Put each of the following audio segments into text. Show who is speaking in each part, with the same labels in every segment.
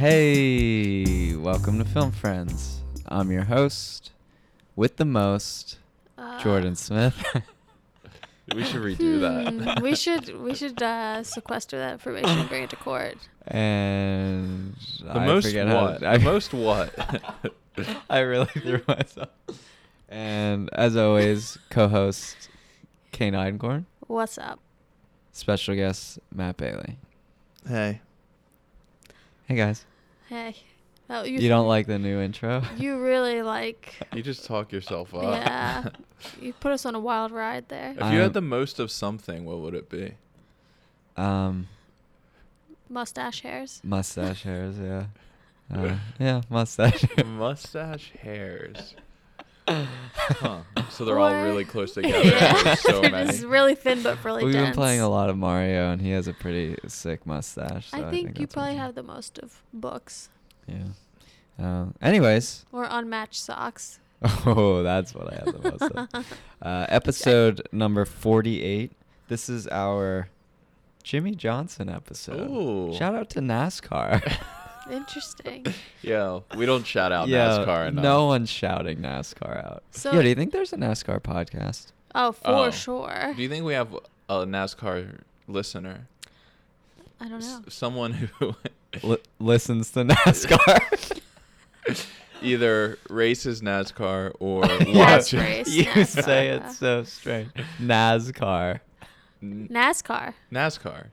Speaker 1: Hey, welcome to Film Friends. I'm your host, with the most,
Speaker 2: Uh,
Speaker 1: Jordan Smith.
Speaker 3: We should redo that.
Speaker 2: hmm, we should we should uh, sequester that information and bring it to court.
Speaker 1: and
Speaker 3: The
Speaker 1: I
Speaker 3: most
Speaker 1: forget
Speaker 3: what?
Speaker 1: How, I,
Speaker 3: the most what?
Speaker 1: I really threw myself. And as always, co-host Kane Einkorn,
Speaker 2: What's up?
Speaker 1: special guest Matt Bailey.
Speaker 4: Hey,
Speaker 1: Hey guys,
Speaker 2: Hey, that,
Speaker 1: you, don't like the new intro?
Speaker 2: You really like.
Speaker 3: you just talk yourself up.
Speaker 2: Yeah, you put us on a wild ride there.
Speaker 3: if you
Speaker 1: I'm-
Speaker 3: had the most of something, what would it be?
Speaker 1: um
Speaker 2: Mustache hairs.
Speaker 1: mustache hairs, yeah, uh, yeah, mustache. hair.
Speaker 3: Mustache hairs. Huh. So they're all
Speaker 2: Or-
Speaker 3: really close together.
Speaker 2: yeah,
Speaker 3: There's so
Speaker 2: they're
Speaker 3: many.
Speaker 2: just really thin but really
Speaker 1: We've
Speaker 2: dense.
Speaker 1: been playing a lot of Mario, and he has a pretty sick mustache. so
Speaker 2: I think, you
Speaker 1: that's what
Speaker 2: probably
Speaker 1: it
Speaker 2: have the most of books
Speaker 1: is. Yeah. Uh, anyways,
Speaker 2: or unmatched socks.
Speaker 1: oh, that's what I have the most of. Uh, episode number forty-eight. This is our Jimmy Johnson episode.
Speaker 3: Ooh.
Speaker 1: Shout out to NASCAR.
Speaker 2: Interesting.
Speaker 3: Yo, we don't shout out
Speaker 1: Yeah,
Speaker 3: NASCAR enough.
Speaker 1: No one's shouting NASCAR out.
Speaker 2: So-
Speaker 1: yeah, do you think there's a NASCAR podcast?
Speaker 2: Oh, for
Speaker 3: Oh.
Speaker 2: sure.
Speaker 3: Do you think we have a NASCAR listener?
Speaker 2: I don't
Speaker 3: S-
Speaker 2: know.
Speaker 3: someone who
Speaker 1: L- listens to NASCAR.
Speaker 3: either races NASCAR or
Speaker 1: Yeah,
Speaker 3: watches
Speaker 2: race.
Speaker 1: You
Speaker 2: NASCAR.
Speaker 1: say it so strange. NASCAR.
Speaker 3: N-
Speaker 2: NASCAR.
Speaker 3: NASCAR.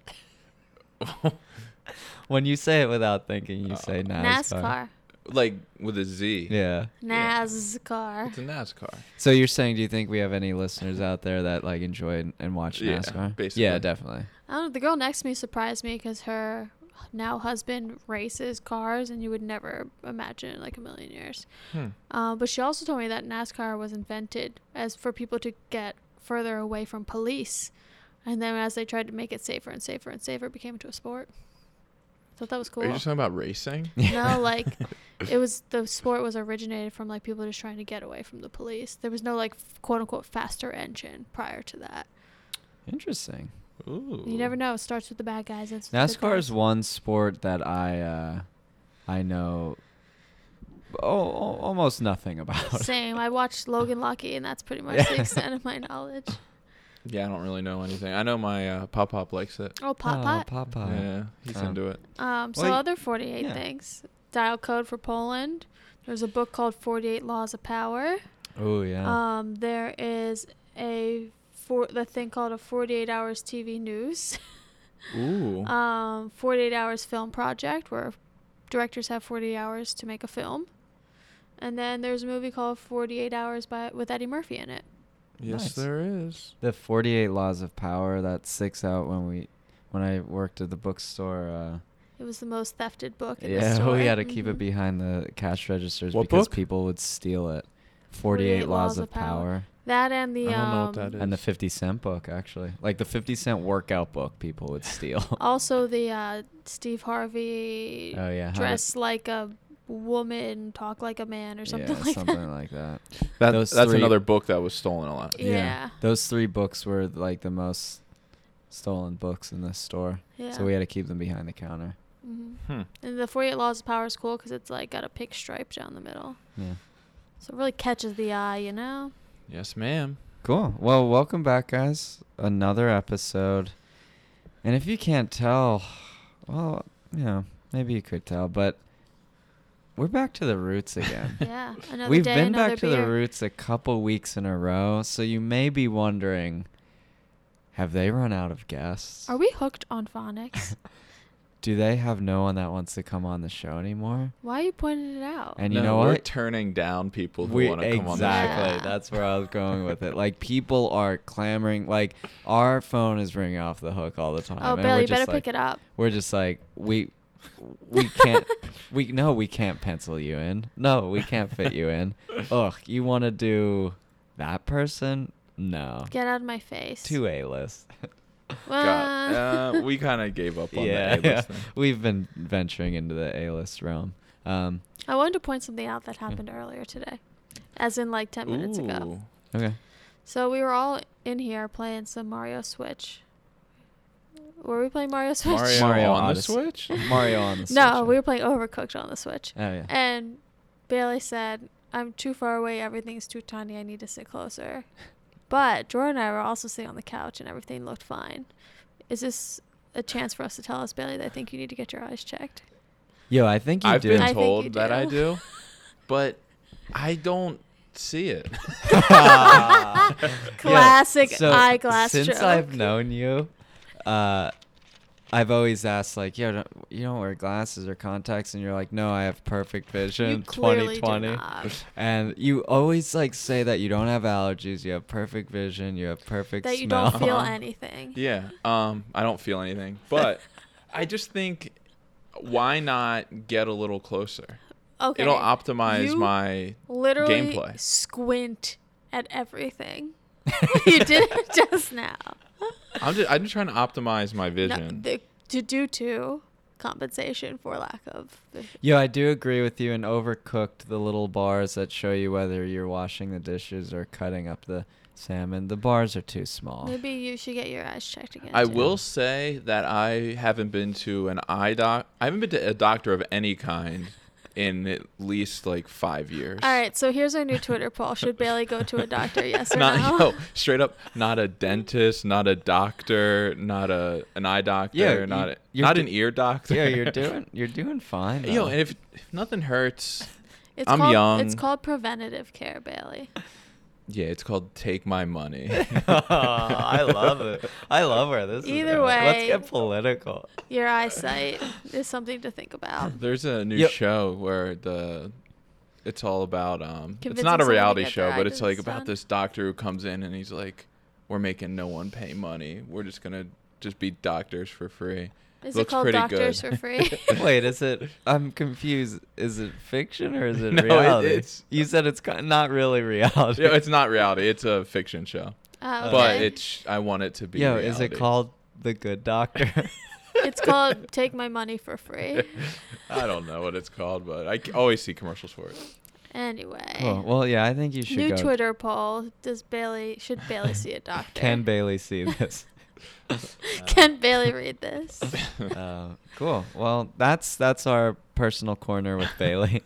Speaker 1: When you say it without thinking, you
Speaker 3: Uh,
Speaker 1: say NASCAR.
Speaker 2: Oh. NASCAR.
Speaker 3: like with a Z.
Speaker 1: Yeah.
Speaker 3: Yeah.
Speaker 2: NASCAR.
Speaker 3: It's a NASCAR.
Speaker 1: So you're saying, do you think we have any listeners out there that like enjoy and- and watch
Speaker 3: Yeah,
Speaker 1: NASCAR?
Speaker 3: basically.
Speaker 1: Yeah, definitely.
Speaker 2: I don't know. The girl next to me surprised me because her now husband races cars, and you would never imagine it in, like a million years.
Speaker 3: Hmm.
Speaker 2: Uh, but she also told me that NASCAR was invented as for people to get further away from police, and then as they tried to make it safer and safer and safer, it became into a sport. Thought that was cool.
Speaker 3: Are you just talking about racing?
Speaker 2: no, like it was the sport was originated from like people just trying to get away from the police. There was no like quote unquote faster engine prior to that.
Speaker 1: Interesting.
Speaker 3: Ooh.
Speaker 2: You never know. It starts with the bad guys. Ends with the good
Speaker 1: NASCAR is
Speaker 2: guys.
Speaker 1: one sport that I uh, I know oh, almost nothing about.
Speaker 2: Same. I watched Logan Lucky, and that's pretty much
Speaker 1: Yeah.
Speaker 2: the extent of my knowledge.
Speaker 3: Yeah, I don't really know anything. I know my uh, pop pop likes it.
Speaker 2: Oh, Pot
Speaker 1: Oh,
Speaker 2: Pot.
Speaker 1: Pop Pot.
Speaker 3: Yeah, he's
Speaker 1: Oh.
Speaker 3: into it.
Speaker 2: Um, so
Speaker 1: Well,
Speaker 2: other 48
Speaker 1: yeah.
Speaker 2: things. Dial code for Poland. There's a book called 48 Laws of Power.
Speaker 1: Oh yeah.
Speaker 2: Um, there is a for the thing called a 48 hours TV news. Uh,
Speaker 3: Ooh.
Speaker 2: um, 48 hours film project where directors have 48 hours to make a film. And then there's a movie called 48 Hours by with Eddie Murphy in it.
Speaker 3: yes,
Speaker 1: nice.
Speaker 3: there is.
Speaker 1: the 48 Laws of Power. That sticks out when we when I worked at the bookstore. Uh,
Speaker 2: It was the most thefted book. In the
Speaker 1: Yeah,
Speaker 2: store.
Speaker 1: we had to keep it
Speaker 2: Mhm.
Speaker 1: behind the cash registers
Speaker 3: What
Speaker 1: because
Speaker 3: book?
Speaker 1: people would steal it. 48, Laws, of Power.
Speaker 2: That and the
Speaker 3: I don't know
Speaker 2: um,
Speaker 3: what that is.
Speaker 1: And the 50 Cent book, actually. Like the 50 Cent workout book, people would steal.
Speaker 2: also the uh, Steve Harvey
Speaker 1: Oh, yeah, how to-
Speaker 2: dress like a woman, talk like a man, or something
Speaker 1: yeah,
Speaker 2: like
Speaker 1: something
Speaker 2: that.
Speaker 1: like that.
Speaker 3: That,
Speaker 1: Those
Speaker 3: that's
Speaker 1: three-
Speaker 3: another book that was stolen a lot.
Speaker 2: Yeah.
Speaker 1: Those three books were like the most stolen books in this store.
Speaker 2: yeah.
Speaker 1: So we had to keep them behind the counter.
Speaker 2: hmm
Speaker 3: Hmm.
Speaker 2: And the Forty Eight Laws of Power is cool because it's like got a pink stripe down the middle,
Speaker 1: Yeah.
Speaker 2: so it really catches the eye, you know.
Speaker 3: Yes, ma'am.
Speaker 1: Cool. Well, welcome back, guys. Another episode. And if you can't tell, well, you know, maybe you could tell, but we're back to the roots again.
Speaker 2: Yeah, another
Speaker 1: We've
Speaker 2: day,
Speaker 1: been
Speaker 2: another
Speaker 1: back to
Speaker 2: beer.
Speaker 1: the roots a couple weeks in a row, so you may be wondering have they run out of guests?
Speaker 2: Are we hooked on phonics?
Speaker 1: Do they have no one that wants to come on the show anymore?
Speaker 2: Why are you pointing it out?
Speaker 1: And you
Speaker 3: No,
Speaker 1: know
Speaker 3: we're
Speaker 1: what?
Speaker 3: turning down people who
Speaker 1: We-
Speaker 3: want to come on the show.
Speaker 1: exactly.
Speaker 2: Yeah.
Speaker 1: That's where I was going with it. Like people are clamoring. Like our phone is ringing off the hook all the time.
Speaker 2: oh,
Speaker 1: and
Speaker 2: Bill,
Speaker 1: we're
Speaker 2: you
Speaker 1: just
Speaker 2: better
Speaker 1: like,
Speaker 2: pick it up.
Speaker 1: We're just like we we can't we no we can't pencil you in. No, we can't fit you in. Ugh, you want to do that person? No.
Speaker 2: Get out of my face.
Speaker 1: Two A list.
Speaker 3: God,
Speaker 2: Wah.
Speaker 3: uh, we kind of gave up on
Speaker 1: yeah,
Speaker 3: that.
Speaker 1: yeah. we've been venturing into the A list realm. Um,
Speaker 2: I wanted to point something out that happened earlier today, as in like 10 minutes ago.
Speaker 3: Ooh.
Speaker 1: okay.
Speaker 2: So we were all in here playing some Mario Switch. were we playing Mario Switch?
Speaker 3: Mario,
Speaker 1: Mario
Speaker 3: on the
Speaker 1: Odyssey.
Speaker 3: Switch?
Speaker 1: Mario on the Switch.
Speaker 2: no, we
Speaker 1: yeah.
Speaker 2: were playing Overcooked on the Switch.
Speaker 1: Oh yeah.
Speaker 2: And Bailey said, I'm too far away. Everything's too tiny. I need to sit closer. But Jordan and I were also sitting on the couch and everything looked fine. Is this a chance for us to tell us, Bailey, that I think you need to get your eyes checked?
Speaker 1: Yo, I think you
Speaker 3: I've
Speaker 1: do.
Speaker 3: been
Speaker 2: I think
Speaker 3: told
Speaker 2: you
Speaker 3: that I
Speaker 2: do.
Speaker 3: do, but I don't see it.
Speaker 1: Yeah,
Speaker 2: Classic
Speaker 1: so
Speaker 2: eyeglass
Speaker 1: Since
Speaker 2: joke.
Speaker 1: I've known you, uh, I've always asked like, "Yo, don't, you don't wear glasses or contacts," and you're like, "No, I have perfect vision,
Speaker 2: You clearly do
Speaker 1: 2020."
Speaker 2: not.
Speaker 1: And you always like say that you don't have allergies, you have perfect vision, you have perfect
Speaker 2: that you
Speaker 1: smell.
Speaker 2: don't feel
Speaker 3: Uh-huh.
Speaker 2: anything.
Speaker 3: Yeah. Um, I don't feel anything, but I just think why not get a little closer?
Speaker 2: Okay.
Speaker 3: It'll optimize
Speaker 2: You
Speaker 3: my
Speaker 2: literally
Speaker 3: gameplay.
Speaker 2: squint at everything. you did it just now.
Speaker 3: I'm just I'm just trying to optimize my
Speaker 2: No,
Speaker 3: vision.
Speaker 2: the, to do to compensation for lack of vision.
Speaker 1: Yo, I do agree with you. And overcooked the little bars that show you whether you're washing the dishes or cutting up the salmon. The bars are too small.
Speaker 2: Maybe you should get your eyes checked again.
Speaker 3: I
Speaker 2: too.
Speaker 3: will say that I haven't been to an eye doc. I haven't been to a doctor of any kind in at least like five years.
Speaker 2: All right, so here's our new Twitter poll: Should Bailey go to a doctor? Yes or
Speaker 3: Not
Speaker 2: no?
Speaker 3: yo, straight up, not a dentist, not a doctor, not a an eye doctor,
Speaker 1: Yeah, you-
Speaker 3: not a-
Speaker 1: you're
Speaker 3: not
Speaker 1: do-
Speaker 3: an ear doctor.
Speaker 1: Yo, you're doing you're doing fine.
Speaker 3: Yo,
Speaker 1: though.
Speaker 3: and if, if nothing hurts,
Speaker 2: It's
Speaker 3: I'm
Speaker 2: called,
Speaker 3: young.
Speaker 2: It's called preventative care, Bailey.
Speaker 3: yeah, it's called take my money.
Speaker 1: I love it. I love where this is.
Speaker 2: Either
Speaker 1: going. let's
Speaker 2: way-
Speaker 1: get political.
Speaker 2: Your eyesight is something to think about.
Speaker 3: There's a new
Speaker 1: Yep.
Speaker 3: show where the it's all about um it's
Speaker 2: Convincing
Speaker 3: not a
Speaker 2: someone to
Speaker 3: reality
Speaker 2: get
Speaker 3: show,
Speaker 2: their
Speaker 3: but it's like
Speaker 2: eyelids
Speaker 3: about
Speaker 2: done?
Speaker 3: this doctor who comes in and he's like, We're making no one pay money. We're just gonna just be doctors for free.
Speaker 2: Is it
Speaker 3: Looks
Speaker 2: called
Speaker 3: pretty
Speaker 2: doctors
Speaker 3: good.
Speaker 2: for free?
Speaker 1: Wait, is it? I'm confused. Is it fiction or is it
Speaker 3: No, it-
Speaker 1: reality?
Speaker 3: it's-
Speaker 1: you said it's co- not really reality.
Speaker 3: Yeah, it's not reality, it's a fiction show.
Speaker 2: Uh, okay.
Speaker 3: But it's I want it to be
Speaker 1: Yo, is it
Speaker 3: reality.
Speaker 1: called The Good Doctor?
Speaker 2: It's called take my money for free.
Speaker 3: I don't know what it's called, but I c- always see commercials for it.
Speaker 2: Anyway,
Speaker 1: Cool. Oh, Well, yeah, I think you should
Speaker 2: new
Speaker 1: go.
Speaker 2: Twitter poll: Does Bailey should Bailey see a doctor?
Speaker 1: Can Bailey see this?
Speaker 2: Can Bailey read this?
Speaker 1: Uh, cool. Well, that's that's our personal corner with Bailey.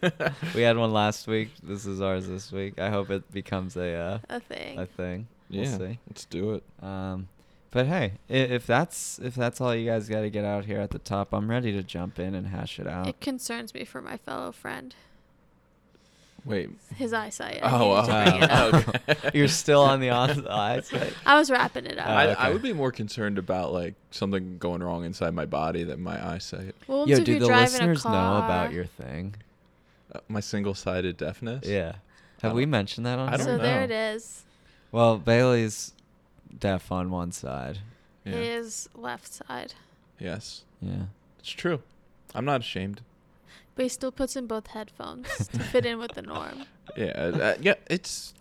Speaker 1: we had one last week. This is ours this week. I hope it becomes a uh,
Speaker 2: A thing.
Speaker 1: a thing. We'll
Speaker 3: yeah,
Speaker 1: see.
Speaker 3: let's do it.
Speaker 1: Um, but hey, i- if that's if that's all you guys got to get out here at the top, I'm ready to jump in and hash it out.
Speaker 2: It concerns me for my fellow friend.
Speaker 3: Wait.
Speaker 2: His eyesight. I
Speaker 3: Oh,
Speaker 2: needed to bring it
Speaker 1: oh,
Speaker 2: up.
Speaker 3: okay.
Speaker 1: You're still on the on the eyesight.
Speaker 2: I was wrapping it up.
Speaker 1: Oh,
Speaker 3: I, I
Speaker 1: okay.
Speaker 3: would be more concerned about like something going wrong inside my body than my eyesight.
Speaker 2: Well,
Speaker 1: Yo,
Speaker 2: if
Speaker 1: do
Speaker 2: you're
Speaker 1: the
Speaker 2: driving a
Speaker 1: listeners know about
Speaker 2: car-
Speaker 1: your thing?
Speaker 3: Uh, my single-sided deafness.
Speaker 1: Yeah.
Speaker 3: I
Speaker 1: Have we
Speaker 3: don't-
Speaker 1: mentioned that on?
Speaker 3: I don't
Speaker 2: so
Speaker 1: here?
Speaker 2: there
Speaker 3: know.
Speaker 2: it is.
Speaker 1: Well, Bailey's deaf on one side.
Speaker 3: Yeah.
Speaker 2: His left side,
Speaker 3: Yes,
Speaker 1: Yeah.
Speaker 3: it's true. I'm not ashamed.
Speaker 2: but he still puts in both headphones to fit in with the norm.
Speaker 3: Yeah, uh, yeah. It's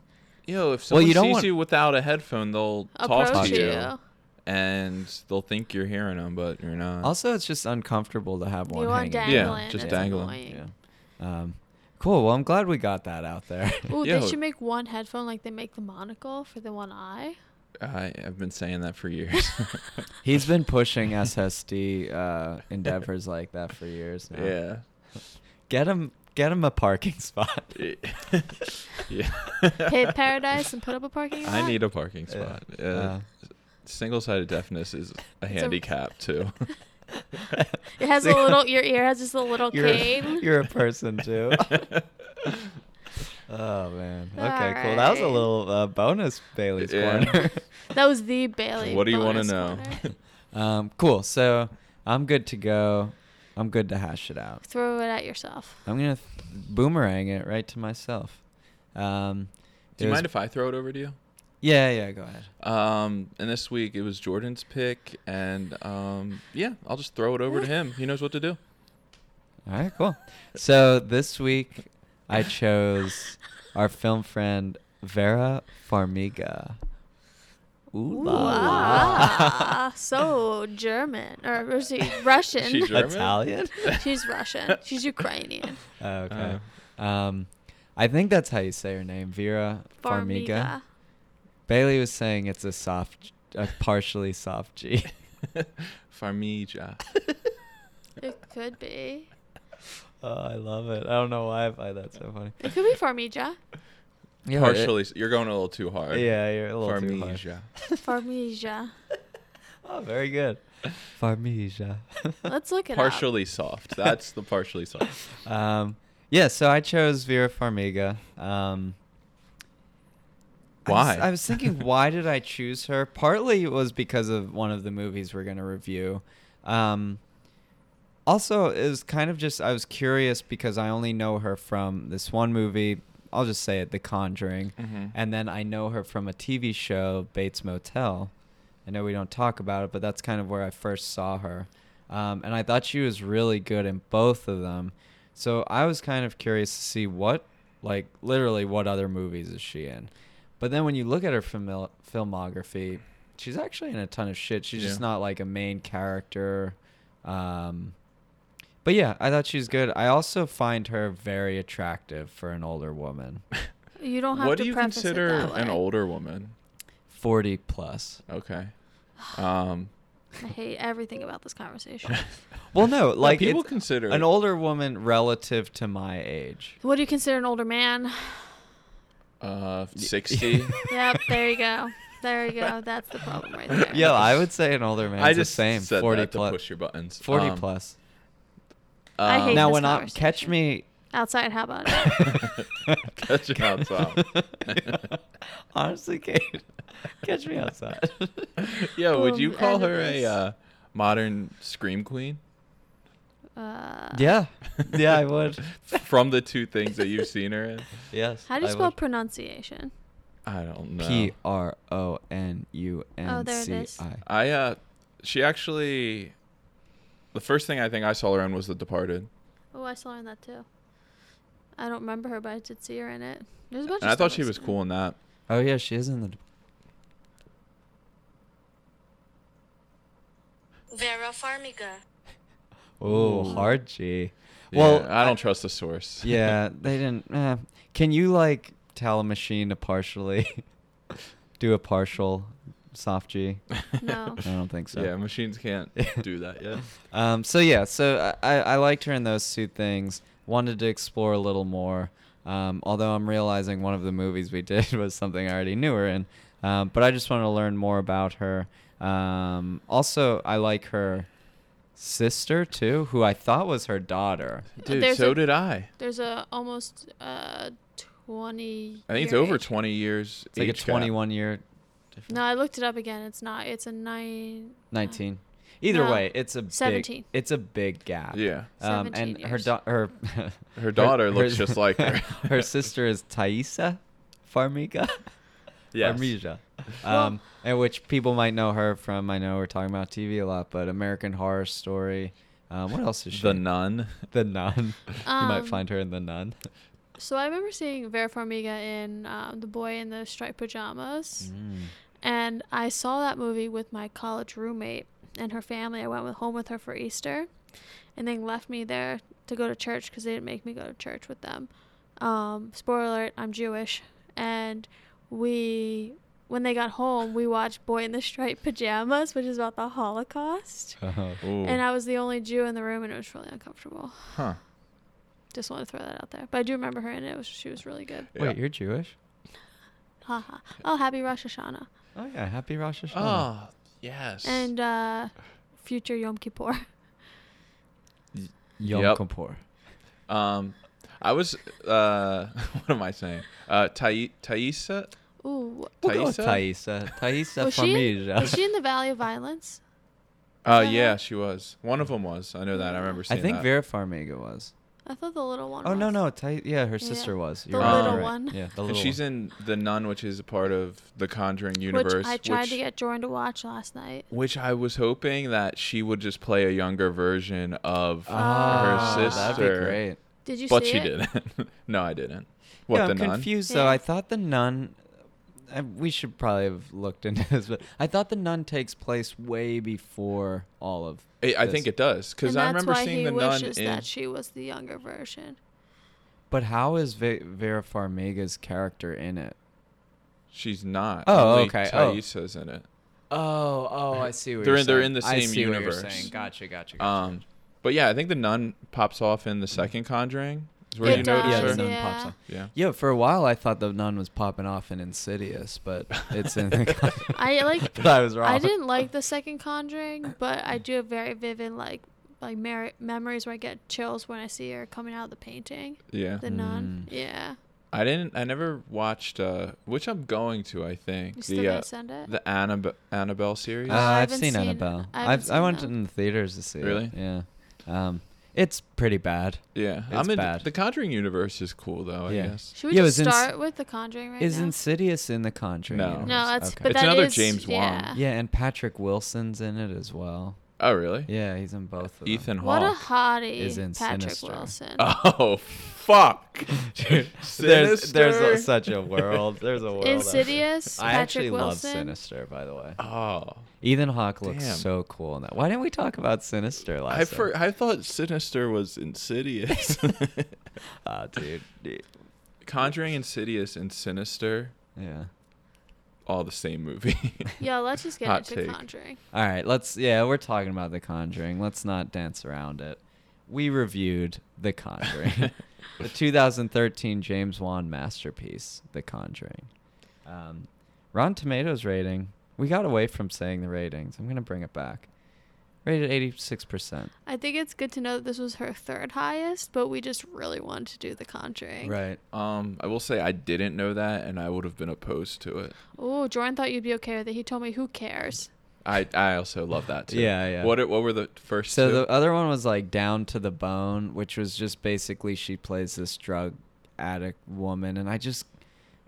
Speaker 3: you know, if
Speaker 1: Well,
Speaker 3: someone
Speaker 1: you don't
Speaker 3: sees
Speaker 1: want-
Speaker 3: you without a headphone, they'll talk
Speaker 2: Approach
Speaker 3: to
Speaker 2: you.
Speaker 3: you, and they'll think you're hearing them, but you're not.
Speaker 1: Also, it's just uncomfortable to have one.
Speaker 2: You want
Speaker 1: hanging.
Speaker 3: uh, Yeah,
Speaker 2: dangling?
Speaker 3: just
Speaker 2: it's
Speaker 3: dangling.
Speaker 2: annoying.
Speaker 1: Yeah. Um, cool. Well, I'm glad we got that out there.
Speaker 2: Ooh,
Speaker 3: Yo.
Speaker 2: they should make one headphone like they make the monocle for the one eye.
Speaker 3: I, I've been saying that for years.
Speaker 1: He's been pushing SSD uh, endeavors like that for years now.
Speaker 3: yeah.
Speaker 1: Get him, get him a parking spot.
Speaker 3: yeah.
Speaker 2: Pay paradise and put up a parking lot.
Speaker 3: I need a parking
Speaker 1: Yeah.
Speaker 3: spot. Uh,
Speaker 1: Uh,
Speaker 3: single-sided deafness is a
Speaker 2: It's a-
Speaker 3: handicap too.
Speaker 2: It has a little. Your ear has just a little
Speaker 1: you're,
Speaker 2: cane.
Speaker 1: you're a person too. oh man. Okay, cool. That was a
Speaker 2: Alright.
Speaker 1: little uh, bonus Bailey's
Speaker 3: Yeah.
Speaker 1: corner.
Speaker 2: that was the Bailey.
Speaker 3: What do you wanna
Speaker 2: bonus
Speaker 3: know?
Speaker 2: corner.
Speaker 1: um, cool. So I'm good to go. I'm good to hash it out.
Speaker 2: Throw it at yourself.
Speaker 1: I'm gonna th- boomerang it right to myself. Um,
Speaker 3: Do
Speaker 1: it
Speaker 3: you
Speaker 1: was-
Speaker 3: mind if I throw it over to you?
Speaker 1: Yeah, yeah. Go ahead.
Speaker 3: Um, and this week it was Jordan's pick, and um, yeah, I'll just throw it over to him. He knows what to do. Uh,
Speaker 1: All right, cool. So this week I chose our film friend Vera Farmiga. Ooh, la la.
Speaker 2: Wow. ah, so German or is he Russian?
Speaker 3: She German?
Speaker 1: Italian?
Speaker 2: She's Russian. She's Ukrainian.
Speaker 1: Oh, okay.
Speaker 3: Uh.
Speaker 1: um, I think that's how you say her name, Vera Farmiga.
Speaker 2: Farmiga.
Speaker 1: Bailey was saying it's a soft, a partially soft G.
Speaker 3: Farmiga.
Speaker 2: It could be.
Speaker 4: Oh, I love it. I don't know why I find that so funny.
Speaker 2: It could be Farmiga.
Speaker 1: Yeah, it-
Speaker 3: Partially, s- you're going a little too hard.
Speaker 4: Yeah, you're a little too hard.
Speaker 3: Farmiga.
Speaker 2: Farmiga.
Speaker 4: Oh, very good. Farmiga.
Speaker 2: Let's look it up.
Speaker 3: Partially soft. That's the partially soft.
Speaker 4: Um,
Speaker 1: yeah, so I chose Vera Farmiga. Um, I was-
Speaker 3: Why?
Speaker 1: I was, thinking, why did I choose her? Partly it was because of one of the movies we're going to review. Um, also, it was kind of just, I was curious because I only know her from this one movie. I'll just say it The Conjuring.
Speaker 3: Mhm.
Speaker 1: And then I know her from a TV show, Bates Motel. I know we don't talk about it, but that's kind of where I first saw her. Um, and I thought she was really good in both of them. So I was kind of curious to see what, like, literally what other movies is she in. But then when you look at her famil- filmography, she's actually in a ton of shit. She's just
Speaker 3: Yeah.
Speaker 1: not like a main character. Um, but yeah, I thought she was good. I also find her very attractive for an older woman,
Speaker 2: You don't have
Speaker 3: what
Speaker 2: to
Speaker 3: do you
Speaker 2: preface
Speaker 3: consider
Speaker 2: it that way.
Speaker 3: an older woman?
Speaker 1: 40 plus.
Speaker 3: Okay. Um,
Speaker 2: I hate everything about this conversation.
Speaker 1: Well, no,
Speaker 3: no,
Speaker 1: like
Speaker 3: people
Speaker 1: it's
Speaker 3: consider
Speaker 1: an older woman relative to my age.
Speaker 2: what do you consider an older man?
Speaker 3: uh, sixty.
Speaker 2: Yep, there you go. There you go. That's the problem right there.
Speaker 1: Yeah, I would say an older man.
Speaker 3: I
Speaker 1: is
Speaker 3: just
Speaker 1: the same.
Speaker 3: said
Speaker 1: 40
Speaker 3: that
Speaker 1: plus.
Speaker 3: to push your buttons.
Speaker 1: 40
Speaker 3: Um,
Speaker 1: plus.
Speaker 2: I
Speaker 3: um,
Speaker 2: hate
Speaker 1: now
Speaker 2: this
Speaker 1: when I catch
Speaker 2: conversation.
Speaker 1: me
Speaker 2: Outside, how about it?
Speaker 3: Catch me outside.
Speaker 1: Honestly, Kate, catch me outside.
Speaker 3: Yeah, would
Speaker 2: Oh,
Speaker 3: you
Speaker 2: the
Speaker 3: call
Speaker 2: end of
Speaker 3: her a
Speaker 2: this.
Speaker 3: uh, modern scream queen?
Speaker 2: Uh,
Speaker 1: yeah, yeah, I would.
Speaker 3: From the two things that you've seen her in,
Speaker 1: Yes.
Speaker 2: How do you
Speaker 1: I
Speaker 2: spell
Speaker 1: would.
Speaker 2: pronunciation?
Speaker 3: I don't know.
Speaker 1: P R O N U
Speaker 2: Oh,
Speaker 1: N
Speaker 2: there it
Speaker 1: C
Speaker 2: is.
Speaker 1: I.
Speaker 3: I uh, she actually, the first thing I think I saw her in was The Departed,
Speaker 2: Oh, I saw her in that too. I don't remember her, but I did see her in it. There's a bunch.
Speaker 3: and
Speaker 2: of
Speaker 3: I thought
Speaker 2: stuff
Speaker 3: she was
Speaker 2: seen.
Speaker 3: cool in that.
Speaker 1: Oh yeah, she is in the.
Speaker 5: Vera Farmiga.
Speaker 1: Oh,
Speaker 3: Ooh.
Speaker 1: hard G.
Speaker 3: Well,
Speaker 1: Well,
Speaker 3: I don't trust the source.
Speaker 1: Yeah, they didn't. eh. Can you like tell a machine to partially do a partial soft G?
Speaker 2: No.
Speaker 1: I don't think so.
Speaker 3: Yeah, machines can't do that yet.
Speaker 1: Um, so yeah, so I, I liked her in those two things. Wanted to explore a little more. Um, although I'm realizing one of the movies we did was something I already knew her in. Um, but I just want to learn more about her. Um, also, I like her sister too, who I thought was her daughter.
Speaker 3: Dude,
Speaker 2: Uh, There's
Speaker 3: so
Speaker 2: a-
Speaker 3: did I.
Speaker 2: There's a almost uh, 20.
Speaker 3: I think it's
Speaker 2: year
Speaker 3: over
Speaker 2: age.
Speaker 3: 20 years.
Speaker 1: It's like a
Speaker 3: age gap.
Speaker 1: 21 year,
Speaker 2: No, I looked it up again. It's not. It's a nine. uh,
Speaker 1: 19. Either
Speaker 2: No,
Speaker 1: way, it's a big-
Speaker 2: 17.
Speaker 1: it's a big gap.
Speaker 3: Yeah.
Speaker 1: Um,
Speaker 2: 17
Speaker 1: and her
Speaker 2: years.
Speaker 1: da- her
Speaker 3: Her daughter looks just like her.
Speaker 1: her sister is Thaisa Farmiga.
Speaker 3: Yes.
Speaker 1: Farmiga. Um, and which people might know her from. I know we're talking about TV a lot, but American Horror Story. Um, what else is she?
Speaker 3: The Nun.
Speaker 1: The Nun. you might
Speaker 2: Um,
Speaker 1: find her in The Nun.
Speaker 2: So I remember seeing Vera Farmiga in um, The Boy in the Striped
Speaker 1: Mm.
Speaker 2: Pajamas.
Speaker 3: Mm.
Speaker 2: And I saw that movie with my college roommate and her family. I went with, home with her for Easter and they left me there to go to church because they didn't make me go to church with them. Um, spoiler alert, I'm Jewish. And we, when they got home, we watched Boy in the Striped Pajamas, which is about the Holocaust.
Speaker 1: Uh-huh.
Speaker 3: Ooh.
Speaker 2: And I was the only Jew in the room and it was really uncomfortable.
Speaker 3: huh.
Speaker 2: Just want to throw that out there. But I do remember her in it. it was, she was really good.
Speaker 3: Yeah.
Speaker 1: Wait, you're Jewish?
Speaker 2: Haha. Oh, happy Rosh Hashanah.
Speaker 1: Oh yeah, Happy Rosh Hashanah.
Speaker 3: Oh, yes.
Speaker 2: And uh, future Yom Kippur.
Speaker 1: Yom
Speaker 3: Yep.
Speaker 1: Kippur.
Speaker 3: um, I was, uh, what am I saying? Uh, Thaisa? Thaisa?
Speaker 2: Ooh.
Speaker 1: We'll go with
Speaker 3: Uh,
Speaker 1: Thaisa. Thaisa
Speaker 2: Was she,
Speaker 1: Farmiga.
Speaker 2: was she in the Valley of Violence?
Speaker 3: Uh, yeah, she was. One of them was. I know that. I remember
Speaker 1: I
Speaker 3: seeing
Speaker 1: think
Speaker 3: that.
Speaker 1: Vera Farmiga was.
Speaker 2: I thought the little one.
Speaker 1: Oh no
Speaker 2: was.
Speaker 1: no, Ty- yeah, her
Speaker 2: Yeah.
Speaker 1: sister was.
Speaker 2: The
Speaker 1: You're right,
Speaker 3: little
Speaker 1: you're right.
Speaker 2: one.
Speaker 1: Yeah, the
Speaker 3: and
Speaker 1: little
Speaker 3: she's
Speaker 1: one.
Speaker 3: in The Nun, which is a part of the Conjuring universe.
Speaker 2: Which I tried to
Speaker 3: which-
Speaker 2: get Jordan to watch last night.
Speaker 3: Which I was hoping that she would just play a younger version of
Speaker 1: Ah,
Speaker 3: her
Speaker 1: That'd
Speaker 3: sister.
Speaker 1: be great.
Speaker 2: Did you
Speaker 3: but
Speaker 2: see
Speaker 3: she
Speaker 2: it?
Speaker 3: didn't. no, I didn't. What
Speaker 1: yeah,
Speaker 3: the
Speaker 1: I'm
Speaker 3: nun?
Speaker 1: confused
Speaker 2: Yeah.
Speaker 1: though. I thought the nun. I, we should probably have looked into this, but I thought the nun takes place way before all of.
Speaker 3: I, I think
Speaker 1: this.
Speaker 3: it does because
Speaker 2: And
Speaker 3: I
Speaker 2: that's
Speaker 3: remember
Speaker 2: why
Speaker 3: seeing
Speaker 2: he
Speaker 3: the nun
Speaker 2: wishes
Speaker 3: in.
Speaker 2: that she was the younger version.
Speaker 1: But how is Ve- Vera Farmiga's character in it?
Speaker 3: She's not.
Speaker 1: Oh,
Speaker 3: Only
Speaker 1: okay. Oh.
Speaker 3: Thaisa's in it.
Speaker 1: Oh, oh, I see what
Speaker 3: They're
Speaker 1: you're
Speaker 3: in- they're
Speaker 1: saying.
Speaker 3: in the
Speaker 1: I
Speaker 3: same
Speaker 1: see What you're
Speaker 3: universe.
Speaker 1: saying. Gotcha, gotcha, gotcha.
Speaker 3: Um, but yeah, I think the nun pops off in the second Conjuring. Is where
Speaker 2: It
Speaker 3: you
Speaker 2: does,
Speaker 3: notice
Speaker 1: yeah,
Speaker 3: her.
Speaker 1: the nun
Speaker 2: yeah.
Speaker 1: pops on.
Speaker 3: Yeah.
Speaker 1: Yeah, for a while I thought the nun was popping off in Insidious, but it's in the.
Speaker 2: I like.
Speaker 4: But I was wrong.
Speaker 2: I didn't like the second Conjuring, but I do have very vivid like like mer- memories where I get chills when I see her coming out of the painting.
Speaker 3: Yeah.
Speaker 2: The nun.
Speaker 1: Mm.
Speaker 2: Yeah.
Speaker 3: I didn't. I never watched. Uh, which I'm going to. I think
Speaker 2: You still
Speaker 3: the
Speaker 2: gonna
Speaker 3: uh,
Speaker 2: send it?
Speaker 3: the Annab- Annabelle series.
Speaker 1: Uh,
Speaker 2: I
Speaker 1: I've
Speaker 2: haven't
Speaker 1: seen,
Speaker 2: seen-
Speaker 1: Annabelle.
Speaker 2: I
Speaker 1: I have
Speaker 2: haven't
Speaker 1: I
Speaker 2: seen
Speaker 1: went
Speaker 2: that.
Speaker 1: in the theaters to see
Speaker 3: Really?
Speaker 1: it. Yeah. Um, it's pretty bad.
Speaker 3: yeah.
Speaker 1: it's
Speaker 3: I'm in
Speaker 1: bad.
Speaker 3: the Conjuring universe is cool though. I
Speaker 1: Yeah.
Speaker 3: guess.
Speaker 2: Should we
Speaker 1: Yeah, it
Speaker 2: just
Speaker 1: was ins-
Speaker 2: start with the Conjuring right
Speaker 1: is
Speaker 2: now?
Speaker 1: Insidious in the Conjuring?
Speaker 3: No.
Speaker 1: universe?
Speaker 2: no, that's
Speaker 1: Okay.
Speaker 2: but
Speaker 3: It's
Speaker 2: that uh,
Speaker 3: another
Speaker 2: is-
Speaker 3: James Wan.
Speaker 2: Yeah.
Speaker 1: yeah, and Patrick Wilson's in it as well.
Speaker 3: Oh really?
Speaker 1: Yeah, he's in both. Of them.
Speaker 3: Ethan
Speaker 2: What a
Speaker 3: Hawke.
Speaker 2: hottie,
Speaker 1: is in
Speaker 2: Patrick
Speaker 1: Sinister.
Speaker 2: Wilson.
Speaker 3: Oh fuck.
Speaker 4: There's there's
Speaker 3: Sinister?
Speaker 4: a, such a world. There's a world. out there.
Speaker 2: Insidious,
Speaker 4: I
Speaker 2: Patrick
Speaker 4: actually love
Speaker 2: Wilson.
Speaker 4: Sinister, by the way.
Speaker 3: Oh,
Speaker 1: Ethan Hawke looks
Speaker 3: Damn.
Speaker 1: so cool in that. Why didn't we talk about Sinister last?
Speaker 3: I for,
Speaker 1: time?
Speaker 3: I thought Sinister was Insidious.
Speaker 4: Ah, dude. dude.
Speaker 3: Conjuring, Insidious, and Sinister,
Speaker 1: Yeah.
Speaker 3: all the same movie.
Speaker 2: Yeah, let's just get
Speaker 3: Hot
Speaker 2: into
Speaker 3: take.
Speaker 2: Conjuring.
Speaker 1: All right, let's. Yeah, we're talking about The Conjuring. Let's not dance around it. We reviewed The Conjuring, the 2013 James Wan masterpiece, The Conjuring. Um, Rotten Tomatoes rating. We got away from saying the ratings. I'm gonna bring it back. Rated 86 percent.
Speaker 2: I think it's good to know that this was her third highest, but we just really wanted to do The Conjuring.
Speaker 1: Right.
Speaker 3: um, I will say I didn't know that, and I would have been opposed to it.
Speaker 2: Oh, Jordan thought you'd be okay with it. He told me, "Who cares?"
Speaker 3: I, I also love that too.
Speaker 1: Yeah, yeah.
Speaker 3: What are- what were the first?
Speaker 1: So
Speaker 3: two?
Speaker 1: the other one was like Down to the Bone, which was just basically she plays this drug addict woman, and I just,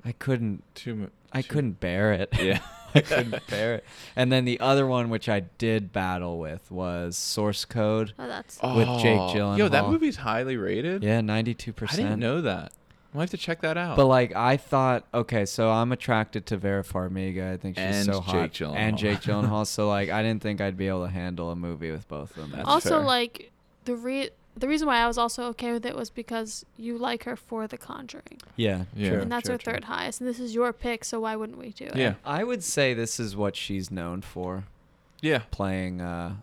Speaker 1: I couldn't
Speaker 3: two. mo-
Speaker 1: I
Speaker 3: two-
Speaker 1: couldn't bear it.
Speaker 3: Yeah.
Speaker 1: I couldn't bear it. And then the other one, which I did battle with, was Source Code.
Speaker 2: Oh, that's
Speaker 1: with Jake
Speaker 3: Oh, Yo, that
Speaker 1: Gyllenhaal.
Speaker 3: movie's highly rated.
Speaker 1: Yeah, 92%.
Speaker 3: I didn't know that. I have to check that out.
Speaker 1: But like I thought, okay, so I'm attracted to Vera Farmiga. I think she's
Speaker 3: And
Speaker 1: so hot,
Speaker 3: Jake
Speaker 1: and
Speaker 3: Gyllenhaal.
Speaker 1: Jake Gyllenhaal. so like, I didn't think I'd be able to handle a movie with both of them.
Speaker 3: That's
Speaker 2: also
Speaker 3: fair.
Speaker 2: like the re the reason why I was also okay with it was because you like her for The Conjuring,
Speaker 1: yeah,
Speaker 3: Yeah.
Speaker 1: true,
Speaker 2: and that's
Speaker 1: true,
Speaker 2: her
Speaker 1: true.
Speaker 2: third highest, and this is your pick, so why wouldn't we do it?
Speaker 3: Yeah.
Speaker 1: I would say this is what she's known for,
Speaker 3: yeah,
Speaker 1: playing uh,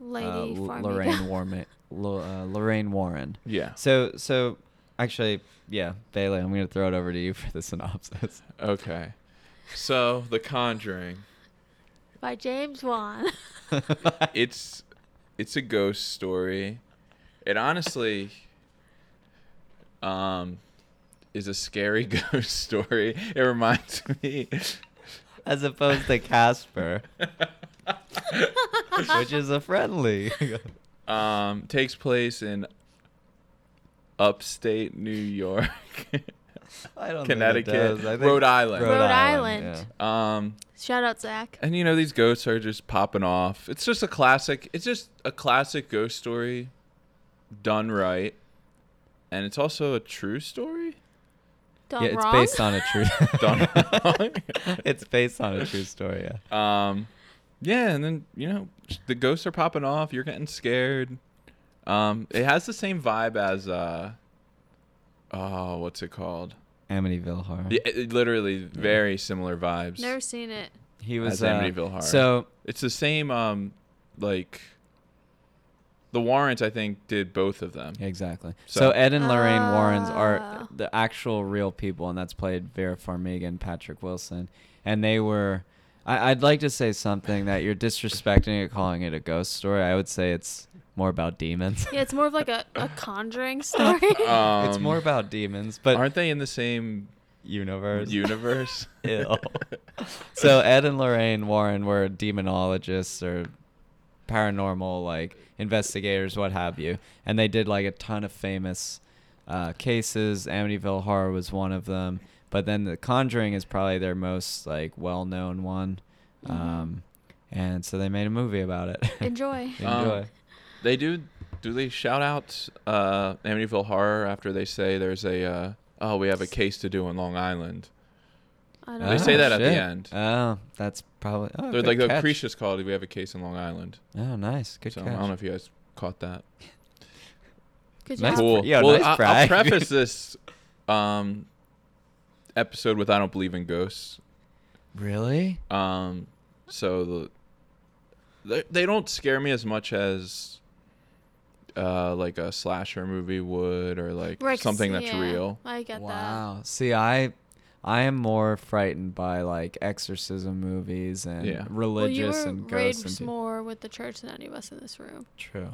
Speaker 2: Lady
Speaker 1: uh, L-
Speaker 2: Farmiga.
Speaker 1: Lorraine Warren. Lo- uh, Lorraine Warren.
Speaker 3: yeah.
Speaker 1: So so actually, yeah, Bailey, I'm gonna throw it over to you for the synopsis.
Speaker 3: Okay. So The Conjuring.
Speaker 2: by James Wan.
Speaker 3: it's it's a ghost story. It honestly um is a scary ghost story. It reminds me
Speaker 1: As opposed to Casper, which is a friendly.
Speaker 3: um takes place in upstate New York.
Speaker 1: I don't
Speaker 3: Connecticut,
Speaker 1: think it does. I think
Speaker 3: Rhode Island.
Speaker 2: Rhode Island.
Speaker 3: um
Speaker 2: Shout out Zach.
Speaker 3: and you know these ghosts are just popping off. It's just a classic. It's just a classic ghost story done right. And it's also a true story.
Speaker 1: Yeah,
Speaker 2: Done
Speaker 1: it's
Speaker 2: wrong.
Speaker 1: based on a true.
Speaker 3: Done wrong.
Speaker 1: it's based on a true story. Yeah.
Speaker 3: Um, yeah, and then you know the ghosts are popping off. You're getting scared. Um, it has the same vibe as uh, oh, what's it called?
Speaker 1: Amityville Horror.
Speaker 3: Yeah, it- it literally very similar vibes.
Speaker 2: Never seen it.
Speaker 1: He was
Speaker 3: As Amityville
Speaker 1: uh,
Speaker 3: Horror.
Speaker 1: So
Speaker 3: It's the same. Um, like the Warrant, I think, did both of them.
Speaker 1: exactly. So,
Speaker 3: So-
Speaker 1: Ed and Lorraine Warrens are
Speaker 2: Ah.
Speaker 1: the actual real people, and that's played Vera Farmiga and Patrick Wilson, and they were. I, I'd like to say something that you're disrespecting it, calling it a ghost story. I would say it's more about demons.
Speaker 2: Yeah, it's more of like a, a
Speaker 1: Uh,
Speaker 2: conjuring story.
Speaker 3: Um,
Speaker 1: it's more about demons, but
Speaker 3: aren't they in the same
Speaker 1: universe.
Speaker 3: universe?
Speaker 1: Ew. so Ed and Lorraine Warren were demonologists or paranormal like investigators, what have you, and they did like a ton of famous uh, cases. Amityville Horror was one of them, but then The Conjuring is probably their most like well-known one,
Speaker 2: Mm-hmm.
Speaker 1: um, and so they made a movie about it.
Speaker 2: Enjoy. Oh.
Speaker 1: Enjoy.
Speaker 3: They do. Do they shout out uh, Amityville Horror after they say there's a uh, oh we have a case to do in Long Island?
Speaker 2: I don't
Speaker 3: They say
Speaker 1: Oh,
Speaker 3: that at the
Speaker 1: shit.
Speaker 3: end.
Speaker 1: Oh, that's probably. Oh,
Speaker 3: They're
Speaker 1: good
Speaker 3: like the
Speaker 1: catch.
Speaker 3: Creature's called we have a case in Long Island.
Speaker 1: Oh, nice. Good
Speaker 3: so
Speaker 1: catch.
Speaker 3: I don't know if you guys caught that.
Speaker 2: Good
Speaker 1: Nice.
Speaker 2: job.
Speaker 1: Cool. Yeah,
Speaker 3: well,
Speaker 1: nice
Speaker 3: I-
Speaker 1: brag.
Speaker 3: I'll preface this um, episode with I don't believe in ghosts.
Speaker 1: Really?
Speaker 3: Um, so the they, they don't scare me as much as uh like a slasher movie would or like
Speaker 2: Right, 'cause-
Speaker 3: something that's
Speaker 2: yeah,
Speaker 3: real
Speaker 2: I get
Speaker 1: wow. See, I I am more frightened by like exorcism movies and
Speaker 3: Yeah.
Speaker 2: that. Well, you
Speaker 1: religious
Speaker 2: were
Speaker 1: and ghosts and
Speaker 2: raised
Speaker 1: pe-
Speaker 2: more with the church than any of us in this room.
Speaker 1: True.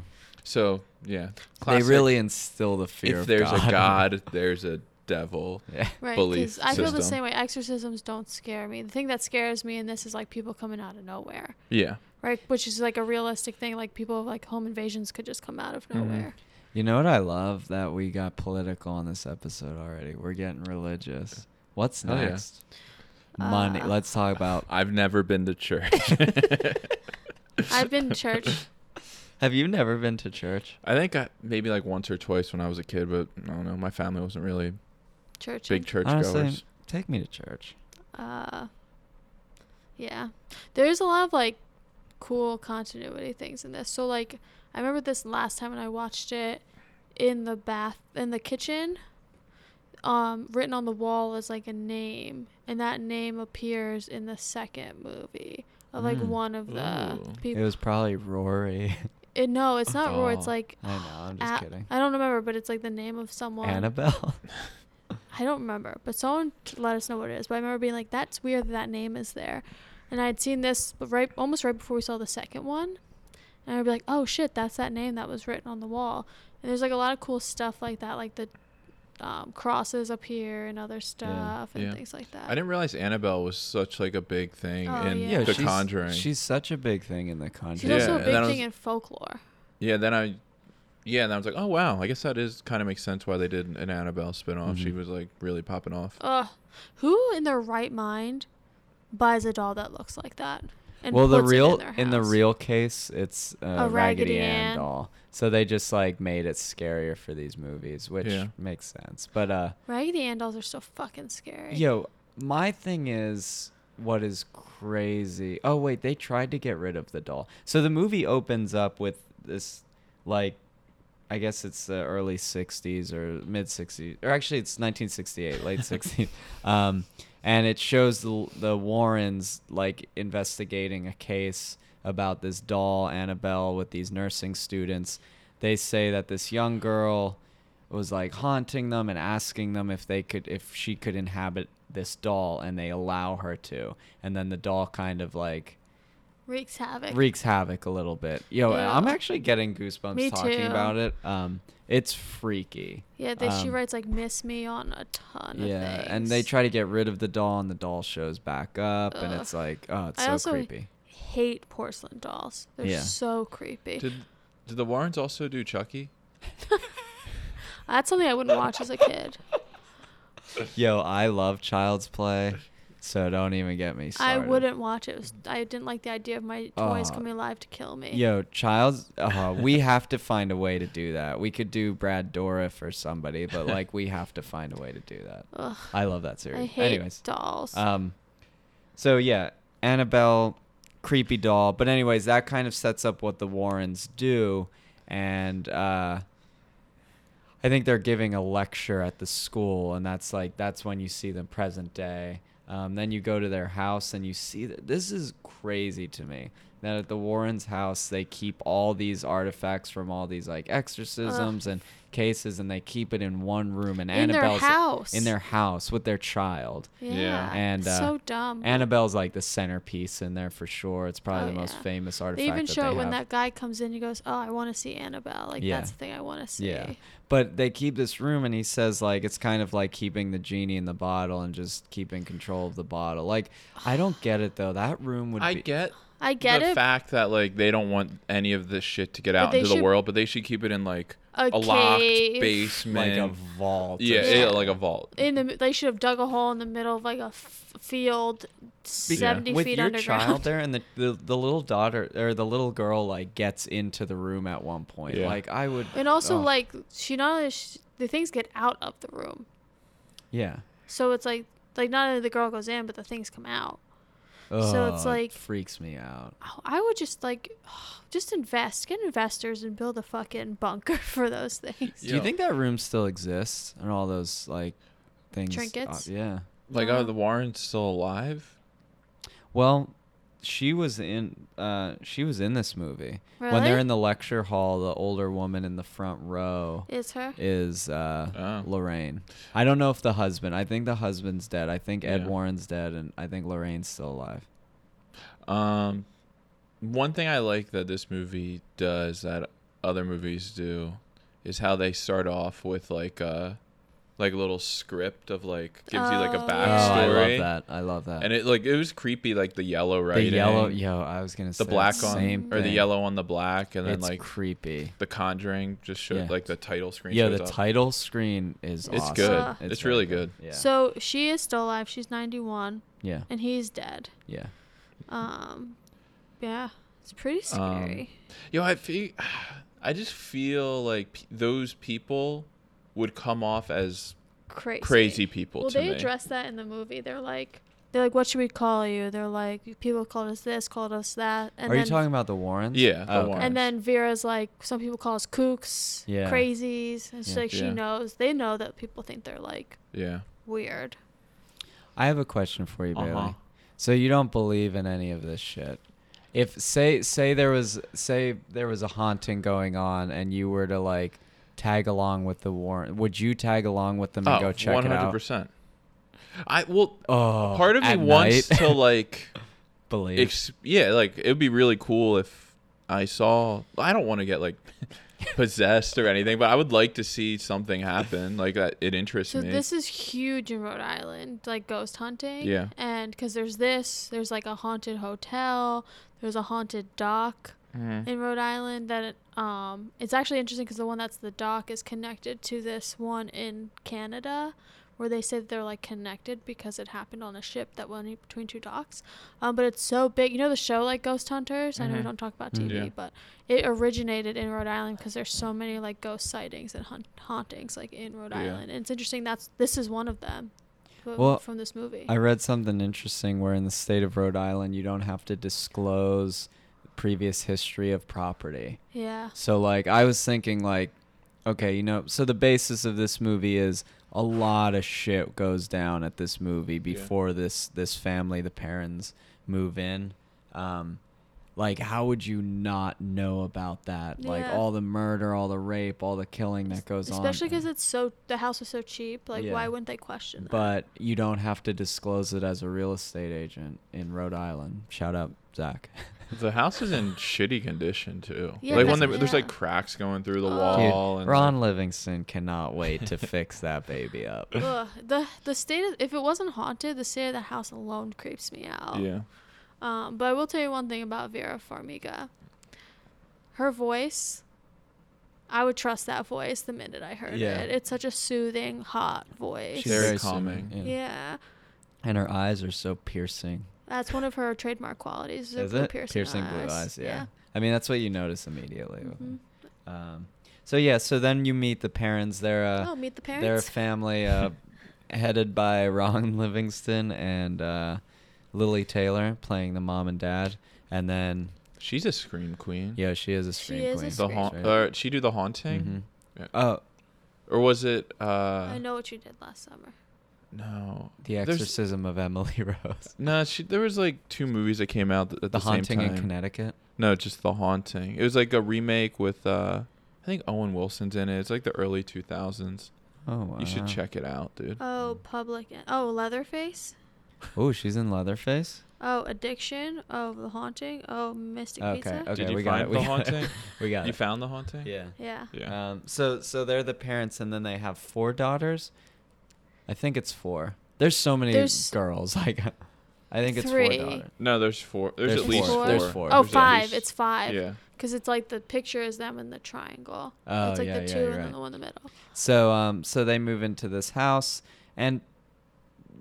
Speaker 3: so yeah
Speaker 1: They really instill the fear
Speaker 3: if
Speaker 1: of
Speaker 3: there's
Speaker 1: God.
Speaker 3: a god there's a devil
Speaker 1: yeah.
Speaker 2: Right,
Speaker 3: belief
Speaker 2: because I feel the
Speaker 3: system.
Speaker 2: same way. Exorcisms don't scare me. The thing that scares me in this is like people coming out of nowhere,
Speaker 3: yeah
Speaker 2: right? Which is like a realistic thing. Like people like home invasions could just come out of
Speaker 1: Mm-hmm.
Speaker 2: nowhere.
Speaker 1: You know what I love that we got political on this episode already. We're getting religious. What's
Speaker 3: Oh, yeah.
Speaker 1: next? Money.
Speaker 2: Uh,
Speaker 1: Let's talk about.
Speaker 3: i've never been to church
Speaker 2: I've been to church.
Speaker 1: Have you never been to church?
Speaker 3: i think I, maybe like once or twice when i was a kid but i don't know my family wasn't really
Speaker 2: Church.
Speaker 3: big church
Speaker 1: Honestly,
Speaker 3: goers
Speaker 1: take me to church.
Speaker 2: Uh, yeah, there's a lot of like cool continuity things in this. So like, I remember this last time when I watched it in the bath in the kitchen. Um, written on the wall is like a name, and that name appears in the second movie of like
Speaker 1: Mm.
Speaker 2: one of the
Speaker 3: Ooh.
Speaker 1: It
Speaker 2: people.
Speaker 1: was probably Rory.
Speaker 2: It- no, it's not Roy. It's
Speaker 3: Oh,
Speaker 2: like
Speaker 1: I know. I'm just
Speaker 2: A-
Speaker 1: kidding.
Speaker 2: I don't remember, but it's like the name of someone.
Speaker 1: Annabelle.
Speaker 2: I don't remember, but someone t- let us know what it is. But I remember being like, "That's weird that that name is there," and I had seen this b- right almost right before we saw the second one, and I'd be like, "Oh shit, that's that name that was written on the wall." And there's like a lot of cool stuff like that, like the um, crosses up here and other stuff and
Speaker 3: yeah.
Speaker 2: things like that.
Speaker 3: I didn't realize Annabelle was such like a big thing
Speaker 2: Oh,
Speaker 3: in
Speaker 2: yeah.
Speaker 3: The
Speaker 1: she's,
Speaker 3: Conjuring.
Speaker 1: She's such a big thing in The
Speaker 2: She's
Speaker 1: Conjuring.
Speaker 3: Yeah,
Speaker 2: also a
Speaker 3: and
Speaker 2: big
Speaker 3: then I
Speaker 2: thing
Speaker 3: was-
Speaker 2: in folklore.
Speaker 3: yeah, then I, yeah, then I was like, oh wow, I guess that is kind of makes sense why they did an Annabelle spinoff. off. She
Speaker 1: Mhm.
Speaker 3: was like really popping off.
Speaker 2: Ugh, who in their right mind buys a doll that looks like that? And
Speaker 1: well, the
Speaker 2: puts it
Speaker 1: real
Speaker 2: their
Speaker 1: in the
Speaker 2: house?
Speaker 1: real case, it's uh,
Speaker 2: A
Speaker 1: Raggedy,
Speaker 2: Raggedy
Speaker 1: Ann
Speaker 2: Ann.
Speaker 1: doll. So they just like made it scarier for these movies, which
Speaker 3: Yeah.
Speaker 1: makes sense. But uh,
Speaker 2: Raggedy Ann dolls are so fucking scary.
Speaker 1: yo, my thing is what is crazy. Oh wait, they tried to get rid of the doll. So the movie opens up with this like I guess it's the early 60s or mid 60s, or actually it's 1968, late 60s. Um, and it shows the, the Warrens like investigating a case about this doll, Annabelle, with these nursing students. They say that this young girl was like haunting them and asking them if they could, if she could inhabit this doll, and they allow her to. And then the doll kind of like
Speaker 2: Wreaks havoc.
Speaker 1: wreaks havoc a little bit. Yo, I'm
Speaker 2: Ew.
Speaker 1: actually getting goosebumps
Speaker 2: Me
Speaker 1: talking
Speaker 2: too.
Speaker 1: about it. Um, it's freaky.
Speaker 2: Yeah, they, she
Speaker 1: Um,
Speaker 2: writes like "miss me" on a ton of
Speaker 1: Yeah,
Speaker 2: things.
Speaker 1: and they try to get rid of the doll, and the doll shows back up, and
Speaker 2: Ugh.
Speaker 1: it's like, oh, it's
Speaker 2: I
Speaker 1: so
Speaker 2: also-
Speaker 1: creepy.
Speaker 2: hate porcelain dolls. They're
Speaker 1: Yeah.
Speaker 2: so creepy.
Speaker 3: Did did the Warrens also do Chucky?
Speaker 2: That's something I wouldn't watch as a kid.
Speaker 1: Yo, I love Child's Play, so don't even get me
Speaker 2: I
Speaker 1: started.
Speaker 2: wouldn't watch it. It was- I didn't like the idea of my toys
Speaker 1: Uh,
Speaker 2: coming alive to kill me.
Speaker 1: Yo, Child's, uh, we have to find a way to do that. We could do Brad Dourif or somebody, but like we have to find a way to do that.
Speaker 2: Ugh,
Speaker 1: I love that series.
Speaker 2: I hate
Speaker 1: Anyways,
Speaker 2: dolls.
Speaker 1: Um, so yeah, Annabelle, creepy doll. But anyways, that kind of sets up what the Warrens do, and uh, I think they're giving a lecture at the school, and that's like that's when you see them present day. Um, then you go to their house and you see that this is crazy to me. That at the Warrens' house they keep all these artifacts from all these like exorcisms and cases, and they keep it in one room. And
Speaker 2: In their
Speaker 1: Annabelle's
Speaker 2: house.
Speaker 1: in their house with their child.
Speaker 2: yeah,
Speaker 3: yeah,
Speaker 1: and,
Speaker 2: it's
Speaker 1: uh,
Speaker 2: so dumb.
Speaker 1: Annabelle's like the centerpiece in there for sure. It's probably
Speaker 2: Mm-hmm. Oh,
Speaker 1: the most
Speaker 2: yeah.
Speaker 1: famous
Speaker 2: they
Speaker 1: artifact.
Speaker 2: even
Speaker 1: that
Speaker 2: show
Speaker 1: they
Speaker 2: it when
Speaker 1: have.
Speaker 2: that guy comes in. He goes, "Oh, I want to see Annabelle. Like
Speaker 1: Yeah.
Speaker 2: that's the thing I want to see."
Speaker 1: Yeah. But they keep this room, and he says like it's kind of like keeping the genie in the bottle and just keeping control of the bottle. Like I don't get it though. That room would
Speaker 3: I
Speaker 1: be.
Speaker 3: get
Speaker 2: I get
Speaker 3: the
Speaker 2: it.
Speaker 3: fact that like they don't want any of this shit to get out
Speaker 2: they
Speaker 3: into the
Speaker 2: should-
Speaker 3: world, but they should keep it in like
Speaker 2: A
Speaker 3: locked
Speaker 2: cave.
Speaker 1: like
Speaker 3: basement.
Speaker 1: a vault. or
Speaker 3: yeah,
Speaker 1: something.
Speaker 3: yeah, like a vault.
Speaker 2: in the they should have dug a hole in the middle of like a f- field, seventy
Speaker 1: with
Speaker 2: feet
Speaker 1: your
Speaker 2: underground.
Speaker 1: child there and the, the the little daughter or the little girl like gets into the room at one point
Speaker 3: Yeah.
Speaker 1: like i would
Speaker 2: And also,
Speaker 1: oh,
Speaker 2: like, she not only sh the things get out of the room,
Speaker 1: yeah
Speaker 2: so it's like like not only the girl goes in, but the things come out. so it's
Speaker 1: Ugh, it
Speaker 2: like-
Speaker 1: freaks me out
Speaker 2: Oh, I would just like just invest, get investors, and build a fucking bunker for those things.
Speaker 1: Do you
Speaker 3: Yeah.
Speaker 1: think that room still exists and all those like things? uh,
Speaker 2: Trinkets?
Speaker 1: yeah.
Speaker 3: Like, are the Warrens still alive?
Speaker 1: Well, she was in uh she was in this movie when they're
Speaker 2: Really?
Speaker 1: in the lecture hall the older woman in the front row
Speaker 2: Is her?
Speaker 1: is uh
Speaker 3: Oh.
Speaker 1: lorraine i don't know if the husband i think the husband's dead i think ed
Speaker 3: Yeah.
Speaker 1: warren's dead and i think lorraine's still alive
Speaker 3: Um, one thing I like that this movie does that other movies do is how they start off with like a like a little script of like gives you like a
Speaker 2: Oh,
Speaker 3: backstory.
Speaker 1: oh i love that i love that
Speaker 3: And it like it was creepy, like the yellow
Speaker 1: the
Speaker 3: writing,
Speaker 1: yellow yo i was gonna
Speaker 3: the
Speaker 1: say
Speaker 3: black on
Speaker 1: same
Speaker 3: or the
Speaker 1: thing.
Speaker 3: yellow on the black, and then
Speaker 1: it's
Speaker 3: like
Speaker 1: creepy
Speaker 3: the Conjuring just showed
Speaker 1: Yeah.
Speaker 3: like the title screen.
Speaker 1: yeah
Speaker 3: shows
Speaker 1: the
Speaker 3: up.
Speaker 1: title screen is
Speaker 3: It's
Speaker 1: awesome.
Speaker 3: good.
Speaker 2: Ugh.
Speaker 3: It's really good.
Speaker 1: yeah
Speaker 2: So she is still alive. She's 91
Speaker 1: yeah
Speaker 2: and he's dead.
Speaker 1: yeah
Speaker 2: Um, yeah, it's pretty
Speaker 3: Um,
Speaker 2: scary.
Speaker 3: Yo, I feel, I just feel like p- those people would come off as
Speaker 2: crazy.
Speaker 3: crazy people
Speaker 2: Well,
Speaker 3: to
Speaker 2: they
Speaker 3: me.
Speaker 2: address that in the movie. They're like, they're like, what should we call you? They're like, people called us this, called us that, and
Speaker 1: are
Speaker 2: then
Speaker 1: you talking about the warrens
Speaker 3: Yeah, the
Speaker 1: Oh, okay.
Speaker 3: Warrens.
Speaker 2: and then Vera's like, some people call us kooks,
Speaker 1: Yeah.
Speaker 2: crazies, and she's
Speaker 1: Yeah.
Speaker 2: like, she
Speaker 3: Yeah.
Speaker 2: knows. They know that people think they're like
Speaker 3: yeah,
Speaker 2: weird.
Speaker 1: I have a question for you, Bailey.
Speaker 3: Uh-huh.
Speaker 1: So you don't believe in any of this shit. If say say there was say there was a haunting going on and you were to like tag along with the warrant, would you tag along with them and go check it out?
Speaker 3: Oh, percent. I well,
Speaker 1: Oh,
Speaker 3: part of me
Speaker 1: at
Speaker 3: wants
Speaker 1: night?
Speaker 3: to like,
Speaker 1: believe.
Speaker 3: ex- yeah, like it would be really cool if I saw. I don't want to get like possessed or anything, but I would like to see something happen like that. It interests
Speaker 2: So
Speaker 3: me.
Speaker 2: this is huge in Rhode Island, like ghost hunting.
Speaker 3: Yeah.
Speaker 2: And because there's this, there's like a haunted hotel, there's a haunted dock
Speaker 1: Mm-hmm.
Speaker 3: Mhm.
Speaker 2: in Rhode Island that it, um it's actually interesting because the one that's the dock is connected to this one in Canada where they say that they're like connected because it happened on a ship that went in between two docks. Um, but it's so big. You know the show like Ghost Hunters? I know we
Speaker 3: Mhm.
Speaker 2: don't talk about
Speaker 1: Mm.
Speaker 2: TV,
Speaker 3: Yeah.
Speaker 2: but it originated in Rhode Island because there's so many like ghost sightings and haunt- hauntings like in Rhode
Speaker 3: Yeah.
Speaker 2: Island. And it's interesting that's this is one of them w-
Speaker 1: Well,
Speaker 2: from this movie.
Speaker 1: I read something interesting where in the state of Rhode Island you don't have to disclose previous history of property.
Speaker 2: yeah.
Speaker 1: So like I was thinking like okay, you know, so the basis of this movie is a lot of shit goes down at this movie before this this family, the parents move in. Um like how would you not know about that? Like
Speaker 2: Yeah.
Speaker 1: all the murder, all the rape, all the killing that goes on.
Speaker 2: Especially because it's so the house was so cheap. Like
Speaker 1: Yeah.
Speaker 2: why wouldn't they question that?
Speaker 1: but you don't have to disclose it as a real estate agent in Rhode Island. Shout out Zach.
Speaker 3: The house is in shitty condition too.
Speaker 2: Yeah,
Speaker 3: like when
Speaker 2: that's-
Speaker 3: there- there's like
Speaker 2: yeah.
Speaker 3: cracks going through the
Speaker 2: Oh.
Speaker 1: Dude,
Speaker 3: wall. and
Speaker 1: Ron Livingston cannot wait to fix that baby up.
Speaker 2: Ugh, the the state of, if it wasn't haunted, the state of the house alone creeps me out.
Speaker 3: yeah,
Speaker 2: Um, but I will tell you one thing about Vera Farmiga. Her voice, I would trust that voice the minute I heard
Speaker 1: Yeah.
Speaker 2: it. It's such a soothing, hot voice.
Speaker 3: She's very
Speaker 1: soothing,
Speaker 3: calming.
Speaker 2: yeah.
Speaker 1: And her eyes are so piercing.
Speaker 2: that's one of her trademark qualities.
Speaker 1: Is
Speaker 2: blue
Speaker 1: it? blue eyes, yeah. I mean, that's what you notice immediately. with
Speaker 2: Mm-hmm.
Speaker 1: them. Um, so yeah, so then you meet the parents. They're a,
Speaker 2: Oh, meet the
Speaker 1: They're a
Speaker 2: parents.
Speaker 1: family uh, headed by Ron Livingston and uh, Lily Taylor playing the mom and dad. And then,
Speaker 3: she's a scream queen.
Speaker 1: yeah, she is a
Speaker 2: She
Speaker 1: scream
Speaker 2: is a
Speaker 1: queen.
Speaker 3: Mm-hmm. the
Speaker 2: scream
Speaker 3: haunt.
Speaker 1: queen.
Speaker 3: Uh, she do the haunting,
Speaker 1: Mhm.
Speaker 3: Yeah.
Speaker 1: Oh,
Speaker 3: or was it? Uh,
Speaker 2: I know what you did last summer.
Speaker 3: No.
Speaker 1: the
Speaker 3: There's-
Speaker 1: exorcism of Emily Rose.
Speaker 3: No, she, there was like two movies that came out th- at
Speaker 1: the
Speaker 3: the, same
Speaker 1: haunting
Speaker 3: time.
Speaker 1: in Connecticut.
Speaker 3: No, just the haunting. It was like a remake with uh, I think Owen Wilson's in it. It's like the early two thousands.
Speaker 1: Oh, wow.
Speaker 3: You should check it out, dude.
Speaker 2: Oh, public. En- oh, Leatherface.
Speaker 1: Oh, she's in Leatherface.
Speaker 2: Oh, addiction. Oh, the haunting. Oh, Mystic
Speaker 1: Okay,
Speaker 2: Pizza.
Speaker 1: okay,
Speaker 3: you
Speaker 1: we got
Speaker 3: find
Speaker 1: it. We
Speaker 3: the
Speaker 1: got it.
Speaker 3: haunting?
Speaker 1: we got
Speaker 3: you
Speaker 1: it.
Speaker 3: found the haunting?
Speaker 1: Yeah.
Speaker 2: Yeah.
Speaker 3: Yeah.
Speaker 1: Um, so so they're the parents, and then they have four daughters. I think it's four. There's so many
Speaker 2: There's-
Speaker 1: girls. Like, I think it's four
Speaker 2: Three.
Speaker 1: daughters.
Speaker 3: no, there's four. There's,
Speaker 1: There's
Speaker 3: at least
Speaker 2: four.
Speaker 3: four.
Speaker 2: There's
Speaker 1: four.
Speaker 2: Oh,
Speaker 1: There's at
Speaker 2: five.
Speaker 3: least-
Speaker 2: It's five.
Speaker 3: Yeah.
Speaker 2: Because it's like the picture is them in the triangle.
Speaker 1: Oh,
Speaker 2: it's like
Speaker 1: yeah,
Speaker 2: the
Speaker 1: yeah,
Speaker 2: two
Speaker 1: you're
Speaker 2: and
Speaker 1: right.
Speaker 2: then the one in the middle.
Speaker 1: So um, so they move into this house, and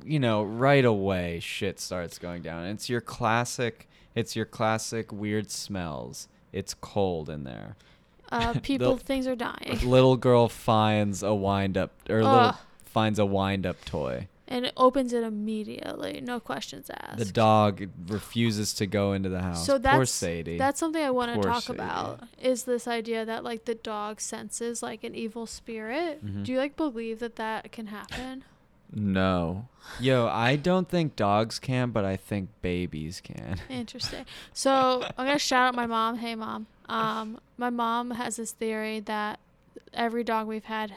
Speaker 1: you know, right away, shit starts going down. It's your classic. It's your classic weird smells. It's cold in there.
Speaker 2: Uh, people, things are dying.
Speaker 1: little girl finds a wind up or
Speaker 2: Ugh.
Speaker 1: little finds a wind up toy.
Speaker 2: And it opens it immediately. No questions asked.
Speaker 1: The dog refuses to go into the house.
Speaker 2: So that's
Speaker 1: Poor Sadie.
Speaker 2: that's something I want to
Speaker 3: Poor
Speaker 2: talk
Speaker 3: Sadie.
Speaker 2: about is this idea that like the dog senses like an evil spirit.
Speaker 1: Mhm.
Speaker 2: Do you like believe that that can happen?
Speaker 3: No.
Speaker 1: Yo, I don't think dogs can, but I think babies can.
Speaker 2: Interesting. So I'm gonna shout out my mom. Hey mom. Um, my mom has this theory that every dog we've had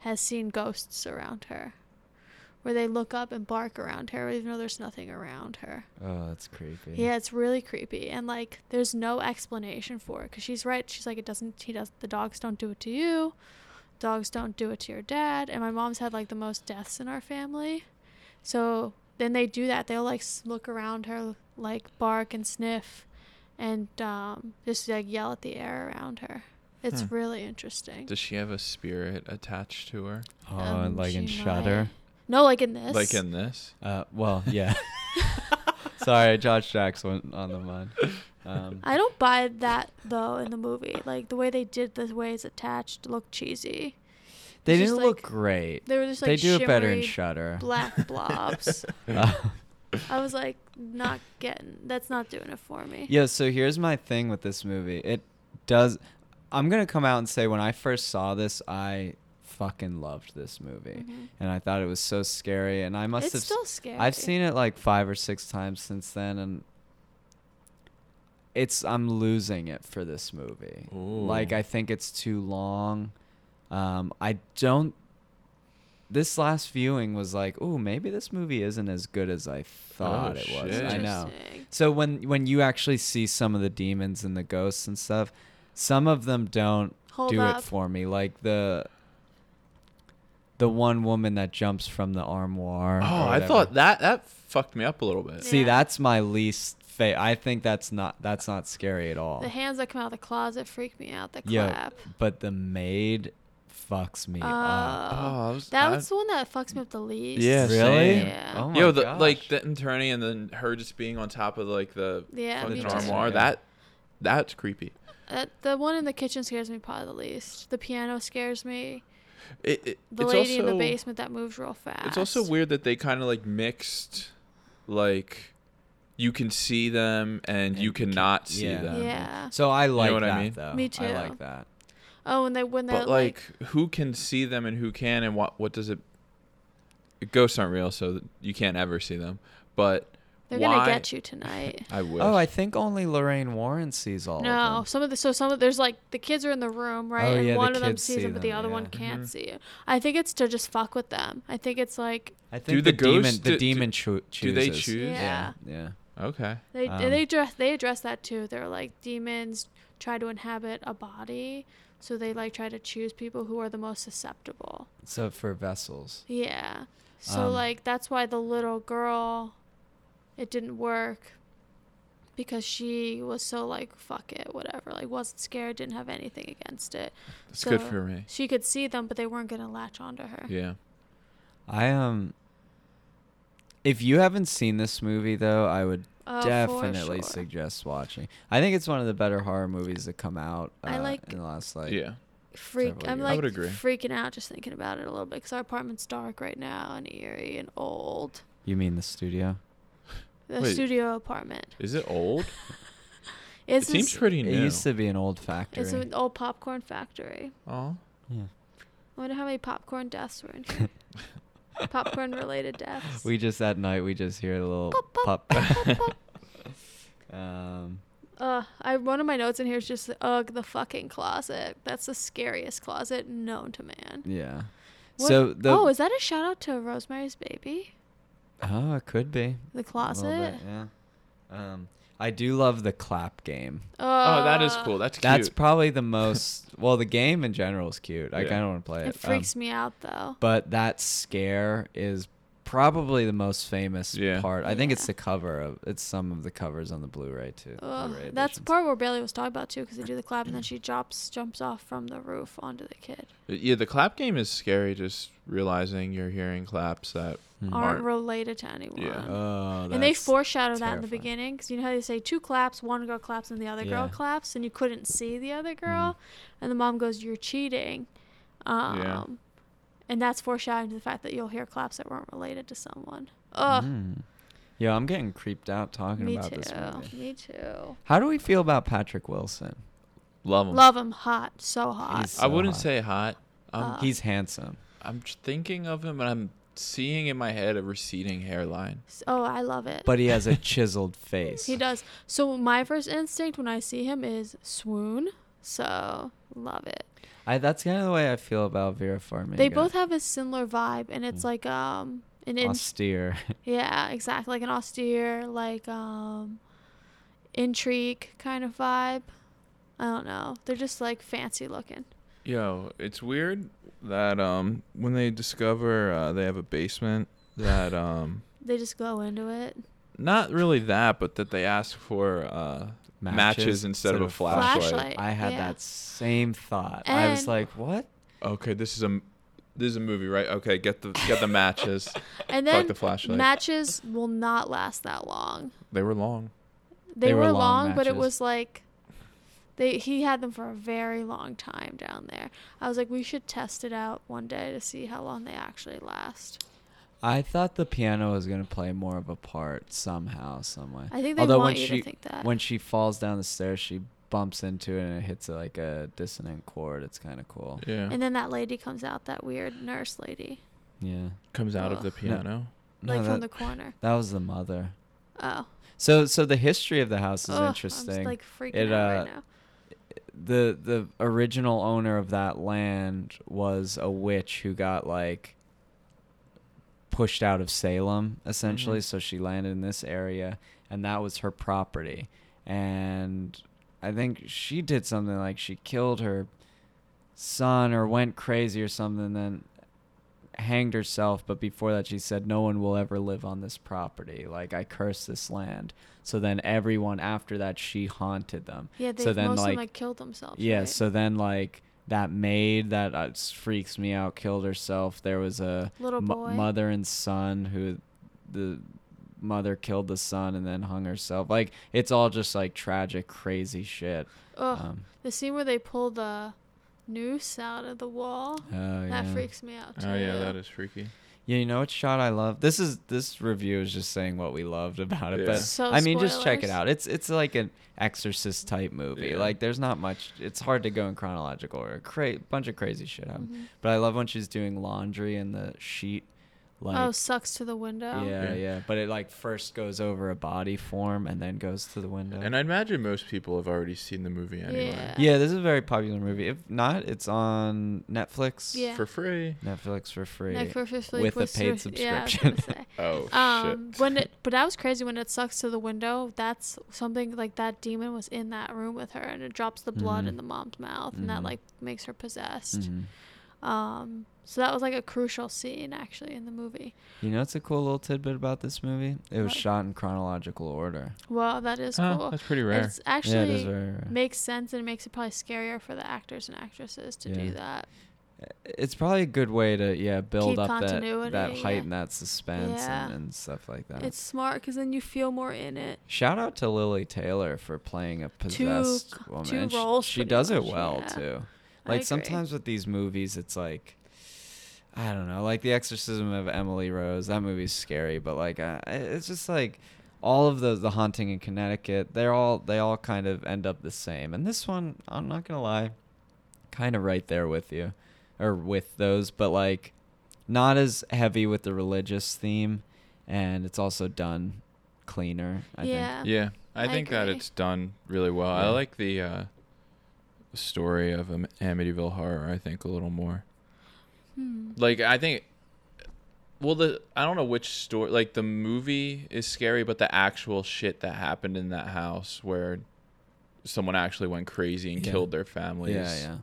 Speaker 2: has seen ghosts around her, where they look up and bark around her, even though there's nothing around her.
Speaker 1: Oh, that's creepy.
Speaker 2: Yeah, it's really creepy, and like, there's no explanation for it. Cause she's right. She's like, it doesn't. He does. The dogs don't do it to you. Dogs don't do it to your dad. And my mom's had like the most deaths in our family, so then they do that. They'll like s- look around her, like bark and sniff, and um, just like yell at the air around her. It's
Speaker 3: Hmm.
Speaker 2: really interesting.
Speaker 3: Does she have a spirit attached to her?
Speaker 1: Oh,
Speaker 2: Um,
Speaker 1: and like in
Speaker 2: she
Speaker 1: Shudder.
Speaker 2: no, like in this.
Speaker 3: Like in this?
Speaker 1: Uh, well, yeah. Sorry, Josh Jacks went on the mud. Um,
Speaker 2: I don't buy that though in the movie. Like the way they did the way it's attached looked cheesy.
Speaker 1: they
Speaker 2: it's just
Speaker 1: didn't look
Speaker 2: like-
Speaker 1: great.
Speaker 2: They were just like
Speaker 1: they do it better in
Speaker 2: shimmery
Speaker 1: Shudder.
Speaker 2: black blobs.
Speaker 3: Oh,
Speaker 1: Uh,
Speaker 2: I was like, not getting. That's not doing it for me.
Speaker 1: Yeah, so here's my thing with this movie. It does I'm going to come out and say when I first saw this, I fucking loved this movie.
Speaker 2: Mhm.
Speaker 1: And I thought it was so scary and I must
Speaker 2: it's
Speaker 1: have
Speaker 2: still scary.
Speaker 1: I've seen it like 5 or 6 times since then and it's I'm losing it for this movie. Like
Speaker 3: Ooh.
Speaker 1: I think it's too long. Um I don't this last viewing was like, "Ooh, maybe this movie isn't as good as I thought it was."
Speaker 3: Oh, shit.
Speaker 1: I know.
Speaker 2: Interesting.
Speaker 1: So when when you actually see some of the demons and the ghosts and stuff, some of them don't
Speaker 2: Hold
Speaker 1: do
Speaker 2: up.
Speaker 1: it for me. Like the the one woman that jumps from the armoire. or
Speaker 3: Oh, I
Speaker 1: whatever.
Speaker 3: thought that that fucked me up a little bit.
Speaker 1: See,
Speaker 2: Yeah.
Speaker 1: that's my least fa I think that's not that's not scary at all.
Speaker 2: The hands that come out of the closet freak me out. The
Speaker 1: Yo,
Speaker 2: clap.
Speaker 1: but the maid fucks me
Speaker 2: Oh,
Speaker 1: up.
Speaker 3: I was-
Speaker 2: that
Speaker 3: I-
Speaker 2: was the one that fucks me up the least.
Speaker 3: Yeah,
Speaker 1: really?
Speaker 3: same.
Speaker 2: Yeah.
Speaker 1: Oh my
Speaker 3: Yo, the,
Speaker 1: gosh.
Speaker 3: like them turning and then her just being on top of like the
Speaker 2: Yeah,
Speaker 3: fucking
Speaker 2: me too.
Speaker 3: armoire.
Speaker 1: Yeah.
Speaker 3: That that's creepy.
Speaker 2: Uh, the one in the kitchen scares me probably the least. The piano scares me.
Speaker 3: It, it
Speaker 2: The
Speaker 3: it's
Speaker 2: lady
Speaker 3: also,
Speaker 2: in the basement that moves real fast.
Speaker 3: It's also weird that they kind of like mixed, like you can see them and,
Speaker 1: And
Speaker 3: you
Speaker 1: you can-
Speaker 3: cannot see
Speaker 1: yeah.
Speaker 3: them.
Speaker 2: Yeah.
Speaker 1: So I like
Speaker 3: what I
Speaker 1: that
Speaker 3: mean?
Speaker 1: though.
Speaker 2: Me
Speaker 1: I
Speaker 2: too.
Speaker 1: like that.
Speaker 2: Oh, and they when they
Speaker 3: But like, who can see them and who can and what what does it? Ghosts aren't real, so you can't ever see them. But
Speaker 2: they're
Speaker 3: why?
Speaker 2: gonna get you tonight.
Speaker 3: I wish.
Speaker 1: Oh, I think only Lorraine Warren sees all of
Speaker 2: No,
Speaker 1: them.
Speaker 2: some of the so some of there's like the kids are in the room, right?
Speaker 1: Oh,
Speaker 2: and
Speaker 1: yeah, the
Speaker 2: one of them
Speaker 1: kids
Speaker 2: sees
Speaker 1: see
Speaker 2: them, but the
Speaker 1: them,
Speaker 2: other one
Speaker 1: yeah. Mm-hmm.
Speaker 2: can't
Speaker 3: Mhm.
Speaker 2: see it. I think it's to just fuck with them. I think it's like
Speaker 1: I think
Speaker 3: Do
Speaker 1: the,
Speaker 3: the
Speaker 1: demon
Speaker 3: ghosts-
Speaker 1: the
Speaker 3: do- do-
Speaker 1: demon cho-
Speaker 3: do
Speaker 1: chooses.
Speaker 3: they choose?
Speaker 2: Yeah.
Speaker 1: Yeah.
Speaker 3: Okay.
Speaker 2: they
Speaker 1: Um,
Speaker 2: they address they address that too. They're like demons try to inhabit a body, so they like try to choose people who are the most susceptible.
Speaker 1: So for vessels.
Speaker 2: Yeah. So
Speaker 1: Um,
Speaker 2: like that's why the little girl it didn't work because she was so like fuck it, whatever. Like wasn't scared, didn't have anything against it.
Speaker 3: That's good
Speaker 2: So
Speaker 3: for me.
Speaker 2: She could see them but they weren't going to latch onto her.
Speaker 3: Yeah.
Speaker 1: I um if you haven't seen this movie though, I would
Speaker 2: Oh, for
Speaker 1: definitely
Speaker 2: sure.
Speaker 1: suggest watching. I think it's one of the better horror movies to come out uh,
Speaker 2: I like-
Speaker 1: in the last like
Speaker 3: yeah.
Speaker 2: Freak
Speaker 1: several
Speaker 2: I'm
Speaker 1: years.
Speaker 2: like
Speaker 1: I
Speaker 3: would agree.
Speaker 2: freaking out just thinking about it a little bit cuz our apartment's dark right now and eerie and old.
Speaker 1: You mean the studio?
Speaker 2: The
Speaker 3: Wait.
Speaker 2: studio apartment.
Speaker 3: Is it old?
Speaker 2: It's
Speaker 3: it seems
Speaker 2: this-
Speaker 3: pretty new.
Speaker 1: It used to be an old factory.
Speaker 2: it's an old popcorn factory.
Speaker 3: Aw.
Speaker 1: yeah.
Speaker 2: I wonder how many popcorn deaths were in here. popcorn related deaths.
Speaker 1: We just at night we just hear a little
Speaker 2: Pop, pop,
Speaker 1: pop.
Speaker 2: pop, pop,
Speaker 1: um
Speaker 2: uh, I one of my notes in here is just ugh the fucking closet. That's the scariest closet known to man.
Speaker 1: yeah.
Speaker 2: What-
Speaker 1: So the
Speaker 2: oh, is that a shout out to Rosemary's Baby?
Speaker 1: Oh, it could be.
Speaker 2: The
Speaker 1: A little
Speaker 2: closet.
Speaker 1: bit, yeah. Um I do love the clap game.
Speaker 3: Oh, that is cool. That's cute.
Speaker 1: That's probably the most. Well, the game in general is cute. I
Speaker 3: Yeah.
Speaker 1: kind of want to play it. Um,
Speaker 2: It freaks
Speaker 3: Um,
Speaker 2: me out though.
Speaker 1: But that scare is probably the most famous
Speaker 3: Yeah.
Speaker 1: part. I think
Speaker 2: Yeah.
Speaker 1: it's the cover of. It's some of the covers on the Blu-ray too.
Speaker 2: Ugh,
Speaker 1: Blu-ray
Speaker 2: that's the
Speaker 1: editions.
Speaker 2: part where Bailey was talking about too, because they do the clap
Speaker 1: Mm.
Speaker 2: and then she drops, jumps off from the roof onto the kid.
Speaker 3: yeah, the clap game is scary. Just realizing you're hearing claps that
Speaker 1: Mm.
Speaker 2: Aren't
Speaker 3: Aren't-
Speaker 2: related to anyone.
Speaker 1: Oh,
Speaker 2: and they
Speaker 1: that's-
Speaker 2: foreshadow that in the
Speaker 1: terrifying.
Speaker 2: beginning because you know how they say two claps one girl claps and the other girl
Speaker 1: Yeah. Mm.
Speaker 2: claps and you couldn't see the other girl and the mom goes you're cheating um
Speaker 3: Yeah.
Speaker 2: and that's foreshadowing to the fact that you'll hear claps that weren't related to someone Ugh.
Speaker 1: Mm. Yo, I'm getting creeped out talking
Speaker 2: me
Speaker 1: about
Speaker 2: too
Speaker 1: this movie.
Speaker 2: me too
Speaker 1: How do we feel about Patrick Wilson?
Speaker 3: love them.
Speaker 2: love him hot so hot
Speaker 1: He's-
Speaker 3: I wouldn't
Speaker 1: So hot.
Speaker 3: say hot. I'm
Speaker 2: Uh,
Speaker 1: He's handsome.
Speaker 3: I'm just thinking of him and I'm seeing in my head a receding hairline.
Speaker 2: S- Oh, I love it.
Speaker 1: But he has a chiseled face.
Speaker 2: He does. So my first instinct when I see him is swoon. So love it.
Speaker 1: I, that's kind of the way I feel about Vera Farmiga.
Speaker 2: They both have a similar vibe, and it's
Speaker 1: Mm.
Speaker 2: like um an in-
Speaker 1: austere.
Speaker 2: yeah exactly like an austere like um intrigue kind of vibe. I don't know. They're just like fancy looking.
Speaker 3: Yo, it's weird that um when they discover uh, they have a basement that um
Speaker 2: They just go into it.
Speaker 3: not really that but that they ask for uh matches, instead, of a flashlight.
Speaker 2: Flashlight.
Speaker 1: I had
Speaker 2: yeah.
Speaker 1: that same thought. I was
Speaker 2: And-
Speaker 1: like, what?
Speaker 3: Okay, this is a m- this is a movie, right? Okay, get the get the matches.
Speaker 2: And
Speaker 3: Fuck
Speaker 2: then
Speaker 3: the flashlight.
Speaker 2: matches will not last that long.
Speaker 3: They were long.
Speaker 2: They,
Speaker 1: They
Speaker 2: were,
Speaker 1: were long
Speaker 2: long, but it
Speaker 1: matches.
Speaker 2: was like they he had them for a very long time down there. I was like, we should test it out one day to see how long they actually last.
Speaker 1: I thought the piano was gonna play more of a part somehow, some way.
Speaker 2: I think they
Speaker 1: Although
Speaker 2: want
Speaker 1: when
Speaker 2: you
Speaker 1: she
Speaker 2: to think that.
Speaker 1: when she falls down the stairs, she bumps into it and it hits like a dissonant chord. It's kind of cool.
Speaker 3: Yeah.
Speaker 2: and then that lady comes out, that weird nurse lady,
Speaker 1: Yeah.
Speaker 3: Comes out of
Speaker 2: Ugh.
Speaker 3: the piano.
Speaker 1: No,
Speaker 2: like from
Speaker 1: that-
Speaker 2: the corner.
Speaker 1: That was the mother.
Speaker 2: Oh,
Speaker 1: So so the history of the house is
Speaker 2: Ugh, I'm
Speaker 1: interesting.
Speaker 2: just, like freaking
Speaker 1: It,
Speaker 2: out right
Speaker 1: uh,
Speaker 2: now.
Speaker 1: the the original owner of that land was a witch who got like pushed out of Salem essentially
Speaker 3: Mhm.
Speaker 1: so she landed in this area and that was her property and I think she did something like she killed her son or went crazy or something then hanged herself but before that she said no one will ever live on this property like I curse this land so then everyone after that she haunted them
Speaker 2: Yeah, they
Speaker 1: so then
Speaker 2: most of them
Speaker 1: like
Speaker 2: like killed themselves.
Speaker 1: yeah.
Speaker 2: right?
Speaker 1: So then, like that maid that uh, s- freaks me out killed herself. There was a
Speaker 2: Little
Speaker 1: mo-
Speaker 2: Oh, boy.
Speaker 1: mother and son who the mother killed the son and then hung herself. Like it's all just like tragic, crazy shit.
Speaker 2: Ugh,
Speaker 1: Um,
Speaker 2: the scene where they pull the noose out of the wall.
Speaker 1: oh
Speaker 2: that
Speaker 1: yeah.
Speaker 2: freaks me out. Too.
Speaker 3: Oh yeah, that is freaky.
Speaker 1: Yeah, you know what shot I love? This is this review is just saying what we loved about it.
Speaker 3: Yeah.
Speaker 1: But
Speaker 2: So
Speaker 1: I mean, just check it
Speaker 2: spoilers.
Speaker 1: out. It's it's like an Exorcist type movie.
Speaker 3: Yeah.
Speaker 1: Like there's not much. It's hard to go in chronological order. Cra- bunch of crazy shit happened.
Speaker 2: Mhm.
Speaker 1: But I love when she's doing laundry and the sheet. Like,
Speaker 2: oh, sucks to the window.
Speaker 1: yeah,
Speaker 3: Yeah.
Speaker 1: yeah. But it like first goes over a body form and then goes to the window.
Speaker 3: And I imagine most people have already seen the movie anyway.
Speaker 2: Yeah.
Speaker 1: yeah, this is a very popular movie. If not, it's on Netflix.
Speaker 2: Yeah.
Speaker 3: For free.
Speaker 1: Netflix for free.
Speaker 2: Like for fifth
Speaker 1: with a paid subscription.
Speaker 3: Oh
Speaker 2: um,
Speaker 3: shit.
Speaker 2: when it, but that was crazy. When it sucks to the window, that's something like that demon was in that room with her, and it drops the blood
Speaker 1: Mhm.
Speaker 2: in the mom's mouth, and that
Speaker 1: Mhm.
Speaker 2: like makes her possessed.
Speaker 1: Mhm.
Speaker 2: Um, so that was like a crucial scene actually in the movie.
Speaker 1: You know, it's a cool little tidbit about this movie. It was
Speaker 2: What?
Speaker 1: shot in chronological order.
Speaker 2: Well, that is
Speaker 3: Huh,
Speaker 2: cool.
Speaker 3: That's pretty
Speaker 2: And
Speaker 3: rare.
Speaker 2: It's actually
Speaker 1: yeah, it is very. rare.
Speaker 2: makes sense and it makes it probably scarier for the actors and actresses to
Speaker 1: Yeah.
Speaker 2: do that.
Speaker 1: it's probably a good way to yeah build
Speaker 2: Keep
Speaker 1: up that that
Speaker 2: continuity,
Speaker 1: height
Speaker 2: yeah.
Speaker 1: and that suspense and,
Speaker 2: Yeah.
Speaker 1: and stuff like that.
Speaker 2: It's smart because then you feel more in it.
Speaker 1: Shout out to Lily Taylor for playing a possessed
Speaker 2: c-
Speaker 1: woman.
Speaker 2: two
Speaker 1: And sh-
Speaker 2: roles
Speaker 1: she,
Speaker 2: pretty
Speaker 1: does it
Speaker 2: much,
Speaker 1: well
Speaker 2: yeah.
Speaker 1: too.
Speaker 2: I
Speaker 1: Like
Speaker 2: agree.
Speaker 1: sometimes with these movies, it's like I don't know, like The Exorcism of Emily Rose. That movie's scary, but like uh, it's just like all of those, The Haunting in Connecticut. They're all they all kind of end up the same. And this one, I'm not gonna lie, kind of right there with you, or with those, but like not as heavy with the religious theme, and it's also done cleaner. I think.
Speaker 2: yeah.
Speaker 3: yeah. I,
Speaker 2: uh, I
Speaker 3: think that
Speaker 2: agree.
Speaker 3: it's done really well. I
Speaker 1: Yeah.
Speaker 3: like the uh story of Am- Amityville horror, I think, a little more.
Speaker 2: Hmm.
Speaker 3: Like I think well the I don't know which story like the movie is scary, but the actual shit that happened in that house where someone actually went crazy and
Speaker 1: Yeah.
Speaker 3: killed their family
Speaker 1: Yeah,
Speaker 3: is
Speaker 1: yeah.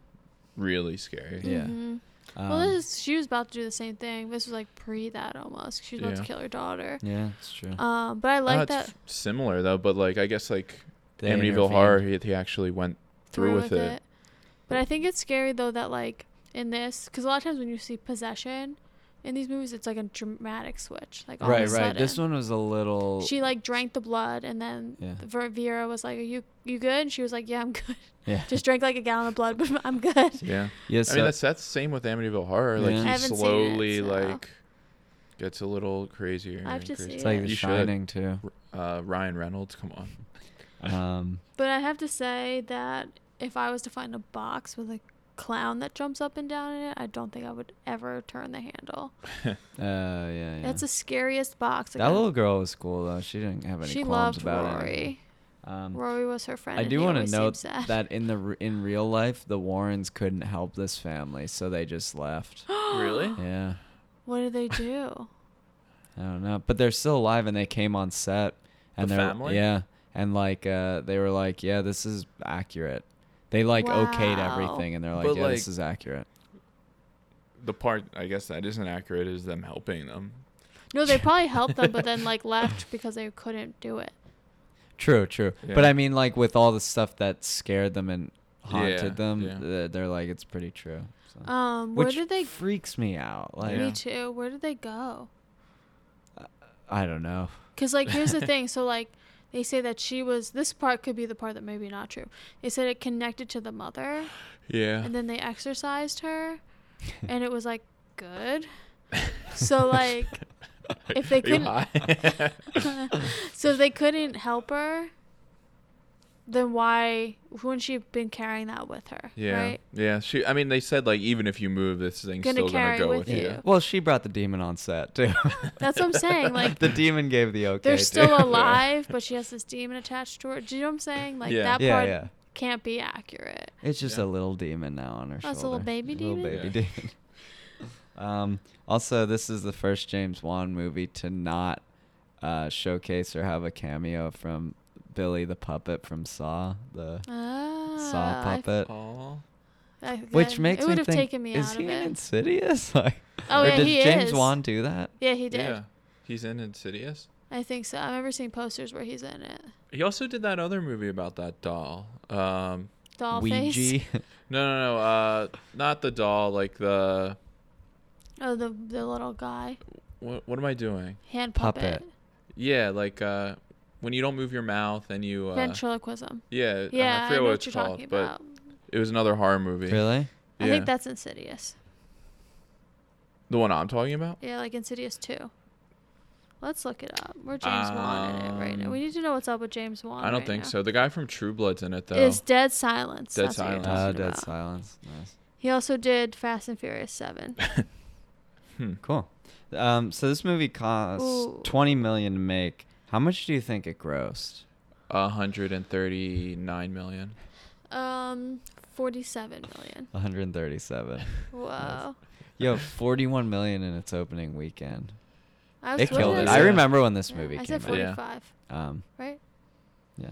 Speaker 3: really scary.
Speaker 1: Yeah.
Speaker 2: Mhm.
Speaker 1: Um,
Speaker 2: well, this is, she was about to do the same thing. This was like pre that almost. She was about
Speaker 3: Yeah.
Speaker 2: to kill her daughter.
Speaker 1: yeah, it's true.
Speaker 2: Um, but I
Speaker 3: Oh,
Speaker 2: like
Speaker 3: it's
Speaker 2: that
Speaker 3: f- similar though, but like I guess like
Speaker 1: They
Speaker 3: Amityville
Speaker 1: intervened.
Speaker 3: Horror, he, he actually went through, with, it.
Speaker 2: But I think it's scary though that like in this, because a lot of times when you see possession in these movies, it's like a dramatic switch. Like all
Speaker 1: right,
Speaker 2: of
Speaker 1: right.
Speaker 2: a
Speaker 1: This
Speaker 2: sudden.
Speaker 1: one was a little.
Speaker 2: She like drank the blood, and then
Speaker 1: Yeah.
Speaker 2: the Ver- Vera was like, "Are you you good?" And she was like, "Yeah, I'm good."
Speaker 1: yeah.
Speaker 2: Just drank like a gallon of blood, but I'm good.
Speaker 3: Yeah.
Speaker 1: yeah,
Speaker 3: I
Speaker 1: so-
Speaker 3: mean that's that's same with Amityville Horror.
Speaker 1: Yeah. I
Speaker 3: Like he
Speaker 2: haven't seen it,
Speaker 3: slowly
Speaker 2: so-
Speaker 3: like gets a little crazier.
Speaker 2: I have
Speaker 3: and
Speaker 2: to
Speaker 3: crazier.
Speaker 2: see
Speaker 1: it's like The
Speaker 3: You should.
Speaker 1: Shining too.
Speaker 3: Uh, Ryan Reynolds, come on.
Speaker 1: Um,
Speaker 2: But I have to say that if I was to find a box with a clown that jumps up and down in it, I don't think I would ever turn the handle.
Speaker 1: Uh, yeah, yeah.
Speaker 2: That's the scariest box.
Speaker 1: that little girl was cool though. She didn't have any
Speaker 2: she
Speaker 1: qualms
Speaker 2: loved
Speaker 1: about
Speaker 2: Rory.
Speaker 1: it. Um,
Speaker 2: Rory was her friend.
Speaker 1: I
Speaker 2: and
Speaker 1: do
Speaker 2: he
Speaker 1: want to
Speaker 2: always
Speaker 1: note
Speaker 2: seemed sad.
Speaker 1: that in the r- in real life, the Warrens couldn't help this family, so they just left.
Speaker 3: Really?
Speaker 1: yeah,
Speaker 2: What did they do?
Speaker 1: I don't know, but they're still alive, and they came on set, and
Speaker 3: The
Speaker 1: they're
Speaker 3: family?
Speaker 1: yeah, and like uh, they were like, yeah, this is accurate. They like okayed
Speaker 2: Wow.
Speaker 1: everything, and they're like,
Speaker 3: But,
Speaker 1: yeah, this
Speaker 3: like-
Speaker 1: is accurate.
Speaker 3: The part I guess that isn't accurate is them helping them.
Speaker 2: No, they probably helped them, but then like left because they couldn't do it.
Speaker 1: True, true. But
Speaker 3: Yeah.
Speaker 1: I mean, like with all the stuff that scared them and haunted
Speaker 3: Yeah,
Speaker 1: them,
Speaker 3: yeah.
Speaker 1: th- they're like, it's pretty true. So.
Speaker 2: Um, where
Speaker 1: Which
Speaker 2: did they?
Speaker 1: freaks me out. Like,
Speaker 3: Yeah.
Speaker 2: Me too. Where did they go?
Speaker 1: I don't know.
Speaker 2: Because, like, here's the thing. So, like, they say that she was. This part could be the part that may be not true. They said it connected to the mother,
Speaker 3: Yeah.
Speaker 2: and then they exercised her, and it was like good. So, like, if they
Speaker 3: Are you
Speaker 2: couldn't-
Speaker 3: high?
Speaker 2: so if they couldn't help her, then why wouldn't she have been carrying that with her?
Speaker 3: yeah.
Speaker 2: Right?
Speaker 3: Yeah. She. I mean, they said like even if you move, this thing's
Speaker 2: Gonna
Speaker 3: still gonna
Speaker 2: carry
Speaker 3: go
Speaker 2: with
Speaker 3: with
Speaker 2: you.
Speaker 3: you.
Speaker 2: Yeah.
Speaker 1: Well, she brought the demon on set too.
Speaker 2: That's what I'm saying. Like,
Speaker 1: the demon gave the okay.
Speaker 2: they're
Speaker 1: too.
Speaker 2: still alive, but she has this demon attached to her. Do you know what I'm saying? Like,
Speaker 3: Yeah.
Speaker 2: that
Speaker 1: Yeah,
Speaker 2: part
Speaker 1: yeah.
Speaker 2: can't be accurate.
Speaker 1: It's just a
Speaker 3: Yeah.
Speaker 1: little demon now on her
Speaker 2: Oh,
Speaker 1: shoulder.
Speaker 2: it's a little baby
Speaker 1: Little
Speaker 2: demon?
Speaker 1: baby demon. um, also, this is the first James Wan movie to not uh, showcase or have a cameo from Billy the puppet from Saw, the Saw
Speaker 2: Ah, I
Speaker 1: puppet.
Speaker 3: Oh.
Speaker 2: I-
Speaker 1: Which
Speaker 2: that-
Speaker 1: makes
Speaker 2: it
Speaker 1: me
Speaker 2: would have
Speaker 1: think
Speaker 2: taken me
Speaker 1: is
Speaker 2: out
Speaker 1: he
Speaker 2: of it.
Speaker 1: insidious? Like,
Speaker 2: Oh,
Speaker 1: or
Speaker 2: yeah,
Speaker 1: did
Speaker 2: he
Speaker 1: James
Speaker 2: is.
Speaker 1: Wan do that?
Speaker 2: yeah, he did.
Speaker 3: Yeah. He's in Insidious.
Speaker 2: I think so. I've never seen posters where he's in it.
Speaker 3: He also did that other movie about that doll. Um,
Speaker 2: Doll face.
Speaker 1: Ouija.
Speaker 3: no, no, no. Uh, not the doll. Like the
Speaker 2: Oh, the the little guy
Speaker 3: what? What am I doing?
Speaker 2: hand puppet,
Speaker 1: Puppet.
Speaker 3: Yeah, like uh, when you don't move your mouth and you. Uh,
Speaker 2: ventriloquism.
Speaker 3: Yeah.
Speaker 2: Yeah,
Speaker 3: I
Speaker 2: I,
Speaker 3: forget
Speaker 2: know
Speaker 3: what
Speaker 2: what
Speaker 3: it's
Speaker 2: you're
Speaker 3: called,
Speaker 2: talking
Speaker 3: but
Speaker 2: about.
Speaker 3: it was another horror movie.
Speaker 1: really?
Speaker 2: I
Speaker 3: Yeah.
Speaker 2: think that's Insidious.
Speaker 3: The one I'm talking about.
Speaker 2: Yeah, like Insidious two. Let's look it up. We're James Wan in it right now.
Speaker 3: Um,
Speaker 2: We need to know what's up with James Wan.
Speaker 3: I don't
Speaker 2: right
Speaker 3: think
Speaker 2: now.
Speaker 3: so. The guy from True Blood's in it though.
Speaker 2: It's Dead Silence.
Speaker 3: Dead
Speaker 2: that's what you're
Speaker 3: Silence.
Speaker 1: Uh,
Speaker 2: talking
Speaker 1: Dead
Speaker 2: about.
Speaker 1: Silence. Nice.
Speaker 2: He also did Fast and Furious seven.
Speaker 3: Hmm.
Speaker 1: Cool. Um, so this movie cost
Speaker 2: Ooh.
Speaker 1: twenty million to make. How much do you think it grossed?
Speaker 3: 139 million.
Speaker 2: um, forty seven million.
Speaker 1: One hundred thirty-seven.
Speaker 2: Whoa.
Speaker 1: Yo, forty-one million in its opening weekend.
Speaker 2: I was
Speaker 1: It
Speaker 2: what did
Speaker 1: killed
Speaker 3: I
Speaker 1: it.
Speaker 3: say?
Speaker 1: I remember when this
Speaker 2: Yeah,
Speaker 1: movie
Speaker 2: I
Speaker 1: came
Speaker 2: said
Speaker 1: out.
Speaker 3: Yeah.
Speaker 2: 45,
Speaker 1: Um,
Speaker 2: right?
Speaker 1: yeah.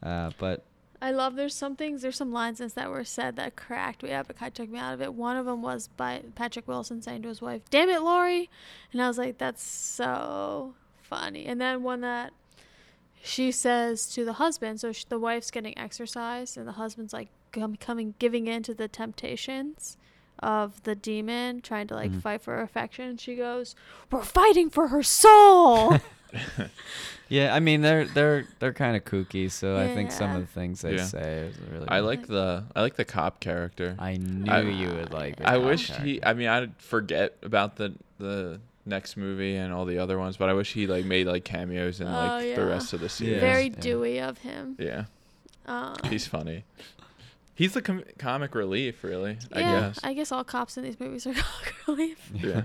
Speaker 1: Uh, but
Speaker 2: I love there's some things there's some lines in this that were said that cracked me up. It kind of took me out of it. One of them was by Patrick Wilson saying to his wife, "Damn it, Lori," and I was like, "That's so funny." And then one that she says to the husband, so sh the wife's getting exercise, and the husband's like com- coming giving in to the temptations of the demon, trying to like
Speaker 3: Mm-hmm.
Speaker 1: Mhm.
Speaker 2: fight for her affection. She goes, "We're fighting for her soul."
Speaker 1: yeah, I mean they're they're they're kind of kooky, so I think some
Speaker 2: Yeah.
Speaker 1: of the things they
Speaker 3: Yeah.
Speaker 1: say is really.
Speaker 3: I
Speaker 1: good.
Speaker 3: like the I like the cop character.
Speaker 1: I knew
Speaker 3: I-
Speaker 1: you would like. the
Speaker 3: I
Speaker 1: cop
Speaker 3: wish
Speaker 1: character.
Speaker 3: he. I mean, I forget about the the next movie and all the other ones, but I wish he like made like cameos in like
Speaker 2: Oh,
Speaker 3: the
Speaker 2: yeah.
Speaker 3: rest of the series.
Speaker 2: Very
Speaker 1: Yeah.
Speaker 2: dewy of him.
Speaker 3: Yeah,
Speaker 2: Um,
Speaker 3: he's funny. He's the com- comic relief, really. I
Speaker 2: yeah,
Speaker 3: guess.
Speaker 2: all cops in these movies are comic relief,
Speaker 3: yeah,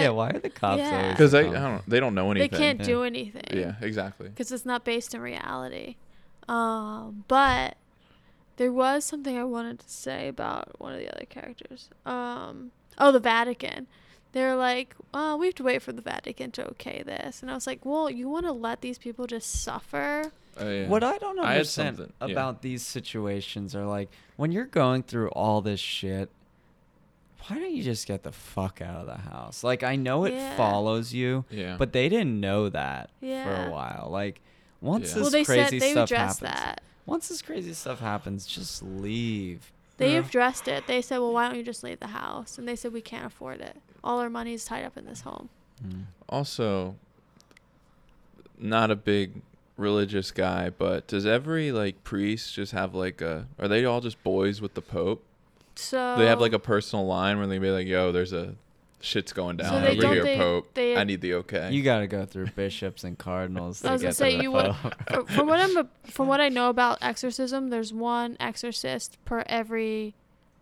Speaker 1: yeah. Why are the cops
Speaker 2: Yeah.
Speaker 1: always?
Speaker 3: because
Speaker 1: the
Speaker 3: they I
Speaker 1: cops?
Speaker 3: don't. They don't know
Speaker 2: they
Speaker 3: anything.
Speaker 2: can't
Speaker 1: yeah.
Speaker 2: do anything.
Speaker 3: Yeah, exactly.
Speaker 2: because it's not based in reality. Um, but there was something I wanted to say about one of the other characters. Um, oh, the Vatican. They're like, oh, we have to wait for the Vatican to okay this, and I was like, well, you want to let these people just suffer?
Speaker 3: Oh, yeah.
Speaker 1: What I don't
Speaker 3: I had
Speaker 1: understand
Speaker 3: something, yeah.
Speaker 1: about these situations are like when you're going through all this shit, why don't you just get the fuck out of the house? Like I know it
Speaker 2: Yeah.
Speaker 1: follows you,
Speaker 3: Yeah.
Speaker 1: but they didn't know that for
Speaker 2: Yeah.
Speaker 1: a while. Like once
Speaker 3: Yeah.
Speaker 1: this
Speaker 2: well, they said
Speaker 1: crazy
Speaker 2: they
Speaker 1: stuff
Speaker 2: addressed
Speaker 1: happens,
Speaker 2: that.
Speaker 1: once this crazy stuff happens, just leave.
Speaker 2: They
Speaker 3: Yeah.
Speaker 2: addressed it. They said, well, why don't you just leave the house? And they said, we can't afford it. All our money is tied up in this home.
Speaker 3: Mm. also not a big religious guy, but does every like priest just have like a are they all just boys with the pope?
Speaker 2: So
Speaker 3: They have like a personal line where they be like, "Yo, there's a shit's going down
Speaker 1: So they
Speaker 3: over
Speaker 1: don't-
Speaker 3: here,
Speaker 2: they-
Speaker 3: pope.
Speaker 2: they-
Speaker 3: I need the okay."
Speaker 1: You got to go through bishops and cardinals.
Speaker 2: I
Speaker 1: to
Speaker 2: was
Speaker 1: get
Speaker 2: gonna
Speaker 1: to
Speaker 2: say,
Speaker 1: the
Speaker 2: you Oh. would-
Speaker 1: Pope.
Speaker 2: Fro- from what I'm from what I know about exorcism, there's one exorcist per every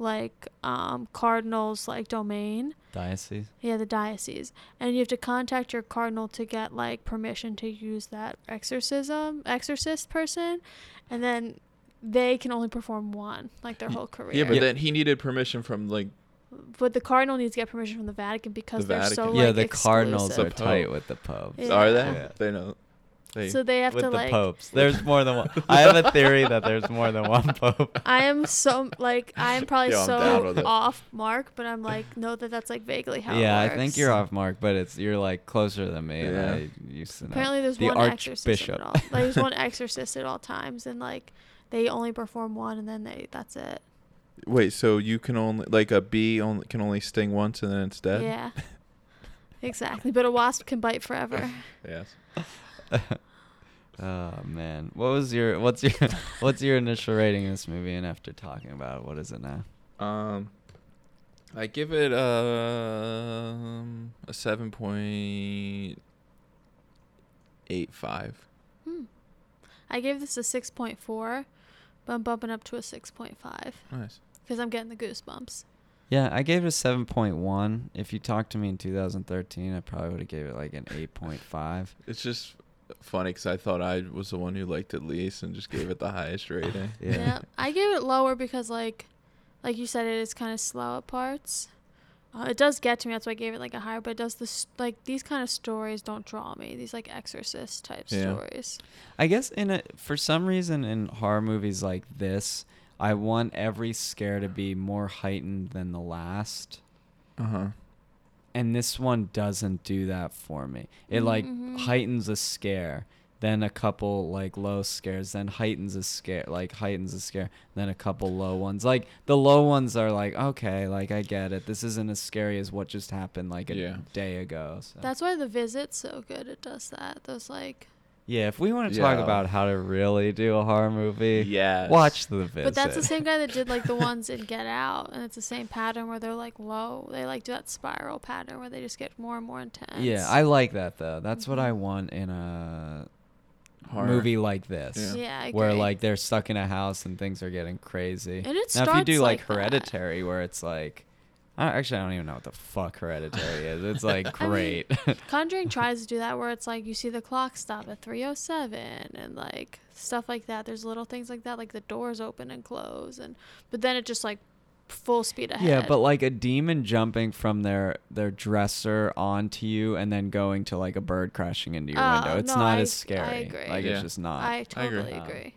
Speaker 2: like um, cardinal's like domain.
Speaker 1: Diocese.
Speaker 2: Yeah, the diocese, and you have to contact your cardinal to get like permission to use that exorcism exorcist person, and then they can only perform one like their
Speaker 3: Y-
Speaker 2: whole career.
Speaker 3: Yeah, but then he needed permission from like
Speaker 2: But the cardinal needs to get permission from the Vatican because
Speaker 3: The
Speaker 2: they're so
Speaker 3: Vatican.
Speaker 2: Oh, like
Speaker 3: Yeah,
Speaker 2: yeah the cardinals
Speaker 3: The
Speaker 1: are
Speaker 3: Pope.
Speaker 1: tight with the Pope.
Speaker 2: Yeah.
Speaker 3: are they?
Speaker 4: Yeah.
Speaker 3: They know. They,
Speaker 2: so they have
Speaker 4: with
Speaker 2: to
Speaker 4: the
Speaker 2: like
Speaker 4: popes. There's more than one. I have a theory that there's more than one pope.
Speaker 2: I am so like I am probably
Speaker 3: Yo, I'm down with
Speaker 2: so
Speaker 3: it.
Speaker 2: off mark, but I'm like know that that's like vaguely how. it
Speaker 1: yeah, I
Speaker 2: works.
Speaker 1: think you're off mark, but it's you're like closer than me.
Speaker 3: Yeah.
Speaker 1: And I used to know.
Speaker 2: Apparently, there's
Speaker 1: the
Speaker 2: one exorcist
Speaker 1: Archbishop.
Speaker 2: at all. Like, there's one exorcist at all times, and like they only perform one, and then they that's it.
Speaker 3: wait, so you can only like a bee only can only sting once and then it's dead.
Speaker 2: Yeah, exactly. But a wasp can bite forever.
Speaker 3: Yes.
Speaker 1: oh man, what was your what's your what's your initial rating of this movie? And after talking about it, what is it now?
Speaker 3: Um, I give it um a seven point eight five.
Speaker 2: Hmm. I gave this a six point four, but I'm bumping up to a six point five
Speaker 3: Nice.
Speaker 2: because I'm getting the goosebumps.
Speaker 1: Yeah, I gave it a seven point one. If you talked to me in 2013, I probably would have gave it like an eight point five.
Speaker 3: It's just funny because I thought I was the one who liked it least and just gave it the highest rating.
Speaker 1: Yeah.
Speaker 2: Yep. I gave it lower because like like you said it is kind of slow at parts. Uh, it does get to me. That's why I gave it like a higher. But it does this like these kind of stories don't draw me. These like exorcist type
Speaker 3: Yeah.
Speaker 2: stories.
Speaker 1: I guess in a for some reason in horror movies like this, I want every scare to be more heightened than the last.
Speaker 3: Uh huh.
Speaker 1: and this one doesn't do that for me. It like
Speaker 2: Mhm.
Speaker 1: heightens a scare, then a couple like low scares, then heightens a scare, like heightens a scare, then a couple low ones. Like the low ones are like okay, like I get it. This isn't as scary as what just happened like a
Speaker 3: Yeah.
Speaker 1: day ago. So.
Speaker 2: That's why the visit's so good. It does that. Those like.
Speaker 1: yeah. If we want to talk
Speaker 3: Yeah.
Speaker 1: about how to really do a horror movie,
Speaker 3: Yes.
Speaker 1: watch the visit.
Speaker 2: But that's the same guy that did like the ones in Get Out, and it's the same pattern where they're like low. They like do that spiral pattern where they just get more and more intense.
Speaker 1: Yeah, I like that though. That's what
Speaker 2: Mhm.
Speaker 1: I want in a
Speaker 3: Horror.
Speaker 1: movie like this.
Speaker 3: Yeah.
Speaker 2: Yeah, I
Speaker 1: where
Speaker 2: agree.
Speaker 1: like they're stuck in a house and things are getting crazy.
Speaker 2: And it
Speaker 1: now if you do like,
Speaker 2: starts like that.
Speaker 1: Hereditary, where it's like, I don't, actually I don't even know what the fuck Hereditary is. It's like
Speaker 2: I mean,
Speaker 1: great.
Speaker 2: Conjuring tries to do that where it's like you see the clock stop at 307 and like stuff like that. There's little things like that, like the doors open and close, and but then it just like full speed ahead.
Speaker 1: yeah, but like a demon jumping from their their dresser onto you and then going to like a bird crashing into your
Speaker 2: Oh,
Speaker 1: window. It's
Speaker 2: no,
Speaker 1: not
Speaker 2: I
Speaker 1: as
Speaker 2: ag- I
Speaker 1: scary.
Speaker 2: agree.
Speaker 1: Like
Speaker 3: Yeah.
Speaker 1: it's just not.
Speaker 2: I
Speaker 3: I agree.
Speaker 2: totally
Speaker 1: Um,
Speaker 2: agree.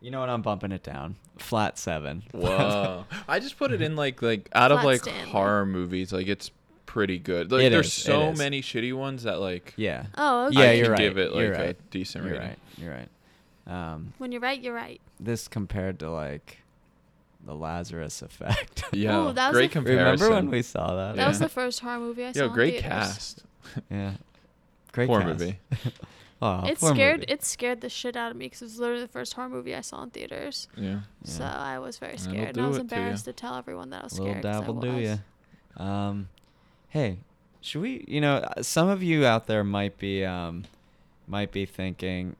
Speaker 1: you know what? I'm bumping it down. Flat seven. Um,
Speaker 3: Whoa. I just put it in like like out of
Speaker 2: Flat
Speaker 3: like
Speaker 2: Stanley.
Speaker 3: horror movies, like it's pretty good. Like
Speaker 1: It
Speaker 3: there's
Speaker 1: is, it
Speaker 3: so
Speaker 1: is.
Speaker 3: many shitty ones that like
Speaker 1: yeah.
Speaker 2: Oh, okay.
Speaker 3: I
Speaker 1: Yeah,
Speaker 3: could
Speaker 1: you're right.
Speaker 3: give it like
Speaker 1: You're
Speaker 3: a
Speaker 1: right.
Speaker 3: decent
Speaker 1: You're
Speaker 3: rating.
Speaker 1: right. You're right. Um,
Speaker 2: When you're right, you're right.
Speaker 1: this compared to like the Lazarus effect.
Speaker 3: Yeah.
Speaker 2: Ooh, that was
Speaker 3: great
Speaker 2: the f-
Speaker 3: comparison.
Speaker 1: Remember when we saw that?
Speaker 2: That
Speaker 3: Yeah.
Speaker 2: was the first horror movie I saw.
Speaker 3: Yo,
Speaker 2: in
Speaker 3: great
Speaker 2: theaters.
Speaker 3: cast.
Speaker 1: Yeah. Great
Speaker 3: Poor
Speaker 1: cast.
Speaker 3: movie.
Speaker 1: Aw,
Speaker 2: It
Speaker 1: Oh, poor
Speaker 2: scared
Speaker 1: movie.
Speaker 2: it scared the shit out of me because it was literally the first horror movie I saw in theaters.
Speaker 3: Yeah.
Speaker 1: Yeah.
Speaker 2: So I was very
Speaker 3: That'll
Speaker 2: scared, and
Speaker 3: do
Speaker 2: I was
Speaker 3: it to ya.
Speaker 2: embarrassed to, tell everyone that I was
Speaker 1: Little
Speaker 2: scared. 'cause I
Speaker 1: dabble do
Speaker 2: was.
Speaker 1: ya. Um, hey, should we? You know, uh, some of you out there might be um, might be thinking,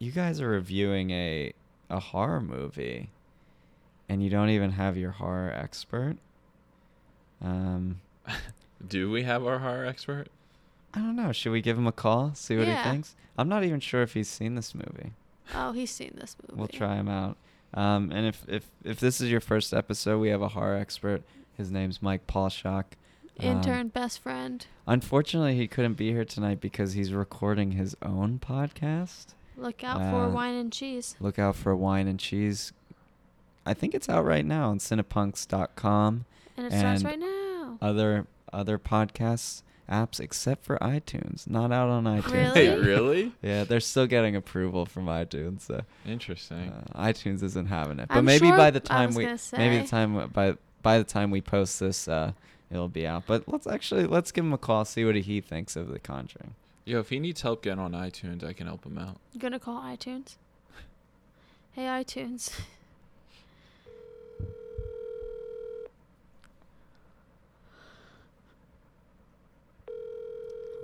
Speaker 1: you guys are reviewing a a horror movie, and you don't even have your horror expert. Um,
Speaker 3: Do we have our horror expert?
Speaker 1: I don't know. Should we give him a call? See what
Speaker 2: Yeah.
Speaker 1: he thinks. I'm not even sure if he's seen this movie.
Speaker 2: Oh, he's seen this movie.
Speaker 1: We'll try him out. Um, and if, if if this is your first episode, we have a horror expert. His name's Mike Paulshock. Um,
Speaker 2: Intern, best friend.
Speaker 1: Unfortunately, he couldn't be here tonight because he's recording his own podcast.
Speaker 2: Look out for
Speaker 1: Uh,
Speaker 2: wine and cheese.
Speaker 1: Look out for Wine and Cheese. I think it's out right now on cinepunks.com,
Speaker 2: And it starts
Speaker 1: and
Speaker 2: right now.
Speaker 1: other other podcasts apps except for iTunes. Not out on iTunes.
Speaker 2: Oh, Really?
Speaker 3: Wait,
Speaker 1: yet.
Speaker 3: really?
Speaker 1: Yeah, they're still getting approval from iTunes. So.
Speaker 3: Interesting.
Speaker 1: Uh, iTunes isn't having it, but
Speaker 2: I'm
Speaker 1: maybe
Speaker 2: sure-
Speaker 1: by the
Speaker 2: I
Speaker 1: time
Speaker 2: was
Speaker 1: we
Speaker 2: gonna
Speaker 1: maybe
Speaker 2: say.
Speaker 1: the time w- by by the time we post this, uh, it'll be out. But let's actually let's give him a call, see what he thinks of The Conjuring.
Speaker 3: Yo, if he needs help getting on iTunes, I can help him out.
Speaker 2: You gonna call iTunes? Hey iTunes.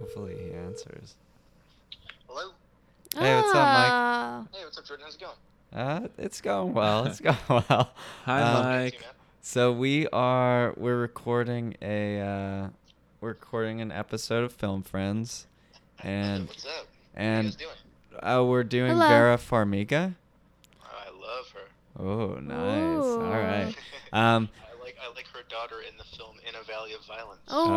Speaker 1: Hopefully he answers.
Speaker 6: Hello.
Speaker 1: Hey, what's up, Mike?
Speaker 2: Ah.
Speaker 6: Hey, what's up, Jordan? How's it going?
Speaker 1: Uh, it's going well. It's going well.
Speaker 3: Hi,
Speaker 1: Um,
Speaker 6: Good to
Speaker 3: Mike.
Speaker 6: see you, man.
Speaker 1: So we are we're recording a uh, we're recording an episode of Film Friends, and
Speaker 6: What's up? How you
Speaker 1: and
Speaker 6: guys doing?
Speaker 1: uh, we're doing
Speaker 2: Hello.
Speaker 1: Vera Farmiga.
Speaker 6: Oh, I love her.
Speaker 1: Oh, nice. All right.
Speaker 6: I
Speaker 1: Um,
Speaker 6: like I like her daughter in the film In a Valley of Violence.
Speaker 2: Oh,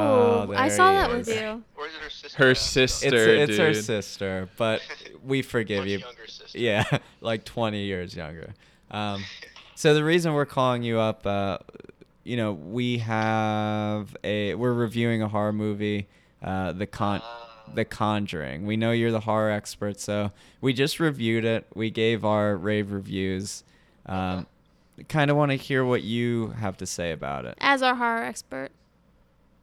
Speaker 1: Oh,
Speaker 2: I
Speaker 1: there
Speaker 2: saw
Speaker 1: he
Speaker 2: that
Speaker 1: is.
Speaker 2: with you.
Speaker 6: Or is it her sister?
Speaker 3: Her
Speaker 6: now?
Speaker 3: sis-
Speaker 1: it's
Speaker 3: Sister,
Speaker 1: it's her
Speaker 3: dude.
Speaker 1: sister, but we forgive
Speaker 6: Much
Speaker 1: you.
Speaker 6: younger sister.
Speaker 1: Yeah, like 20 years younger. Um, so the reason we're calling you up, uh, you know, we have a we're reviewing a horror movie, uh, the con.
Speaker 6: Ah.
Speaker 1: The Conjuring. We know you're the horror expert, so we just reviewed it. We gave our rave reviews.
Speaker 6: Uh-huh.
Speaker 1: Um, Kind of want to hear what you have to say about it.
Speaker 2: As our horror expert.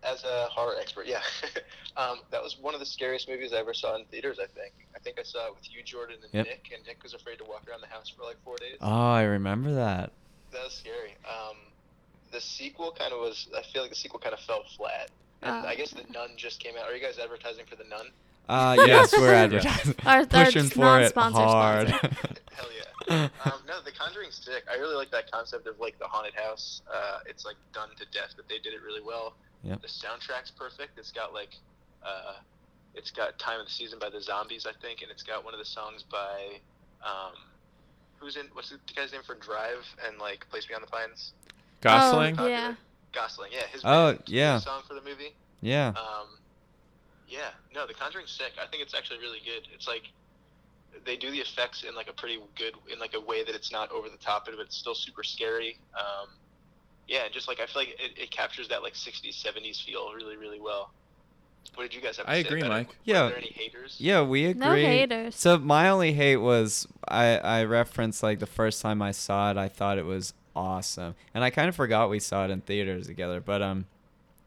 Speaker 6: As a horror expert, yeah. um, that was one of the scariest movies I ever saw in theaters, I think. I think I saw it with you, Jordan, and
Speaker 1: Yep.
Speaker 6: Nick, and Nick was afraid to walk around the house for like four days.
Speaker 1: Oh, I remember that.
Speaker 6: That was scary. Um, the sequel kind of was, I feel like the sequel kind of fell flat. And
Speaker 2: Ah.
Speaker 6: I guess The Nun just came out. Are you guys advertising for The Nun?
Speaker 1: Uh, yes, we're
Speaker 3: Yeah.
Speaker 1: advertising.
Speaker 2: Our- our
Speaker 1: Pushing for it
Speaker 2: non-sponsored
Speaker 1: hard.
Speaker 6: Hell yeah. um, no, The Conjuring's sick. I really like that concept of like the haunted house. Uh, it's like done to death, but they did it really well.
Speaker 1: Yep.
Speaker 6: The soundtrack's perfect. It's got like, uh, it's got "Time of the Season" by the Zombies, I think, and it's got one of the songs by, um, who's in? What's the guy's name for Drive and like Place Beyond the Pines?
Speaker 3: Gosling.
Speaker 2: Oh, yeah.
Speaker 6: Gosling, yeah. His
Speaker 1: Oh,
Speaker 6: band
Speaker 1: yeah.
Speaker 6: song for the movie.
Speaker 1: yeah.
Speaker 6: Um, yeah, no, The Conjuring's sick. I think it's actually really good. It's like they do the effects in like a pretty good, in like a way that it's not over the top, but it's still super scary. Um, yeah, and just like I feel like it, it captures that like '60s, '70s feel really, really well. What did you guys have? To
Speaker 3: I
Speaker 6: say
Speaker 3: agree,
Speaker 6: about it?
Speaker 3: Mike.
Speaker 6: Were
Speaker 1: Yeah.
Speaker 6: there any haters?
Speaker 1: Yeah, we agree.
Speaker 2: No haters.
Speaker 1: So my only hate was I I referenced like the first time I saw it, I thought it was awesome, and I kind of forgot we saw it in theaters together. But um,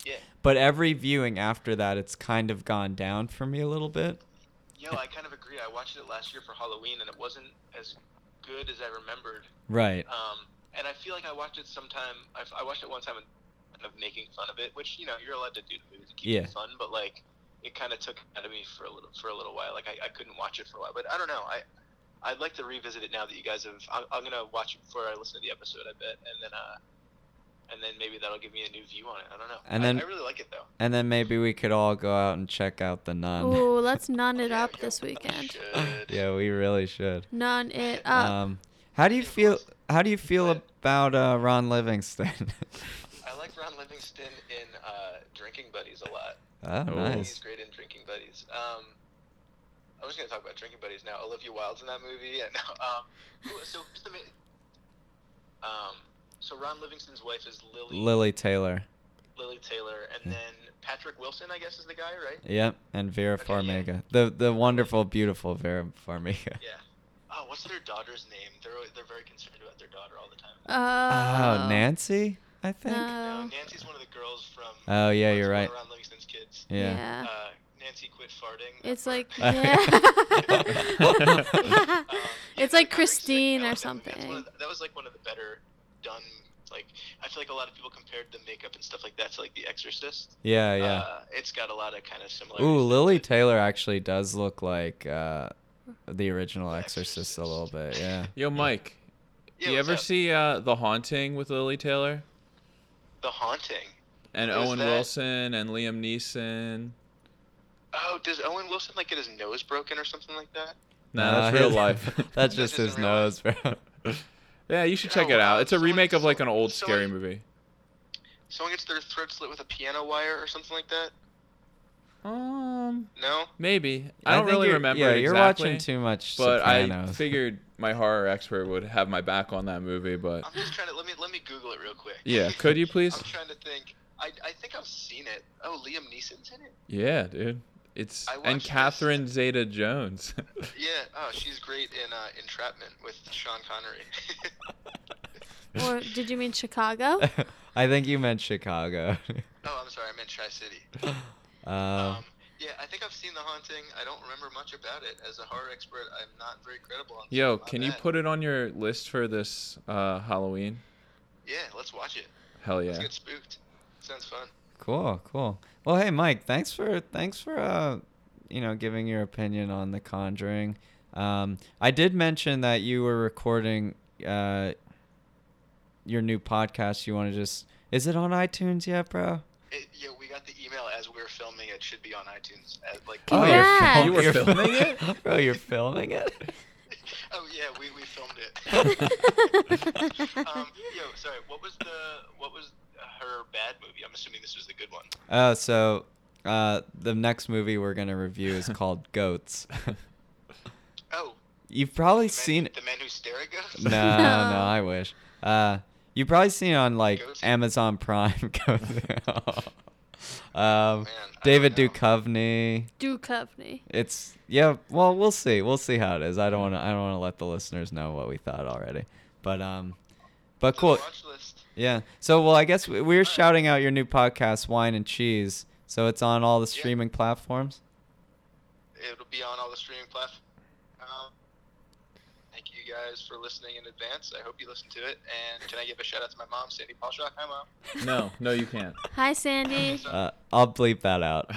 Speaker 6: Yeah.
Speaker 1: but every viewing after that, it's kind of gone down for me a little bit.
Speaker 6: Yo, I kind of agree. I watched it last year for Halloween, and it wasn't as good as I remembered.
Speaker 1: Right.
Speaker 6: Um, and I feel like I watched it sometime. I, I watched it one time and kind of making fun of it, which you know you're allowed to do to movies to keep
Speaker 1: Yeah.
Speaker 6: it fun. But like, it kind of took it out of me for a little for a little while. Like I, I couldn't watch it for a while. But I don't know. I I'd like to revisit it now that you guys have. I'm, I'm gonna watch it before I listen to the episode. I bet, and then uh, and then maybe that'll give me a new view on it. I don't know.
Speaker 1: And
Speaker 6: I-
Speaker 1: then-
Speaker 6: I, really like it though.
Speaker 1: And then maybe we could all go out and check out the nun.
Speaker 2: Ooh, let's nun it
Speaker 6: Yeah,
Speaker 2: up
Speaker 6: yo,
Speaker 2: this
Speaker 6: we
Speaker 2: weekend.
Speaker 6: should.
Speaker 1: yeah, we really should.
Speaker 2: Nun it up.
Speaker 1: Um, how do you feel? How do you feel
Speaker 6: But-
Speaker 1: about uh, Ron Livingston?
Speaker 6: I like Ron Livingston in uh, Drinking Buddies a lot.
Speaker 1: oh,
Speaker 6: He's
Speaker 1: nice.
Speaker 6: great in Drinking Buddies. Um, I was gonna talk about Drinking Buddies now. Olivia Wilde's in that movie, and um, who- so who's the ma- um, so Ron Livingston's wife is Lily
Speaker 1: Lily Taylor.
Speaker 6: Lily Taylor, and then Patrick Wilson, I guess, is the guy, right?
Speaker 1: Yep, and Vera
Speaker 6: Okay, yeah.
Speaker 1: Farmiga, the the wonderful, beautiful Vera Farmiga.
Speaker 6: Yeah. Oh, what's their daughter's name? They're al- they're very concerned about their daughter all the time.
Speaker 2: Uh,
Speaker 1: Oh, Nancy, I think.
Speaker 2: No.
Speaker 6: No, Nancy's one of the girls from.
Speaker 1: Oh yeah,
Speaker 6: from
Speaker 1: you're
Speaker 6: one
Speaker 1: right.
Speaker 6: of Ron Livingston's kids.
Speaker 1: Yeah.
Speaker 2: yeah.
Speaker 6: Uh, Nancy quit farting. that
Speaker 2: It's
Speaker 6: part.
Speaker 2: like
Speaker 1: Uh,
Speaker 2: yeah.
Speaker 1: Um,
Speaker 2: it's
Speaker 6: Um, yeah, no,
Speaker 2: like
Speaker 6: that was sick.
Speaker 2: Christine or
Speaker 6: I like that movie. That's one
Speaker 2: something.
Speaker 6: of the- that was like one of the better done. Like I feel like a lot of people compared the makeup and stuff like that to like The Exorcist.
Speaker 1: Yeah, yeah.
Speaker 6: Uh, it's got a lot of kind of
Speaker 3: Uh,
Speaker 6: similar.
Speaker 1: Ooh, Lily Taylor actually does look like uh, the original Exorcist a little bit. Yeah.
Speaker 3: Yo, Mike.
Speaker 6: Yeah,
Speaker 3: you
Speaker 6: what's
Speaker 3: ever
Speaker 6: up?
Speaker 3: see uh, The Haunting with Lily Taylor
Speaker 6: The Haunting?
Speaker 3: and
Speaker 6: What is
Speaker 3: Owen
Speaker 6: that?
Speaker 3: Wilson and Liam Neeson?
Speaker 6: Oh, does Owen Wilson like get his nose broken or something like that?
Speaker 3: Nah,
Speaker 1: Uh,
Speaker 3: that's real life.
Speaker 1: that's
Speaker 6: That's
Speaker 1: just his
Speaker 6: just in real life.
Speaker 1: nose, bro.
Speaker 3: yeah, you should check
Speaker 6: Oh,
Speaker 3: it
Speaker 6: wow.
Speaker 3: out. It's a
Speaker 6: Someone-
Speaker 3: remake of like an
Speaker 6: someone-
Speaker 3: old scary
Speaker 6: someone-
Speaker 3: movie.
Speaker 6: Someone gets their throat slit with a piano wire or something like that?
Speaker 3: Um,
Speaker 6: No.
Speaker 3: maybe. I don't
Speaker 1: think
Speaker 3: really
Speaker 1: you're-
Speaker 3: remember.
Speaker 1: Yeah,
Speaker 3: it
Speaker 1: you're
Speaker 3: exactly,
Speaker 1: watching too much
Speaker 3: But I
Speaker 1: Sopranos.
Speaker 3: figured my horror expert would have my back on that movie. But
Speaker 6: I'm just trying to let me let me Google it real quick.
Speaker 3: yeah, could you please?
Speaker 6: I'm trying to think. I, I think I've seen it. Oh, Liam Neeson's in it.
Speaker 3: Yeah, dude. It's
Speaker 6: I
Speaker 3: and
Speaker 6: watched this-
Speaker 3: Catherine Zeta-Jones.
Speaker 6: Yeah. Oh, she's great in uh, Entrapment with Sean Connery.
Speaker 2: or did you mean Chicago?
Speaker 1: I think you meant Chicago.
Speaker 6: oh, I'm sorry. I meant Tri City.
Speaker 1: uh,
Speaker 6: Um, yeah, I think I've seen The Haunting. I don't remember much about it. As a horror expert, I'm not very credible on.
Speaker 3: Yo,
Speaker 6: my
Speaker 3: can you
Speaker 6: bad.
Speaker 3: put it on your list for this uh, Halloween?
Speaker 6: Yeah, let's watch it.
Speaker 3: Hell
Speaker 6: Let's
Speaker 3: yeah.
Speaker 6: get spooked. Sounds fun.
Speaker 1: cool, cool. Well, hey, Mike, thanks for thanks for uh, you know giving your opinion on The Conjuring. Um, I did mention that you were recording. Uh, your new podcast, you want to just is it on iTunes yet, bro?
Speaker 6: It, yeah, we got the email as we were filming. It should be on iTunes. As, like,
Speaker 1: Oh,
Speaker 6: oh,
Speaker 1: you're
Speaker 2: Congrats.
Speaker 1: fil-
Speaker 3: You were
Speaker 1: you're fil-
Speaker 3: filming it?
Speaker 4: Bro, you're filming it?
Speaker 6: oh, yeah, we, we filmed it. um,
Speaker 2: That's
Speaker 6: yo, sorry. What was the what was her bad movie? I'm assuming this was the good one.
Speaker 1: Oh, so uh, the next movie we're gonna review is called Goats.
Speaker 6: Oh,
Speaker 1: You've probably
Speaker 6: the men,
Speaker 1: seen
Speaker 6: the men who stare at ghosts.
Speaker 1: No, no, I wish. Uh, you probably seen it on like
Speaker 6: Goats?
Speaker 1: Amazon Prime. Go there. um,
Speaker 6: Man, I
Speaker 1: David
Speaker 6: don't know.
Speaker 1: Duchovny.
Speaker 2: Duke Company.
Speaker 1: It's yeah. Well, we'll see. We'll see how it is. I don't want to. I don't want to let the listeners know what we thought already. But um, but
Speaker 6: The
Speaker 1: cool.
Speaker 6: Watch list.
Speaker 1: Yeah. So well, I guess we we we're shouting out your new podcast, Wine and Cheese. So it's on all the
Speaker 6: Yeah.
Speaker 1: streaming platforms.
Speaker 6: It'll be on all the streaming platforms. Um, thank you guys for listening in advance. I hope you listen to it. And can I give a shout out to my mom, Sandy Paulshock? Hi, mom.
Speaker 3: no, no, you can't.
Speaker 2: Hi, Sandy.
Speaker 1: Uh, I'll bleep that out.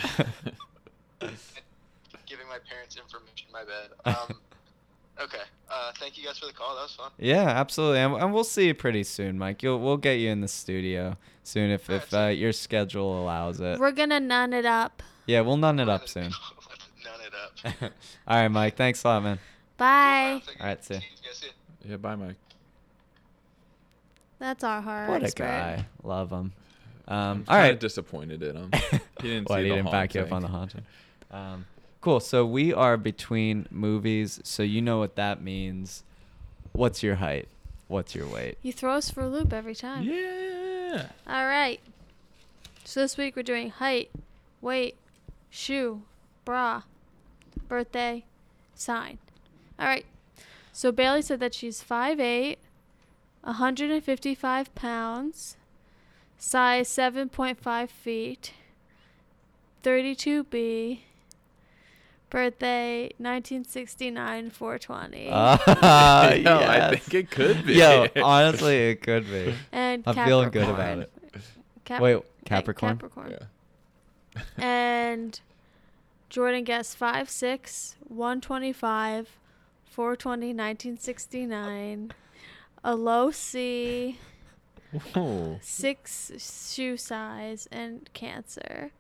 Speaker 6: Giving my parents information. My bad. Um, okay. Uh, thank you guys for the call. That was fun.
Speaker 1: Yeah, absolutely, and, and we'll see you pretty soon, Mike. You'll we'll get you in the studio soon if if uh, your schedule allows it.
Speaker 2: We're gonna nun it up.
Speaker 1: Yeah, we'll nun it up
Speaker 6: Let's
Speaker 1: soon.
Speaker 6: None it up.
Speaker 1: All right, Mike. Thanks a lot, man.
Speaker 2: Bye.
Speaker 1: All right, see ya.
Speaker 6: you guys soon.
Speaker 3: Yeah, bye, Mike.
Speaker 2: That's our heart.
Speaker 1: What a
Speaker 2: expert.
Speaker 1: guy. Love him. Um,
Speaker 3: I'm
Speaker 1: all
Speaker 3: kinda
Speaker 1: right.
Speaker 3: disappointed in him. He didn't
Speaker 1: Well,
Speaker 3: see
Speaker 1: he
Speaker 3: the
Speaker 1: didn't
Speaker 3: haunt
Speaker 1: back you up
Speaker 3: thing.
Speaker 1: on the haunting. Um, cool. So we are between movies, so you know what that means. What's your height? What's your weight?
Speaker 2: You throw us for a loop every time.
Speaker 3: Yeah.
Speaker 2: All right. So this week we're doing height, weight, shoe, bra, birthday, sign. All right. So Bailey said that she's 5'8, 155 pounds, size 7.5 feet, 32B, birthday 1969 420.
Speaker 1: Ah,
Speaker 3: Yo, I
Speaker 1: yes.
Speaker 3: think it could be.
Speaker 1: Yo, honestly, it could be.
Speaker 2: and
Speaker 1: I'm feeling good about it.
Speaker 2: Cap-
Speaker 1: Wait,
Speaker 2: like
Speaker 1: Capricorn?
Speaker 2: Capricorn.
Speaker 3: Yeah.
Speaker 2: and Jordan guessed 5'6, 125, 420, 1969, a low C,
Speaker 3: Whoa.
Speaker 2: six shoe size, and cancer,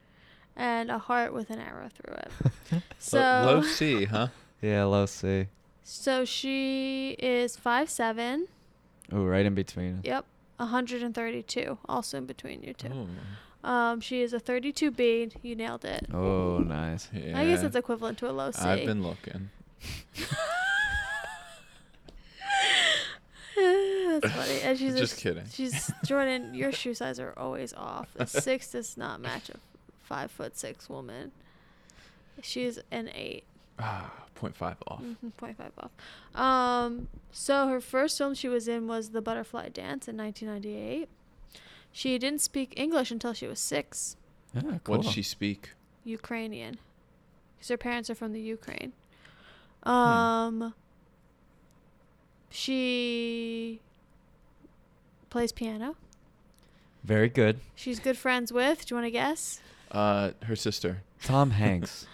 Speaker 2: and a heart with an arrow through it. So,
Speaker 3: Lo- low C, huh?
Speaker 1: Yeah, low C.
Speaker 2: so she is 5'7,
Speaker 1: Ooh, right in between. us.
Speaker 2: yep, 132, also in between you two.
Speaker 3: Oh,
Speaker 2: Um, she is a 32B, you nailed it.
Speaker 1: Oh, nice.
Speaker 3: yeah.
Speaker 2: I guess it's equivalent to a low C.
Speaker 3: I've been looking.
Speaker 2: That's funny. And she's a-
Speaker 3: Just kidding.
Speaker 2: She's Jordan. Your shoe size are always off. A six does not match a five foot six woman. She's an eight.
Speaker 3: Ah, 0.5 off.
Speaker 2: Mhm, 0.5 off. Um, so her first film she was in was The Butterfly Dance in 1998. She didn't speak English until she was six,
Speaker 1: Yeah, cool.
Speaker 3: What did she speak?
Speaker 2: Ukrainian, because her parents are from the Ukraine.
Speaker 3: Hmm.
Speaker 2: Um, she plays piano.
Speaker 1: Very good.
Speaker 2: She's good friends with. Do you want to guess?
Speaker 3: Uh, her sister.
Speaker 1: Tom Hanks.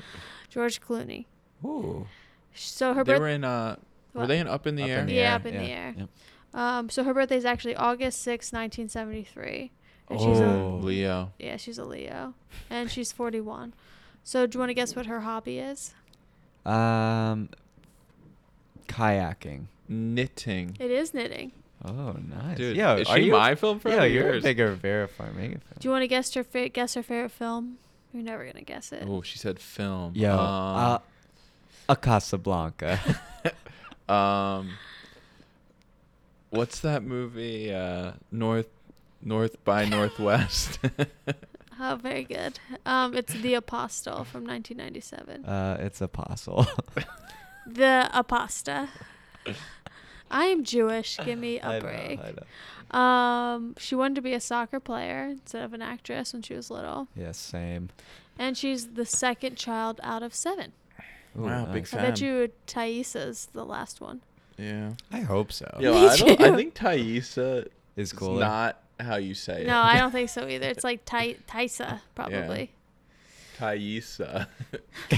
Speaker 2: George Clooney.
Speaker 1: Ooh.
Speaker 2: So her
Speaker 3: they
Speaker 2: birth-
Speaker 3: were in. Uh, were
Speaker 2: What?
Speaker 3: they in Up in the Air?
Speaker 2: the Yeah, Air. up in the air.
Speaker 1: Yep.
Speaker 2: um so her birthday is actually August sixth, nineteen 1973. And she's
Speaker 1: Oh.
Speaker 2: a
Speaker 3: Leo.
Speaker 2: yeah, she's a Leo and she's 41. So do you want to guess what her hobby is?
Speaker 1: Um, kayaking.
Speaker 3: Knitting.
Speaker 2: It is knitting.
Speaker 1: Oh, nice.
Speaker 3: Dude,
Speaker 1: Yo,
Speaker 3: is
Speaker 1: are
Speaker 3: she
Speaker 1: you,
Speaker 3: my film friend
Speaker 1: Yeah,
Speaker 3: or
Speaker 1: you're a
Speaker 3: yours?
Speaker 1: bigger Verify mega fan.
Speaker 2: Do you want to guess her fa- guess her favorite film? You're never going to guess it.
Speaker 3: Oh, she said film.
Speaker 1: Yo, uh,
Speaker 3: Um,
Speaker 1: a Casablanca.
Speaker 3: um, what's that movie? Uh, North, North by Northwest.
Speaker 2: Oh, very good. Um it's The Apostle from 1997.
Speaker 1: uh, it's Apostle.
Speaker 2: the Aposta. I am Jewish. Give me
Speaker 4: I
Speaker 2: a break.
Speaker 4: Know, I know.
Speaker 2: Um, she wanted to be a soccer player instead of an actress when she was little,
Speaker 1: yeah, same.
Speaker 2: and she's the second child out of seven.
Speaker 1: Ooh,
Speaker 3: Wow, big
Speaker 1: nice.
Speaker 2: I bet
Speaker 3: Fam.
Speaker 2: you Thaisa's the last one.
Speaker 3: yeah.
Speaker 1: I hope so.
Speaker 3: Yo,
Speaker 2: Me
Speaker 3: I, don't, I
Speaker 2: too.
Speaker 3: think Thaisa
Speaker 1: Is
Speaker 3: is
Speaker 1: cooler.
Speaker 3: not how you say it.
Speaker 2: No, I don't think so either. It's like Thai Thaisa probably.
Speaker 3: Thaisa.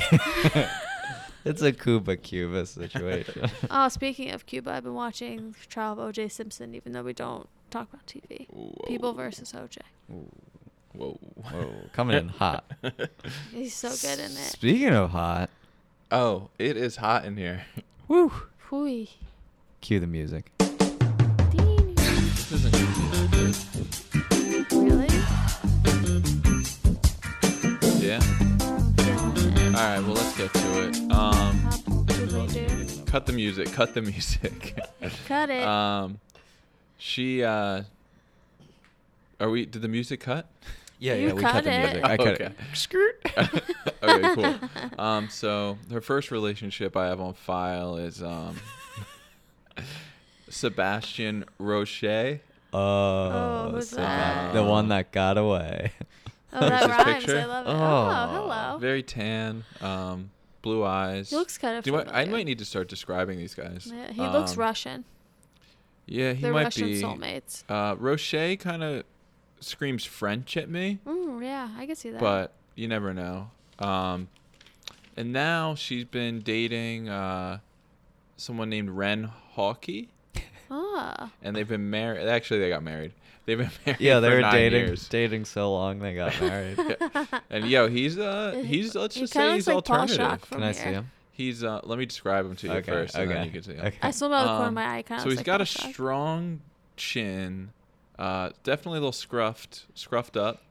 Speaker 1: it's a Cuba Cuba situation.
Speaker 2: Oh, speaking of Cuba, I've been watching Trial of O.J. Simpson, even though we don't talk about TV. People versus OJ.
Speaker 3: Whoa.
Speaker 4: Whoa, coming in hot.
Speaker 2: He's so good in it.
Speaker 1: Speaking of hot,
Speaker 3: Oh, it is hot in here.
Speaker 1: woo!
Speaker 2: Hooey.
Speaker 1: Cue the music.
Speaker 3: This isn't good.
Speaker 2: Really?
Speaker 3: Yeah. All right. Well, let's get to it. Um, cut the music. Cut the music.
Speaker 2: Cut it.
Speaker 3: um, she. Uh, are we? Did the music cut?
Speaker 1: Yeah,
Speaker 2: You
Speaker 1: yeah, we cut
Speaker 2: cut
Speaker 1: the
Speaker 2: it.
Speaker 1: music. I cut it.
Speaker 3: Okay. okay, cool. Um, so her first relationship I have on file is um, Sebastian Roche.
Speaker 4: Oh,
Speaker 2: Oh, who's
Speaker 4: Sebastian.
Speaker 3: that?
Speaker 4: the one that got away.
Speaker 2: oh, that
Speaker 3: This
Speaker 2: rhymes.
Speaker 3: picture?
Speaker 2: I love it.
Speaker 1: Oh.
Speaker 2: Oh, hello.
Speaker 3: Very tan, um, blue eyes.
Speaker 2: He looks kind of
Speaker 3: Do I, I
Speaker 2: familiar.
Speaker 3: might need to start describing these guys.
Speaker 2: Yeah, he looks
Speaker 3: Um,
Speaker 2: Russian.
Speaker 3: Yeah, he
Speaker 2: They're
Speaker 3: might
Speaker 2: Russian
Speaker 3: be.
Speaker 2: soulmates.
Speaker 3: Uh, Roche kind of screams French at me,
Speaker 2: Mm, yeah, I can see that.
Speaker 3: but you never know. Um, and now she's been dating uh, someone named Ren Hawkey,
Speaker 4: Oh.
Speaker 2: ah,
Speaker 3: and they've been married. Actually, they got married. They've been married.
Speaker 4: Yeah, they
Speaker 3: for
Speaker 4: were
Speaker 3: nine
Speaker 4: dating
Speaker 3: years.
Speaker 4: dating so long they got married.
Speaker 3: and yo, he's uh, he's let's
Speaker 2: He
Speaker 3: just
Speaker 2: kinda
Speaker 3: say
Speaker 2: looks
Speaker 3: he's
Speaker 2: like Paul
Speaker 3: alternative.
Speaker 2: Shock from
Speaker 4: Can I see
Speaker 2: here.
Speaker 4: him?
Speaker 3: He's uh, let me describe him to you
Speaker 4: Okay,
Speaker 3: first, and then
Speaker 4: okay,
Speaker 3: you can see him.
Speaker 4: okay.
Speaker 2: I still know the corner of
Speaker 3: Um,
Speaker 2: my eye. Kind
Speaker 3: so
Speaker 2: he's
Speaker 3: he's got a strong chin, uh, definitely a little scruffed, scruffed up.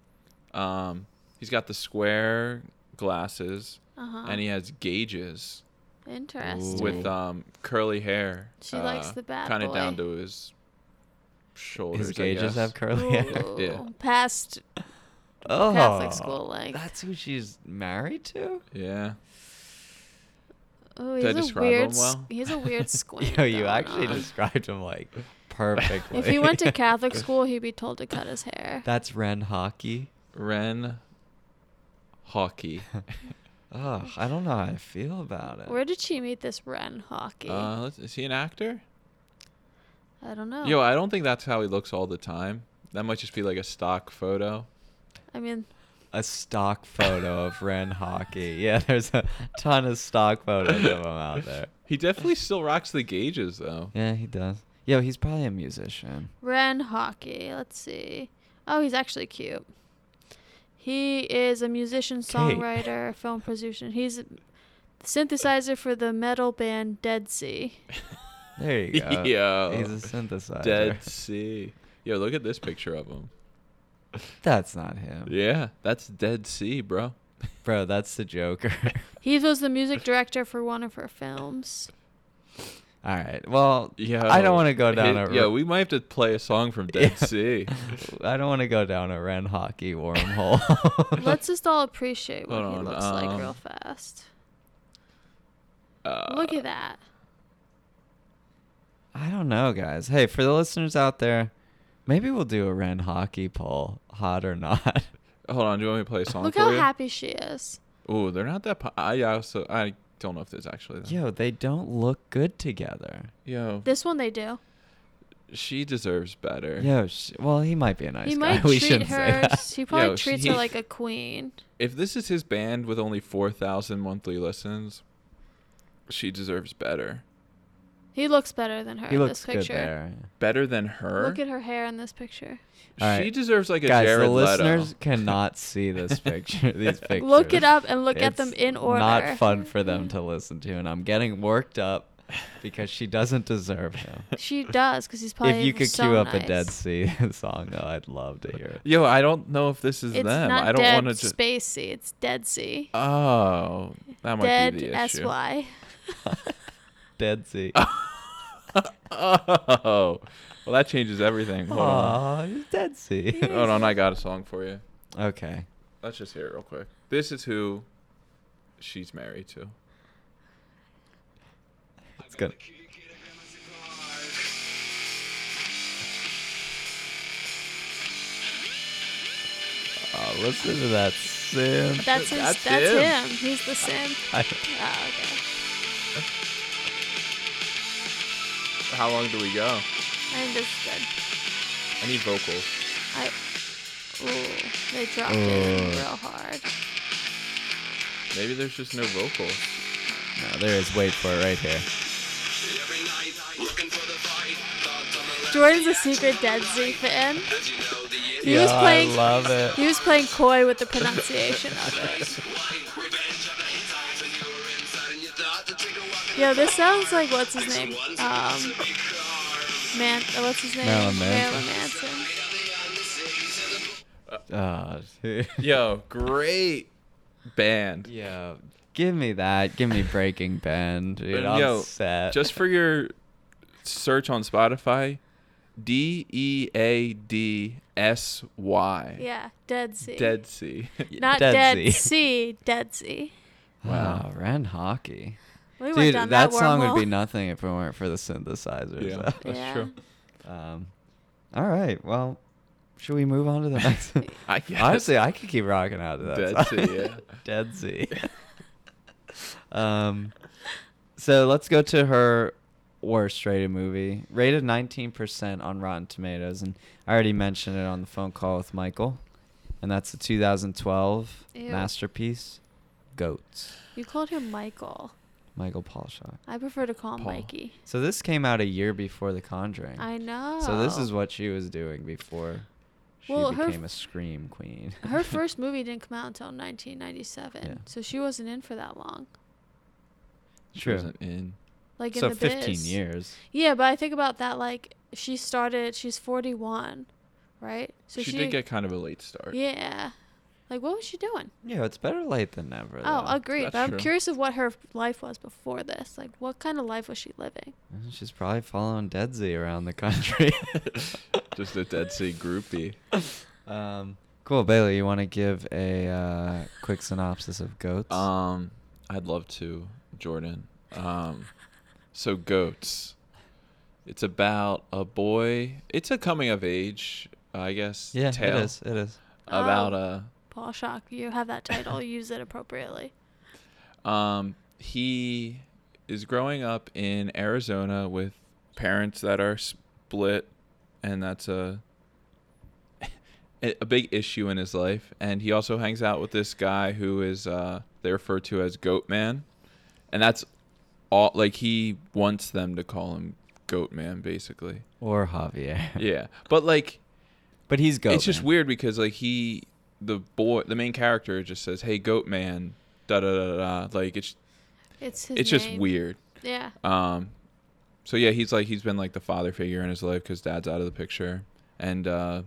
Speaker 3: Um, he's got the square glasses,
Speaker 2: uh-huh.
Speaker 3: and he has gauges
Speaker 2: Interesting.
Speaker 3: with um, curly hair.
Speaker 2: She likes the bad
Speaker 3: Kind of
Speaker 2: boy.
Speaker 3: down to his
Speaker 4: His
Speaker 3: shoulders. I guess.
Speaker 4: gauges have curly hair.
Speaker 2: Ooh,
Speaker 3: Yeah.
Speaker 2: Past
Speaker 4: Oh,
Speaker 2: Catholic school, like.
Speaker 1: That's who she's married to.
Speaker 3: Yeah.
Speaker 2: Oh,
Speaker 3: Did I
Speaker 2: he's a
Speaker 3: describe him
Speaker 2: weird. s-
Speaker 3: well?
Speaker 2: He has a weird squint.
Speaker 4: Yo, you
Speaker 2: going
Speaker 4: actually
Speaker 2: on.
Speaker 4: described him like perfectly.
Speaker 2: If he went to Catholic school, he'd be told to cut his hair.
Speaker 4: That's Ren Hockey.
Speaker 3: Ren Uh, Hockey.
Speaker 1: Ugh, I don't know how I feel about it.
Speaker 2: Where did she meet this Ren Hockey?
Speaker 3: uh, let's- is he an actor?
Speaker 2: I don't
Speaker 4: Oh.
Speaker 2: know.
Speaker 3: Yo, I don't think that's how he looks all the time. That might just be like a stock photo.
Speaker 2: I mean,
Speaker 4: A stock photo of Ren Hockey. Yeah, there's a ton of stock photos of him out there.
Speaker 3: He definitely still rocks the gauges though.
Speaker 1: Yeah, he does. Yo, he's probably a musician.
Speaker 2: Ren Hockey. Let's see. Oh, he's actually cute. He is a musician, songwriter, film producer. He's a synthesizer for the metal band Dead Sea.
Speaker 4: There you go.
Speaker 3: Yo.
Speaker 4: He's a synthesizer.
Speaker 3: Dead Sea. Yo, look at this picture of him.
Speaker 1: That's not him.
Speaker 3: Yeah, that's Dead Sea, bro.
Speaker 4: Bro, that's the Joker.
Speaker 2: He was the music director for one of her films.
Speaker 1: All right. Well,
Speaker 3: Yo,
Speaker 1: I don't want to go down
Speaker 3: hey,
Speaker 1: a.
Speaker 3: Yeah, we might have to play a song from Dead
Speaker 4: Yeah.
Speaker 3: Sea.
Speaker 4: I don't want to go down a Ren Hockey wormhole.
Speaker 2: Let's just all appreciate what
Speaker 3: Hold
Speaker 2: he
Speaker 3: on,
Speaker 2: looks like real
Speaker 3: um,
Speaker 2: fast.
Speaker 3: Uh,
Speaker 2: Look at that.
Speaker 1: I don't know, guys. Hey, for the listeners out there, maybe we'll do a Ren hockey poll, hot or not.
Speaker 3: Hold on, do you want me to play a song
Speaker 2: Look
Speaker 3: for
Speaker 2: how
Speaker 3: you?
Speaker 2: happy she is.
Speaker 3: Oh, they're not that. Po- I also I don't know if there's actually. That.
Speaker 1: Yo, they don't look good together.
Speaker 3: Yo,
Speaker 2: This one they do.
Speaker 3: she deserves better.
Speaker 1: Yo, sh- well, he might be a nice
Speaker 2: he
Speaker 1: guy.
Speaker 2: might
Speaker 1: we
Speaker 2: treat
Speaker 1: shouldn't say
Speaker 2: her.
Speaker 1: that.
Speaker 2: He probably
Speaker 3: Yo,
Speaker 2: treats
Speaker 3: she-
Speaker 2: her like a queen.
Speaker 3: If this is his band with only four thousand monthly listens, she deserves better.
Speaker 2: He looks better than her
Speaker 1: He
Speaker 2: in
Speaker 1: looks
Speaker 2: this
Speaker 1: good
Speaker 2: picture.
Speaker 1: there.
Speaker 3: Better than her.
Speaker 2: Look at her hair in this picture.
Speaker 3: She
Speaker 1: All right.
Speaker 3: deserves like a
Speaker 1: Guys,
Speaker 3: Jared
Speaker 1: the listeners
Speaker 3: Leto.
Speaker 1: cannot see this picture. These pictures.
Speaker 2: Look it up and look at them
Speaker 4: It's
Speaker 2: in order.
Speaker 4: Not fun for them to listen to, and I'm getting worked up because she doesn't deserve him.
Speaker 2: She does because he's probably
Speaker 4: if you could
Speaker 2: so
Speaker 4: cue up
Speaker 2: nice.
Speaker 4: a Dead Sea song, though, I'd love to hear it.
Speaker 3: Yo, I don't know if this is
Speaker 2: It's
Speaker 3: them.
Speaker 2: not
Speaker 3: I don't
Speaker 2: dead
Speaker 3: want to just.
Speaker 2: space sea. It's dead sea.
Speaker 3: Oh, that might be
Speaker 2: dead
Speaker 3: the
Speaker 2: S
Speaker 3: issue.
Speaker 2: Y.
Speaker 4: Dead Sea.
Speaker 3: Oh, well, that changes everything. Hold on.
Speaker 4: Aw, it's Dead Sea.
Speaker 2: Yeah.
Speaker 3: Hold on, I got a song for you.
Speaker 1: Okay.
Speaker 3: Let's just hear it real quick. This is who she's married to.
Speaker 4: It's good. Oh, listen to that synth.
Speaker 2: That's his.
Speaker 3: That's
Speaker 2: That's,
Speaker 3: him.
Speaker 2: him. He's the sim.
Speaker 4: I-
Speaker 2: Oh, okay.
Speaker 3: How long do we go?
Speaker 2: I'm just good.
Speaker 3: I need vocals.
Speaker 2: I. Ooh, they dropped it
Speaker 1: Ugh.
Speaker 2: real hard.
Speaker 3: Maybe there's just no vocals.
Speaker 4: no, there is. Wait for it right here.
Speaker 7: Every night, looking for the fight. Thoughts on the
Speaker 2: Jordan's a secret Dead Sea fan. He was
Speaker 4: Yeah,
Speaker 2: playing.
Speaker 4: I love it.
Speaker 2: He was playing coy with the pronunciation of it. Yo, this sounds like what's his name? Um, man, uh, what's his name?
Speaker 1: Marilyn Manson.
Speaker 2: Marilyn Manson.
Speaker 4: Oh,
Speaker 3: Uh, Yo, great band.
Speaker 4: yeah.
Speaker 1: Give me that. Give me Breaking Band. Dude,
Speaker 3: And
Speaker 1: I'm
Speaker 3: yo,
Speaker 1: set.
Speaker 3: Just for your search on Spotify, D E A D S Y.
Speaker 2: Yeah, Dead Sea.
Speaker 3: Dead Sea.
Speaker 2: Not
Speaker 4: Dead
Speaker 2: Dead,
Speaker 4: Sea.
Speaker 2: Sea. Dead Sea.
Speaker 1: wow, Ren Hockey.
Speaker 2: We
Speaker 1: Dude,
Speaker 2: went
Speaker 1: that,
Speaker 2: down that,
Speaker 1: song would be
Speaker 2: wormhole.
Speaker 1: nothing if it weren't for the synthesizers.
Speaker 3: yeah,
Speaker 1: So,
Speaker 3: that's
Speaker 2: Yeah.
Speaker 3: true.
Speaker 1: um, all right. Well, should we move on to the next?
Speaker 3: I guess.
Speaker 1: Honestly, I could keep rocking out to that.
Speaker 3: Dead
Speaker 1: song.
Speaker 3: Sea, yeah.
Speaker 1: Dead Sea. um, so let's go to her worst rated movie, rated 19% on Rotten Tomatoes, and I already mentioned it on the phone call with Michael, and that's the 2012
Speaker 2: Ew.
Speaker 1: masterpiece, Goats,
Speaker 2: You called him Michael.
Speaker 1: Michael Polshock.
Speaker 2: I prefer to call him
Speaker 3: Paul.
Speaker 2: Mikey.
Speaker 1: So this came out a year before The Conjuring.
Speaker 2: I know.
Speaker 1: So this is what she was doing before she
Speaker 2: Well, her
Speaker 1: became
Speaker 2: f-
Speaker 1: a scream queen.
Speaker 2: Her first movie didn't come out until 1997,
Speaker 1: Yeah.
Speaker 2: so she wasn't in for that long.
Speaker 3: She
Speaker 1: True.
Speaker 3: wasn't in.
Speaker 2: Like
Speaker 1: so
Speaker 2: in the
Speaker 1: 15
Speaker 2: biz.
Speaker 1: years.
Speaker 2: Yeah, but I think about that like she started. She's 41, right? So
Speaker 3: she, did get kind of a late start.
Speaker 2: Yeah. Like what was she doing?
Speaker 1: Yeah, it's better late than never.
Speaker 2: Oh,
Speaker 1: though.
Speaker 2: agreed.
Speaker 3: That's
Speaker 2: But I'm
Speaker 3: true.
Speaker 2: curious of what her life was before this. Like what kind of life was she living?
Speaker 1: Mm, She's probably following Dead Sea around the country.
Speaker 3: Just a Dead Sea groupie.
Speaker 1: um, cool, Bailey. You want to give a uh, quick synopsis of goats?
Speaker 3: Um, I'd love to, Jordan. Um, so goats. It's about a boy. It's a coming of age, I guess.
Speaker 1: yeah,
Speaker 3: tale
Speaker 1: it is. It is.
Speaker 3: About
Speaker 2: Oh.
Speaker 3: uh,
Speaker 2: Paul Shock, you have that title. Use it appropriately.
Speaker 3: a um, he is growing up in Arizona with parents that are split, and that's a a big issue in his life. And he also hangs out with this guy who is uh, they refer to as Goat Man, and that's all. Like he wants them to call him Goat Man, basically.
Speaker 1: Or Javier.
Speaker 3: Yeah, but like
Speaker 1: But he's goat.
Speaker 3: it's just weird because like he the boy the main character just says hey goat man da da da da da." like it's
Speaker 2: It's his
Speaker 3: it's just
Speaker 2: name.
Speaker 3: weird
Speaker 2: Yeah.
Speaker 3: um so yeah he's like he's been like the father figure in his life because dad's out of the picture and uh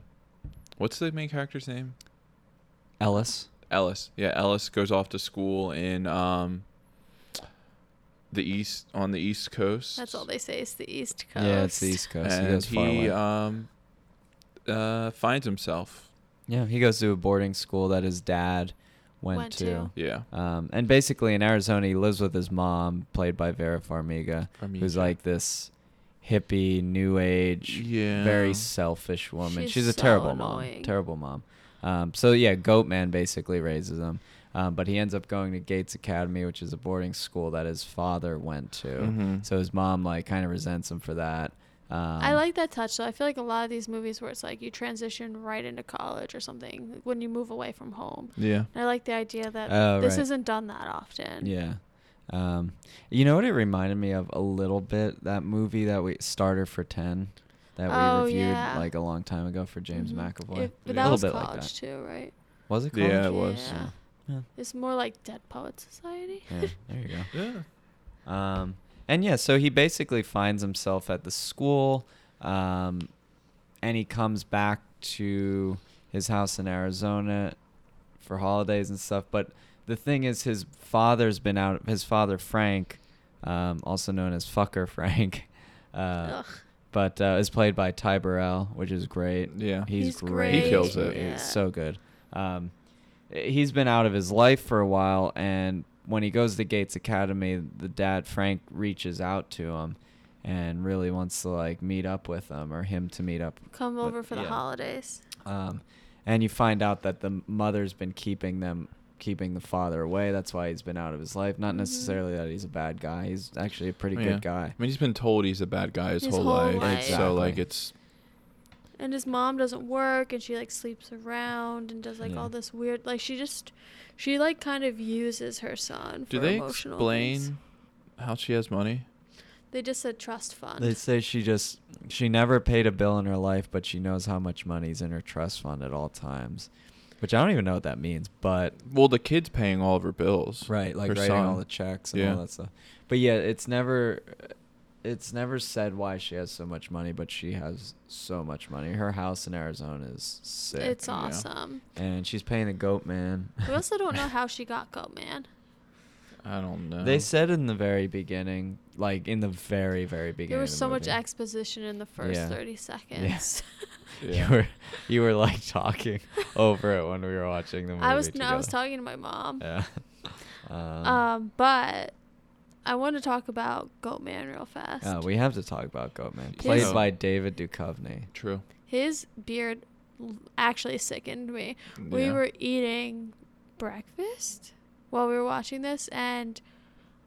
Speaker 3: what's the main character's name
Speaker 1: Ellis.
Speaker 3: ellis yeah ellis goes off to school in um the east on the east coast
Speaker 2: That's all they say. It's the East Coast.
Speaker 1: Yeah, it's the East Coast. he
Speaker 3: and
Speaker 1: goes far
Speaker 3: he
Speaker 1: away.
Speaker 3: um uh finds himself
Speaker 1: yeah, he goes to a boarding school that his dad went,
Speaker 2: Went
Speaker 1: to.
Speaker 2: to.
Speaker 3: yeah
Speaker 1: Um, and basically, in Arizona, he lives with his mom, played by Vera Farmiga, who's
Speaker 3: Farmiga.
Speaker 1: like this hippie, new age, very
Speaker 3: Yeah.
Speaker 1: selfish woman. She's,
Speaker 2: She's
Speaker 1: a
Speaker 2: so
Speaker 1: terrible mom.
Speaker 2: annoying.
Speaker 1: Terrible mom. Um, so, yeah, Goatman basically raises him. Um, but he ends up going to Gates Academy, which is a boarding school that his father went to.
Speaker 3: Mhm.
Speaker 1: So his mom, like, kind of resents him for that. Um,
Speaker 2: I like that touch though. I feel like a lot of these movies where it's like you transition right into college or something when you move away from home.
Speaker 3: yeah
Speaker 2: And I like the idea that
Speaker 1: Oh,
Speaker 2: this
Speaker 1: right.
Speaker 2: isn't done that often.
Speaker 1: Yeah. Um, you know what it reminded me of a little bit? That movie that we starter for ten that we
Speaker 2: Oh,
Speaker 1: reviewed
Speaker 2: yeah.
Speaker 1: like a long time ago for James
Speaker 2: Mhm.
Speaker 1: McAvoy.
Speaker 2: It- but
Speaker 1: a
Speaker 2: that
Speaker 1: little
Speaker 2: was
Speaker 1: bit
Speaker 2: college
Speaker 1: like that.
Speaker 2: too, right?
Speaker 1: Was it college?
Speaker 3: Yeah, it was.
Speaker 2: Yeah.
Speaker 1: Yeah.
Speaker 2: It's more like Dead Poet Society.
Speaker 1: Yeah, there you go.
Speaker 3: yeah
Speaker 1: Um, and yeah, so he basically finds himself at the school, um, and he comes back to his house in Arizona for holidays and stuff. But the thing is, his father's been out. His father Frank, um, also known as Fucker Frank, uh,
Speaker 2: Ugh.
Speaker 1: but uh, is played by Ty Burrell, which is great.
Speaker 3: Yeah.
Speaker 1: he's,
Speaker 2: He's
Speaker 1: great.
Speaker 3: great. He kills it.
Speaker 2: Yeah.
Speaker 1: He's so good. Um, he's been out of his life for a while, and when he goes to Gates Academy, the dad Frank reaches out to him and really wants to like meet up with him or him to meet up.
Speaker 2: Come
Speaker 1: with-
Speaker 2: over for the
Speaker 1: yeah.
Speaker 2: holidays.
Speaker 1: Um, and you find out that the mother's been keeping them, keeping the father away. That's why he's been out of his life.
Speaker 2: Mm-hmm.
Speaker 1: Not necessarily that he's a bad guy. He's actually a pretty
Speaker 3: Oh, Yeah.
Speaker 1: good guy.
Speaker 3: I mean, he's been told he's a bad guy his,
Speaker 2: His
Speaker 3: whole,
Speaker 2: whole
Speaker 3: life.
Speaker 2: life.
Speaker 3: So like,
Speaker 1: Exactly.
Speaker 3: it's
Speaker 2: And his mom doesn't work and she like sleeps around and does like
Speaker 1: Yeah.
Speaker 2: all this weird like she just she like kind of uses her son for
Speaker 3: do they
Speaker 2: emotional things.
Speaker 3: explain how she has money?
Speaker 2: They just said trust fund.
Speaker 1: They say she just she never paid a bill in her life, but she knows how much money's in her trust fund at all times. Which I don't even know what that means, but
Speaker 3: Well, the kid's paying all of her bills.
Speaker 1: right, like
Speaker 3: Her
Speaker 1: writing all
Speaker 3: son.
Speaker 1: the checks and
Speaker 3: Yeah.
Speaker 1: all that stuff. But yeah, it's never it's never said why she has so much money, but she has so much money. Her house in Arizona is sick.
Speaker 2: it's
Speaker 3: yeah.
Speaker 2: awesome.
Speaker 1: And she's paying the goat man.
Speaker 2: We also don't know how she got Goat Man.
Speaker 3: I don't know.
Speaker 1: They said in the very beginning, like in the very very beginning.
Speaker 2: There
Speaker 1: of
Speaker 2: was
Speaker 1: the
Speaker 2: so much
Speaker 1: movie.
Speaker 2: exposition in the first
Speaker 1: Yeah.
Speaker 2: 30 seconds.
Speaker 3: Yeah.
Speaker 4: You were you were like talking over it when we were watching the movie.
Speaker 2: I was no, I was
Speaker 4: together.
Speaker 2: talking to my mom.
Speaker 4: Yeah. Um,
Speaker 2: Um, but I want to talk about Goat Man real fast.
Speaker 1: Uh, we have to talk about Goatman, played
Speaker 2: His-
Speaker 1: by David Duchovny.
Speaker 3: True.
Speaker 2: His beard l- actually sickened me. We
Speaker 3: Yeah.
Speaker 2: were eating breakfast while we were watching this, and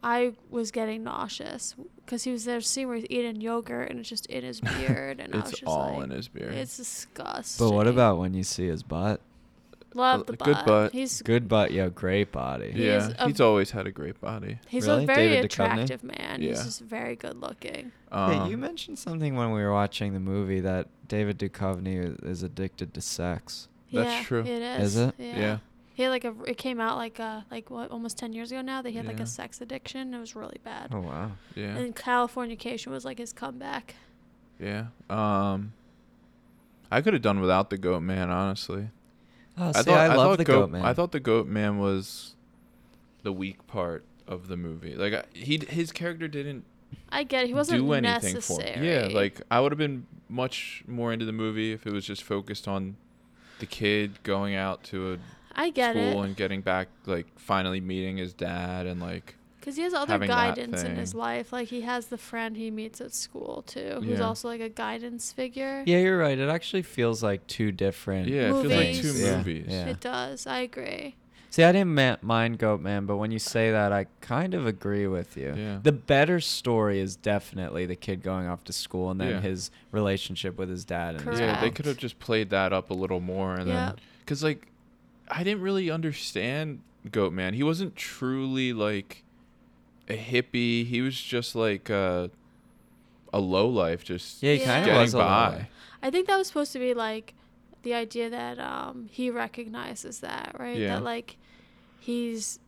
Speaker 2: I was getting nauseous because he was there seeing where he's eating yogurt and it's just in his beard, and I was
Speaker 3: it's
Speaker 2: just
Speaker 3: all
Speaker 2: like,
Speaker 3: in his beard.
Speaker 2: It's disgusting.
Speaker 1: But what about when you see his butt?
Speaker 2: love the
Speaker 3: a
Speaker 2: butt?
Speaker 3: good butt.
Speaker 2: He's
Speaker 1: Good butt, yo, great body.
Speaker 2: He
Speaker 3: yeah,
Speaker 2: is a-
Speaker 3: he's always had a great body.
Speaker 2: He's
Speaker 1: Really?
Speaker 2: a very
Speaker 1: David Duchovny?
Speaker 2: attractive man.
Speaker 3: Yeah.
Speaker 2: He's just very good looking.
Speaker 1: hey,
Speaker 3: Um,
Speaker 1: you mentioned something when we were watching the movie that David Duchovny i- is addicted to sex.
Speaker 3: That's
Speaker 2: yeah,
Speaker 3: true.
Speaker 2: It
Speaker 1: Is
Speaker 2: is.
Speaker 1: it?
Speaker 2: Yeah.
Speaker 3: Yeah.
Speaker 2: He had like a. It came out like uh like what almost ten years ago now that he had like
Speaker 3: Yeah.
Speaker 2: a sex addiction. It was really bad.
Speaker 1: Oh wow.
Speaker 3: Yeah.
Speaker 2: And Californication was like his comeback.
Speaker 3: Yeah. Um I could have done without the goat man, honestly.
Speaker 1: Oh, see, I, love the
Speaker 3: goat,
Speaker 1: Goatman.
Speaker 3: I thought the goat man was the weak part of the movie. Like I- he d- his character didn't
Speaker 2: I get it. He wasn't
Speaker 3: do anything
Speaker 2: necessary.
Speaker 3: for me. Yeah, like I would have been much more into the movie if it was just focused on the kid going out to a
Speaker 2: I get
Speaker 3: school
Speaker 2: it
Speaker 3: and getting back like finally meeting his dad and like
Speaker 2: because he has other
Speaker 3: having that
Speaker 2: guidance in his
Speaker 3: thing.
Speaker 2: life. Like he has the friend he meets at school too, who's
Speaker 3: Yeah.
Speaker 2: also like a guidance figure.
Speaker 1: yeah, you're right. It actually feels like two different.
Speaker 3: yeah, it feels like two
Speaker 2: Movies.
Speaker 1: Yeah,
Speaker 3: movies.
Speaker 1: yeah.
Speaker 2: It does. I agree.
Speaker 1: See, I didn't ma- mind Goatman, but when you say that, I kind of agree with you.
Speaker 3: Yeah.
Speaker 1: The better story is definitely the kid going off to school and then
Speaker 3: Yeah.
Speaker 1: his relationship with his dad. And his
Speaker 3: Yeah, they
Speaker 2: Correct.
Speaker 3: could have just played that up a little more, and then
Speaker 2: Yep.
Speaker 3: because like I didn't really understand Goatman. He wasn't truly like a hippie. He was just like uh, a low life, just
Speaker 1: Yeah, he
Speaker 2: Yeah.
Speaker 1: kind of
Speaker 3: getting
Speaker 1: was a little
Speaker 3: by.
Speaker 2: I think that was supposed to be like the idea that um he recognizes that, right?
Speaker 3: Yeah.
Speaker 2: That like he's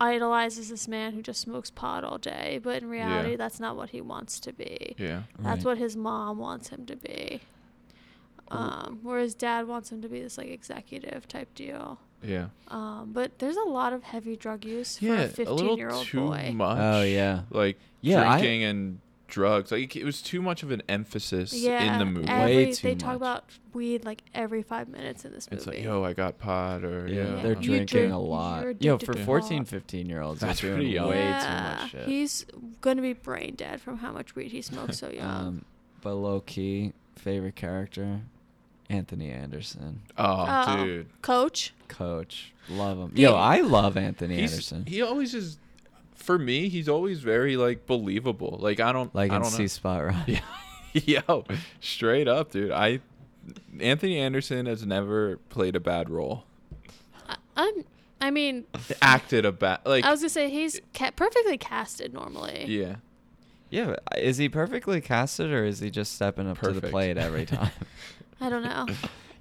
Speaker 2: idolizes this man who just smokes pot all day, but in reality that's not what he wants to be.
Speaker 3: Yeah,
Speaker 2: That's
Speaker 1: Right.
Speaker 2: what his mom wants him to be. Um where his dad wants him to be this like executive type deal.
Speaker 3: yeah,
Speaker 2: Um but there's a lot of heavy drug use for
Speaker 3: yeah.
Speaker 2: a
Speaker 3: A little
Speaker 2: 15-year-old
Speaker 3: too
Speaker 2: boy.
Speaker 3: much.
Speaker 1: Oh, yeah.
Speaker 3: like
Speaker 1: Yeah, I-
Speaker 3: drinking and drugs. Like it was too much of an emphasis
Speaker 2: yeah,
Speaker 3: in the movie.
Speaker 1: Way
Speaker 2: Every,
Speaker 1: too
Speaker 2: they talk
Speaker 1: much.
Speaker 2: about weed like every five minutes in this movie.
Speaker 3: it's like, yo, I got pot, or
Speaker 1: Yeah,
Speaker 3: yeah,
Speaker 1: they're
Speaker 2: You
Speaker 1: drinking
Speaker 2: drink-
Speaker 1: a lot.
Speaker 2: you're
Speaker 1: Yo,
Speaker 2: addicted
Speaker 1: for
Speaker 2: to
Speaker 1: 14,
Speaker 2: pot.
Speaker 1: 15 year olds,
Speaker 3: That's
Speaker 1: they're doing
Speaker 3: pretty young.
Speaker 1: way too
Speaker 2: Yeah,
Speaker 1: much shit.
Speaker 2: He's gonna be brain dead from how much weed he smokes so young.
Speaker 1: Um, but low key, favorite character, Anthony Anderson,
Speaker 3: Oh,
Speaker 2: Oh.
Speaker 3: dude.
Speaker 2: Coach,
Speaker 1: coach, love him.
Speaker 2: The-
Speaker 1: Yo, I love Anthony
Speaker 3: He's-
Speaker 1: Anderson.
Speaker 3: He always is. For me, he's always very like believable. Like I don't
Speaker 1: like
Speaker 3: I
Speaker 1: in
Speaker 3: don't
Speaker 1: C
Speaker 3: know.
Speaker 1: Spot Rock.
Speaker 3: Yeah. Yo, straight up, dude. I Anthony Anderson has never played a bad role.
Speaker 2: I, I'm. I mean,
Speaker 3: Acted a bad like
Speaker 2: I was gonna say he's ca- perfectly casted normally.
Speaker 3: yeah.
Speaker 1: Yeah, but uh, is he perfectly casted or is he just stepping up to the
Speaker 3: Perfect.
Speaker 1: plate every time?
Speaker 2: I don't know.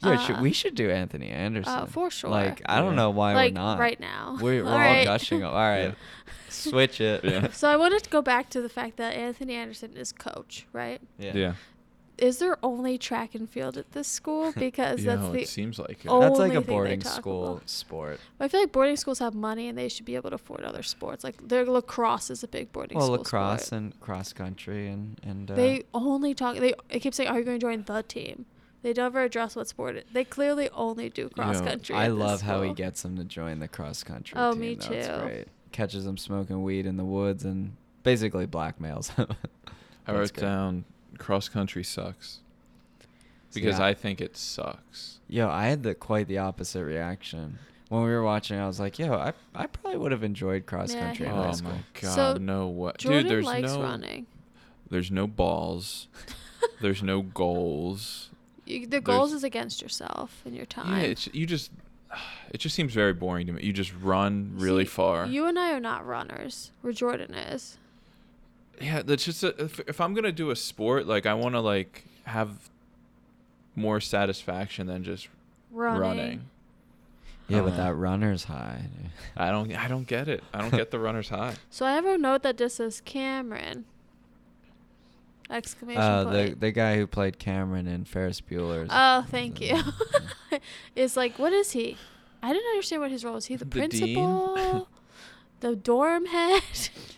Speaker 1: yeah, should,
Speaker 2: Uh,
Speaker 1: we should do Anthony Anderson.
Speaker 2: for sure.
Speaker 1: Like, I don't
Speaker 3: Yeah.
Speaker 1: know why
Speaker 2: like
Speaker 1: we're not.
Speaker 2: right now.
Speaker 1: We're, we're all,
Speaker 2: Alright.
Speaker 1: gushing. All right.
Speaker 3: Yeah.
Speaker 1: Switch it.
Speaker 3: Yeah.
Speaker 2: So I wanted to go back to the fact that Anthony Anderson is coach, right?
Speaker 1: yeah.
Speaker 3: Yeah.
Speaker 2: Is there only track and field at this school? Because that's
Speaker 3: Yo,
Speaker 2: the.
Speaker 3: it seems like it.
Speaker 2: Oh.
Speaker 1: That's like
Speaker 2: Only
Speaker 1: a
Speaker 2: thing they
Speaker 1: boarding
Speaker 2: talk
Speaker 1: school
Speaker 2: about.
Speaker 1: sport.
Speaker 2: I feel like boarding schools have money and they should be able to afford other sports. Like their lacrosse is a big boarding
Speaker 1: Well,
Speaker 2: school.
Speaker 1: lacrosse
Speaker 2: sport.
Speaker 1: and cross country and and uh,
Speaker 2: They only talk. They I keep saying, "Are you going to join the team?" They never address what sport. It, they clearly only do cross
Speaker 3: Yo,
Speaker 2: country.
Speaker 1: I
Speaker 2: at this
Speaker 1: love how he
Speaker 2: school.
Speaker 1: gets them to join the cross country.
Speaker 2: Oh,
Speaker 1: team.
Speaker 2: me
Speaker 1: though. It's
Speaker 2: too.
Speaker 1: great. Catches them smoking weed in the woods and basically blackmails them.
Speaker 3: I
Speaker 1: That's
Speaker 3: wrote
Speaker 1: great.
Speaker 3: down cross country sucks.
Speaker 1: See,
Speaker 3: Because
Speaker 1: I-
Speaker 3: I think it sucks.
Speaker 1: Yo, I had the quite the opposite reaction when we were watching. I was like, Yo, I I probably would have enjoyed cross
Speaker 2: Yeah, I
Speaker 1: country
Speaker 2: hate
Speaker 1: in high
Speaker 3: oh my
Speaker 2: cross
Speaker 1: school.
Speaker 3: god,
Speaker 2: So,
Speaker 3: no what
Speaker 2: Jordan
Speaker 3: dude, there's
Speaker 2: likes
Speaker 3: no
Speaker 2: running.
Speaker 3: there's no balls. There's no goals.
Speaker 2: You, the
Speaker 3: there's-
Speaker 2: goals is against yourself and your time.
Speaker 3: Yeah, it's you just it just seems very boring to me. You just run really
Speaker 2: See,
Speaker 3: far.
Speaker 2: You and I are not runners. Where Jordan is.
Speaker 3: yeah that's just a, if, if i'm gonna do a sport like i want to like have more satisfaction than just
Speaker 2: Running.
Speaker 3: running
Speaker 1: Yeah,
Speaker 3: Uh,
Speaker 1: but that runner's high. dude.
Speaker 3: i don't i don't get it i don't get the runner's high
Speaker 2: So I have a note that just says Cameron. Exclamation
Speaker 1: Uh, the
Speaker 2: point.
Speaker 1: the guy who played Cameron in Ferris Bueller's. Uh,
Speaker 2: oh, thank you.
Speaker 1: Yeah.
Speaker 2: it's like, what is he? I didn't understand what his role is. He the,
Speaker 3: The dean?
Speaker 2: principal, the dorm head.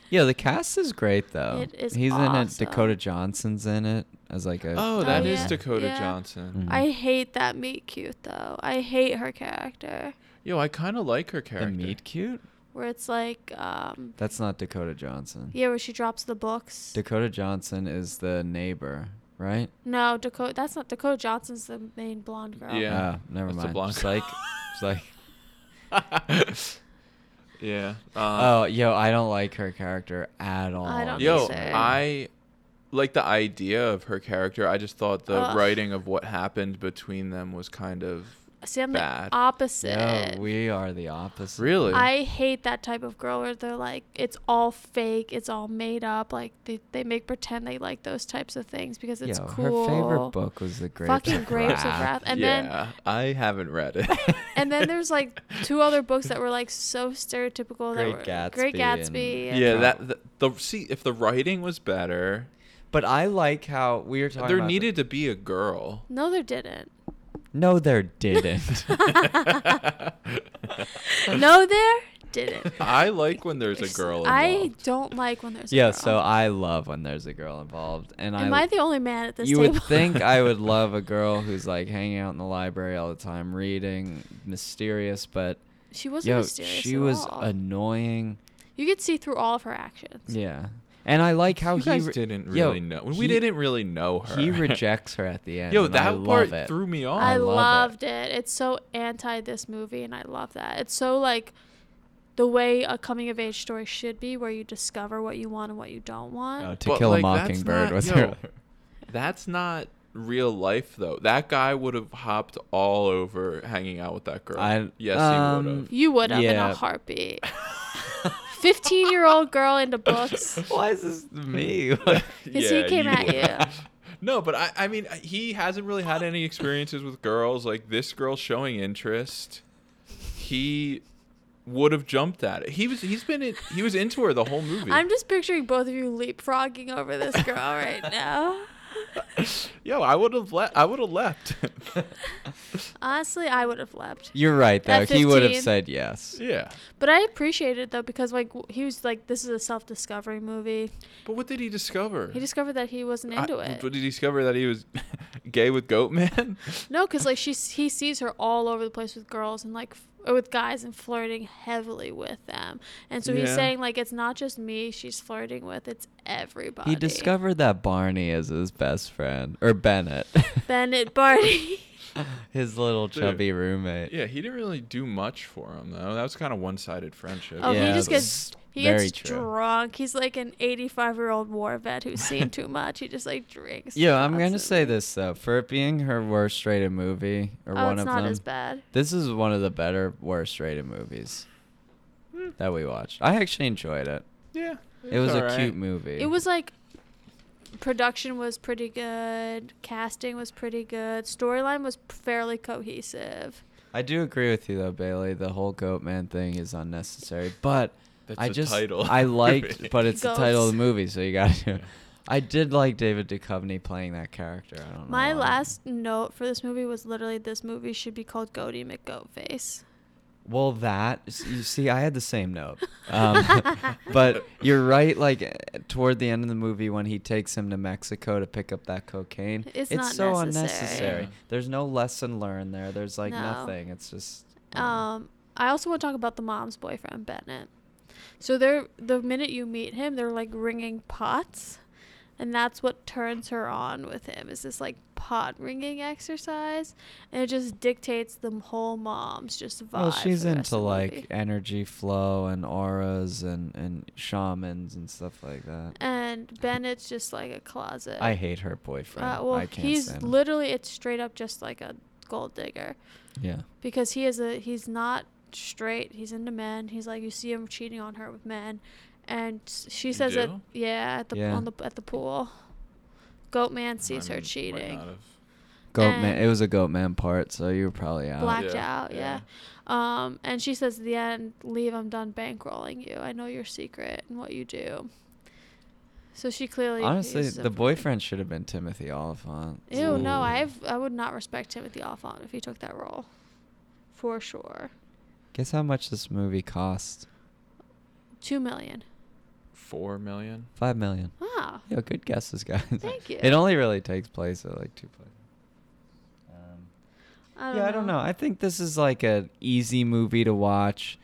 Speaker 1: yeah, the cast is great though.
Speaker 2: It is
Speaker 1: He's in it.
Speaker 2: awesome.
Speaker 1: Dakota Johnson's in it as like a.
Speaker 3: oh that is
Speaker 2: yeah.
Speaker 3: dakota
Speaker 2: yeah.
Speaker 3: johnson
Speaker 1: Mm.
Speaker 2: I hate that meet cute though. I hate her character
Speaker 3: yo i kind of like her
Speaker 1: The
Speaker 3: character
Speaker 1: meat cute.
Speaker 2: where it's like, um,
Speaker 1: That's not Dakota Johnson.
Speaker 2: yeah, where she drops the books.
Speaker 1: Dakota Johnson is the neighbor, right?
Speaker 2: no, Dakota. That's not Dakota Johnson's the main blonde girl.
Speaker 3: Yeah.
Speaker 1: Oh, never
Speaker 3: that's the
Speaker 1: mind.
Speaker 3: blonde
Speaker 1: Just like, just like.
Speaker 3: yeah um,
Speaker 1: Oh, yo, I don't like her character at all.
Speaker 2: I don't
Speaker 3: Yo,
Speaker 2: Obviously.
Speaker 3: I like the idea of her character. I just thought the
Speaker 2: Ugh.
Speaker 3: writing of what happened between them was kind of
Speaker 2: See, I'm
Speaker 3: Bad.
Speaker 2: the opposite.
Speaker 1: Yo, we are the opposite.
Speaker 3: really.
Speaker 2: I hate that type of girl where they're like, it's all fake, it's all made up. Like they, they make pretend they like those types of things because it's
Speaker 1: Yo,
Speaker 2: cool.
Speaker 1: her favorite book was the Grapes
Speaker 2: Fucking
Speaker 1: of
Speaker 2: Grapes of
Speaker 1: Wrath.
Speaker 2: Wrath, and
Speaker 3: yeah,
Speaker 2: then
Speaker 3: I haven't read it.
Speaker 2: and then there's like two other books that were like so stereotypical.
Speaker 1: Great
Speaker 2: that were
Speaker 1: Gatsby
Speaker 2: Great Gatsby.
Speaker 1: and-
Speaker 2: and-
Speaker 3: yeah, that the, the see if the writing was better,
Speaker 1: But I like how we were talking.
Speaker 3: there
Speaker 1: about the-
Speaker 3: needed to be a girl.
Speaker 2: no, there didn't.
Speaker 1: No, there didn't.
Speaker 2: No, there didn't.
Speaker 3: I like when there's a girl involved.
Speaker 2: I don't like when there's. a
Speaker 1: yeah,
Speaker 2: girl.
Speaker 1: so I love when there's a girl involved, and
Speaker 2: Am
Speaker 1: I.
Speaker 2: I, the only man at this
Speaker 1: you
Speaker 2: table?
Speaker 1: would think I would love a girl who's like hanging out in the library all the time, reading, mysterious, but
Speaker 2: she wasn't
Speaker 1: yo,
Speaker 2: mysterious.
Speaker 1: she
Speaker 2: at
Speaker 1: was
Speaker 2: all.
Speaker 1: annoying.
Speaker 2: You could see through all of her actions.
Speaker 1: Yeah, and I like how
Speaker 3: you
Speaker 1: he
Speaker 3: guys
Speaker 1: re-
Speaker 3: didn't
Speaker 1: yo,
Speaker 3: really know. We
Speaker 1: he-
Speaker 3: didn't really know her.
Speaker 1: He rejects her at the end.
Speaker 3: Yo,
Speaker 1: and I
Speaker 3: that
Speaker 1: love
Speaker 3: part
Speaker 1: it.
Speaker 3: threw me off.
Speaker 2: I,
Speaker 1: I love
Speaker 2: loved it. It's so anti this movie, and I love that. It's so like the way a coming of age story should be, where you discover what you want and what you don't
Speaker 1: Oh,
Speaker 2: want.
Speaker 1: to
Speaker 3: Uh, But,
Speaker 1: kill
Speaker 3: like,
Speaker 1: a
Speaker 3: that's
Speaker 1: mockingbird
Speaker 3: not-
Speaker 1: was
Speaker 3: yo,
Speaker 1: her.
Speaker 3: That's not real life though. That guy would have hopped all over hanging out with that girl.
Speaker 1: I-
Speaker 3: yes, he would
Speaker 1: um,
Speaker 3: have.
Speaker 2: you would have in
Speaker 1: yeah.
Speaker 2: a heartbeat. 15 year old girl into books.
Speaker 1: Why is this me?
Speaker 2: Because he came at you.
Speaker 3: No, but I, I mean, he hasn't really had any experiences with girls. Like this girl showing interest, he would have jumped at it. He was, he's been, in, he was into her the whole movie.
Speaker 2: I'm just picturing both of you leapfrogging over this girl right now.
Speaker 3: Yo, I would have left. I would have left.
Speaker 2: Honestly, I would have leapt.
Speaker 1: You're right though.
Speaker 2: At
Speaker 1: He would
Speaker 2: 15.
Speaker 1: have said yes.
Speaker 3: yeah,
Speaker 2: But I appreciate it though because like w- he was like this is a self discovery movie.
Speaker 3: but what did he discover?
Speaker 2: He discovered that he wasn't
Speaker 3: I-
Speaker 2: into
Speaker 3: But
Speaker 2: it.
Speaker 3: did he discover that he was gay with Goatman?
Speaker 2: No, because like she he sees her all over the place with girls and like f- or with guys and flirting heavily with them, and so he's
Speaker 3: Yeah.
Speaker 2: saying like it's not just me she's flirting with, it's everybody.
Speaker 1: He discovered that Barney is his best friend or Bennett,
Speaker 2: Bennett Barney.
Speaker 1: his little
Speaker 3: Dude.
Speaker 1: chubby roommate.
Speaker 3: Yeah, he didn't really do much for him though. That was kind of one-sided friendship.
Speaker 2: Oh, he
Speaker 1: Yeah,
Speaker 2: just
Speaker 1: that's
Speaker 2: gets he
Speaker 1: very
Speaker 2: gets
Speaker 1: true.
Speaker 2: drunk. He's like an eighty-five year old war vet who's seen too much. He just like drinks.
Speaker 1: Yo, I'm gonna say
Speaker 2: constantly.
Speaker 1: this though, for it being her worst rated movie or one
Speaker 2: Oh, it's
Speaker 1: of
Speaker 2: not
Speaker 1: them,
Speaker 2: as bad.
Speaker 1: this is one of the better worst rated movies
Speaker 2: Hmm.
Speaker 1: that we watched. I actually enjoyed it.
Speaker 3: Yeah,
Speaker 1: It was a
Speaker 3: alright.
Speaker 1: cute movie.
Speaker 2: It was like production was pretty good, casting was pretty good, storyline was fairly cohesive.
Speaker 1: I do agree with you though, Bailey. The whole goat man thing is unnecessary, but
Speaker 3: That's
Speaker 1: I
Speaker 3: the
Speaker 1: just
Speaker 3: title of
Speaker 1: I
Speaker 3: the
Speaker 1: liked,
Speaker 3: movie.
Speaker 1: but it's the title of
Speaker 2: Goats.
Speaker 1: the movie, so you got to. do it. I did like David Duchovny playing that character. I don't know.
Speaker 2: My
Speaker 1: why.
Speaker 2: last note for this movie was literally this movie should be called Goaty McGoatface.
Speaker 1: Well, that you see, I had the same note, um, but you're right. Like eh, toward the end of the movie, when he takes him to Mexico to pick up that cocaine,
Speaker 2: It's not
Speaker 1: so
Speaker 2: necessary.
Speaker 1: unnecessary.
Speaker 3: Yeah.
Speaker 1: There's no lesson learned there. There's like
Speaker 2: No.
Speaker 1: nothing. It's just
Speaker 2: Um, I also want to talk about the mom's boyfriend Bennett. So they're the minute you meet him, they're like ringing pots, and that's what turns her on with him. Is this like pot ringing exercise, and it just dictates the whole mom's just vibe.
Speaker 1: Well, she's
Speaker 2: for the rest
Speaker 1: into
Speaker 2: of the
Speaker 1: like
Speaker 2: movie.
Speaker 1: energy flow and auras and and shamans and stuff like that.
Speaker 2: and Bennett's just like a closet.
Speaker 1: I hate her boyfriend.
Speaker 2: Uh, well,
Speaker 1: I can't
Speaker 2: he's
Speaker 1: stand him.
Speaker 2: literally it's straight up just like a gold digger
Speaker 1: Yeah.
Speaker 2: because he is a he's not straight. He's into men. He's like you see him cheating on her with men, and s- she
Speaker 3: You
Speaker 2: says that
Speaker 3: do?
Speaker 2: yeah, at the
Speaker 1: Yeah.
Speaker 2: on the at the pool, Goatman sees
Speaker 3: I
Speaker 2: her
Speaker 3: might
Speaker 2: cheating,
Speaker 3: not have-
Speaker 1: Goat man.
Speaker 2: And-
Speaker 1: It was a goat man part, so you were probably out.
Speaker 2: blacked
Speaker 3: Yeah,
Speaker 2: out, yeah. Um, and she says at the end, "Leave, I'm done bankrolling you. I know your secret and what you do." So she clearly
Speaker 1: Honestly,
Speaker 2: uses
Speaker 1: the
Speaker 2: him for-
Speaker 1: boyfriend should have been Timothy Oliphant.
Speaker 2: Ew, no,
Speaker 1: Ooh.
Speaker 2: I've I would not respect Timothy Olyphant if he took that role, for sure.
Speaker 1: Guess how much this movie cost?
Speaker 2: Two million.
Speaker 3: Four million.
Speaker 1: Five million.
Speaker 2: Wow.
Speaker 1: Yo, good guesses, guys.
Speaker 2: Thank you.
Speaker 1: It only really takes place at like two places. Um,
Speaker 2: I don't
Speaker 1: yeah,
Speaker 2: know.
Speaker 1: I don't know. I think this is like an easy movie to watch.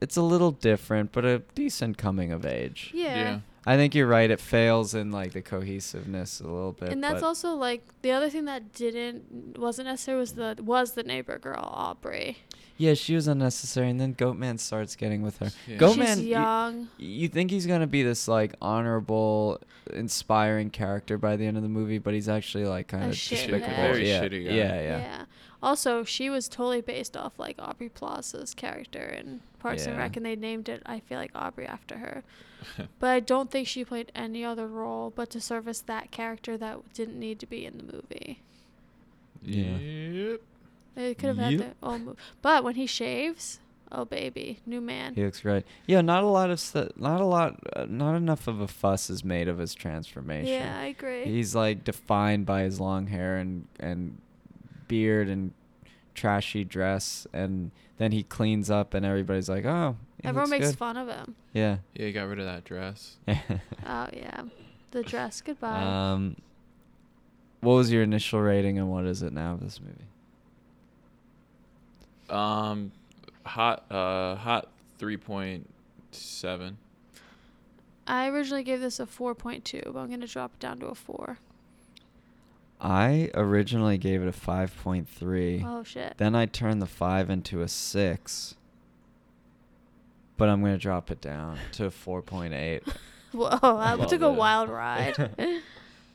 Speaker 1: It's a little different, but a decent coming of age.
Speaker 2: Yeah.
Speaker 1: I think you're right. It fails in like the cohesiveness a little bit.
Speaker 2: and that's
Speaker 1: but-
Speaker 2: also like the other thing that didn't wasn't necessary was the was the neighbor girl Aubrey.
Speaker 1: Yeah, she was unnecessary, and then Goatman starts getting with her.
Speaker 3: Yeah.
Speaker 1: Goatman,
Speaker 2: She's
Speaker 1: you-
Speaker 2: young.
Speaker 1: You, think he's gonna be this like honorable, inspiring character by the end of the movie, but he's actually like kind of
Speaker 2: shithead.
Speaker 1: despicable.
Speaker 2: Very
Speaker 1: yeah.
Speaker 3: shitty guy.
Speaker 1: Yeah, yeah,
Speaker 2: Also, she was totally based off like Aubrey Plaza's character in Parks and
Speaker 1: Yeah.
Speaker 2: Rec, and they named it I feel like Aubrey after her.
Speaker 3: Yeah.
Speaker 2: But I don't think she played any other role but to service that character that didn't need to be in the movie.
Speaker 1: Yeah.
Speaker 3: Yep.
Speaker 2: They could have had
Speaker 1: Yep.
Speaker 2: the oh, mo- but when he shaves, oh baby, new man.
Speaker 1: He looks great. Yeah, not a lot of st- not a lot, uh, not enough of a fuss is made of his transformation.
Speaker 2: Yeah, I agree.
Speaker 1: He's like defined by his long hair and and beard and trashy dress, and then he cleans up, and everybody's like, "Oh, he looks
Speaker 2: Everyone makes
Speaker 1: good."
Speaker 2: fun of him.
Speaker 1: Yeah.
Speaker 3: Yeah, you got rid of that dress.
Speaker 2: Oh yeah, the dress. Goodbye.
Speaker 1: um, what was your initial rating, and what is it now of this movie?
Speaker 3: Um, hot. Uh, hot. Three point seven.
Speaker 2: I originally gave this a 4.2, but I'm going to drop it down to a 4.
Speaker 1: I originally gave it a five point three.
Speaker 2: Oh, shit.
Speaker 1: Then I turned the five into a six. But I'm gonna drop it down to four point eight.
Speaker 2: Whoa, that
Speaker 3: Love
Speaker 2: took a
Speaker 3: it.
Speaker 2: wild ride.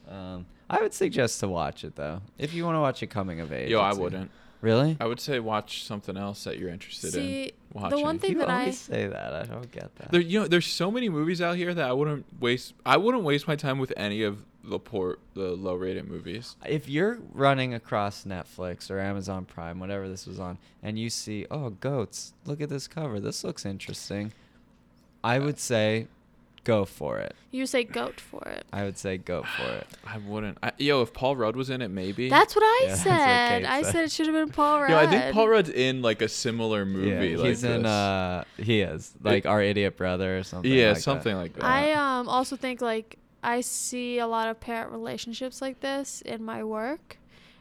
Speaker 1: Um, I would suggest to watch it though, if you want to watch a coming of age.
Speaker 3: Yo, I
Speaker 1: it's a-
Speaker 3: wouldn't.
Speaker 1: Really?
Speaker 3: I would say watch something else that you're interested
Speaker 2: See,
Speaker 3: in.
Speaker 2: the one thing
Speaker 1: you
Speaker 2: that I.
Speaker 1: always say that. I don't get that.
Speaker 3: There, you know, there's so many movies out here that I wouldn't waste. I wouldn't waste my time with any of the poor, the low-rated movies.
Speaker 1: if you're running across Netflix or Amazon Prime, whatever this was on, and you see, oh, goats, look at this cover. This looks interesting. I would say, go for it.
Speaker 2: You say goat for it.
Speaker 1: I would say go for it.
Speaker 3: I wouldn't. I, yo, if Paul Rudd was in it, maybe.
Speaker 2: That's what I
Speaker 1: Yeah, that's what
Speaker 2: said.
Speaker 1: Kate
Speaker 2: I
Speaker 1: said.
Speaker 2: said it should have been Paul Rudd.
Speaker 3: Yo, I think Paul Rudd's in like a similar movie.
Speaker 1: Yeah,
Speaker 3: like
Speaker 1: he's in.
Speaker 3: this.
Speaker 1: Uh, he is like our idiot brother or something.
Speaker 3: yeah,
Speaker 1: like that.
Speaker 3: something like that.
Speaker 2: I um, also think, like, I see a lot of parent relationships like this in my work.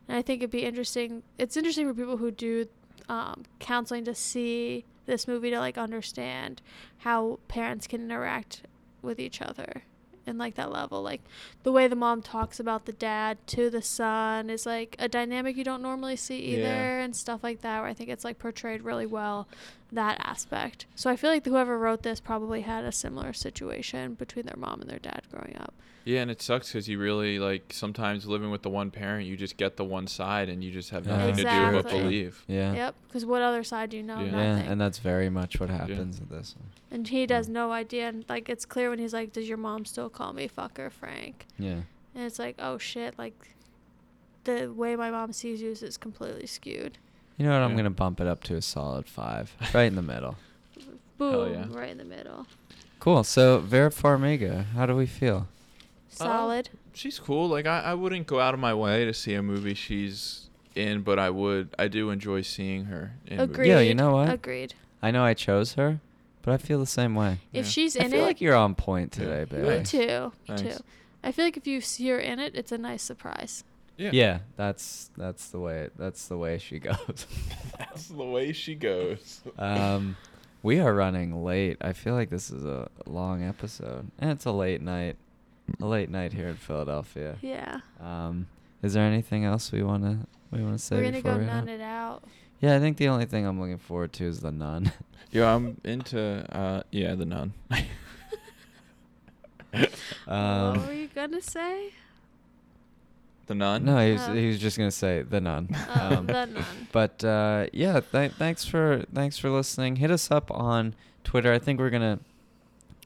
Speaker 2: And I think it'd be interesting. It's interesting for people who do um, counseling to see this movie to, like, understand how parents can interact with each other and like that level like the way the mom talks about the dad to the son is like a dynamic you don't normally see either
Speaker 3: Yeah.
Speaker 2: and stuff like that where i think it's like portrayed really well that aspect so i feel like whoever wrote this probably had a similar situation between their mom and their dad growing up
Speaker 3: Yeah, and it sucks because you really like sometimes living with the one parent, you just get the one side, and you just have
Speaker 1: Yeah.
Speaker 3: nothing to do but
Speaker 2: Exactly.
Speaker 3: believe. Uh,
Speaker 1: Yeah.
Speaker 2: yep because what other side do you know
Speaker 3: Yeah.
Speaker 1: Yeah,
Speaker 2: Nothing.
Speaker 1: and that's very much what happens with this one. Hmm.
Speaker 2: and he does no idea and like it's clear when he's like does your mom still call me fucker frank
Speaker 1: Yeah.
Speaker 2: And it's like, oh shit, like the way my mom sees you is completely skewed.
Speaker 1: You know what? I'm
Speaker 3: Yeah.
Speaker 1: gonna bump it up to a solid five, right in the middle.
Speaker 3: Hell
Speaker 2: Boom,
Speaker 3: yeah.
Speaker 2: right in the middle.
Speaker 1: Cool. So Vera Farmiga, how do we feel?
Speaker 2: Solid.
Speaker 3: She's cool. Like I, I wouldn't go out of my way to see a movie she's in, but I would. I do enjoy seeing her. In movies.
Speaker 2: Agreed.
Speaker 1: Yeah, you know what?
Speaker 2: Agreed.
Speaker 1: I know I chose her, but I feel the same way.
Speaker 2: If
Speaker 3: Yeah.
Speaker 2: she's
Speaker 1: I
Speaker 2: in
Speaker 1: feel
Speaker 2: it,
Speaker 1: like you're on point
Speaker 3: Yeah.
Speaker 1: today,
Speaker 2: me
Speaker 1: baby.
Speaker 3: Thanks.
Speaker 2: too. Me
Speaker 3: Thanks.
Speaker 2: too. I feel like if you see her in it, it's a nice surprise.
Speaker 3: Yeah.
Speaker 1: Yeah, that's that's the way that's the way she goes.
Speaker 3: That's the way she goes.
Speaker 1: um, we are running late. I feel like this is a long episode, and it's a late night, a late night here in Philadelphia.
Speaker 2: Yeah.
Speaker 1: Um, is there anything else we wanna we wanna say
Speaker 2: We're gonna
Speaker 1: before
Speaker 2: go
Speaker 1: we
Speaker 2: nun
Speaker 1: wrap?
Speaker 2: it out.
Speaker 1: Yeah, I think the only thing I'm looking forward to is the nun.
Speaker 3: Yo, I'm into uh yeah the nun.
Speaker 1: Um,
Speaker 2: what were you gonna say?
Speaker 3: the nun.
Speaker 1: No, he was,
Speaker 2: Oh.
Speaker 1: he was just gonna say the nun.
Speaker 2: Oh, the nun.
Speaker 1: But uh, yeah, th- thanks for thanks for listening. Hit us up on Twitter. I think we're gonna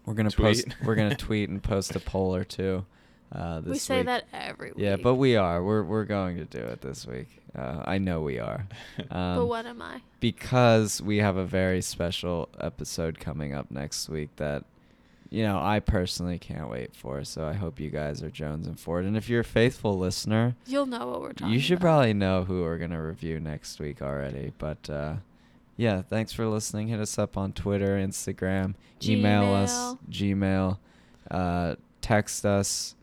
Speaker 1: We're gonna post.
Speaker 3: Tweet.
Speaker 1: We're gonna tweet and post a poll or two. Uh, this
Speaker 2: we say
Speaker 1: week.
Speaker 2: that every week.
Speaker 1: Yeah, but we are. We're we're going to do it this week. Uh, I know we are. Um,
Speaker 2: but what am I?
Speaker 1: because we have a very special episode coming up next week that you know I personally can't wait for. So I hope you guys are Jones and Ford. And if you're a faithful listener,
Speaker 2: You'll know what we're talking.
Speaker 1: you should
Speaker 2: about.
Speaker 1: probably know who we're gonna review next week already. But uh, yeah, thanks for listening. Hit us up on Twitter, Instagram, email us, Gmail, uh, text us.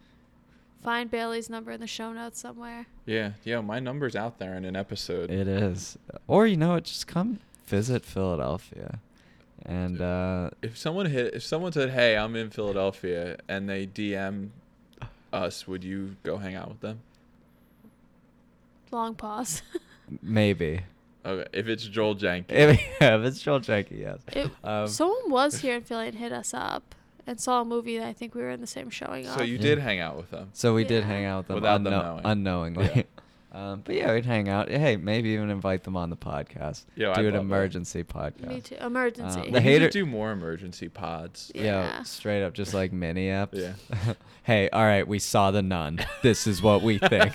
Speaker 2: find Bailey's number in the show notes somewhere.
Speaker 3: Yeah, yeah, my number's out there in an episode.
Speaker 1: It is, or you know, what, just come visit Philadelphia, and uh,
Speaker 3: If someone hit, if someone said, "Hey, I'm in Philadelphia," and they DM us, would you go hang out with them?
Speaker 2: Long pause.
Speaker 1: maybe.
Speaker 3: Okay, if it's Joel Jenkins,
Speaker 1: If, yeah, if it's Joel Janky, yes.
Speaker 2: It,
Speaker 1: Um,
Speaker 2: someone was here in Philly and hit us up and saw a movie that I think we were in the same showing
Speaker 3: so
Speaker 2: of.
Speaker 3: you
Speaker 1: Yeah.
Speaker 3: did hang out with them.
Speaker 1: So we did
Speaker 2: Yeah.
Speaker 1: hang out with them,
Speaker 3: Without them
Speaker 1: unknow-
Speaker 3: knowing.
Speaker 1: unknowingly. um, but yeah, we'd hang out. Hey, maybe even invite them on the podcast.
Speaker 3: Yeah, I'd
Speaker 1: do an
Speaker 3: love that.
Speaker 1: emergency podcast. Um,
Speaker 2: Me too. Emergency.
Speaker 1: The
Speaker 3: We need to
Speaker 1: hater-
Speaker 3: do more emergency pods.
Speaker 1: Yeah,
Speaker 2: Yeah.
Speaker 1: straight up, just like mini apps.
Speaker 3: Yeah.
Speaker 1: hey, all right, we saw the nun. This is what we think.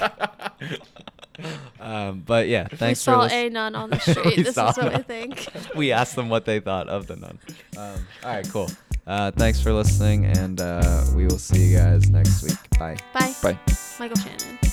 Speaker 1: um, but yeah, thanks
Speaker 2: we saw
Speaker 1: for lis-
Speaker 2: a nun on the
Speaker 1: We
Speaker 2: street. this is
Speaker 1: saw
Speaker 2: what
Speaker 1: a
Speaker 2: we
Speaker 1: nun.
Speaker 2: think.
Speaker 1: we asked them what they thought of the nun. Um, all right, cool. Uh, thanks for listening, and uh, we will see you guys next week. Bye.
Speaker 2: Bye.
Speaker 3: Bye.
Speaker 2: Michael Shannon.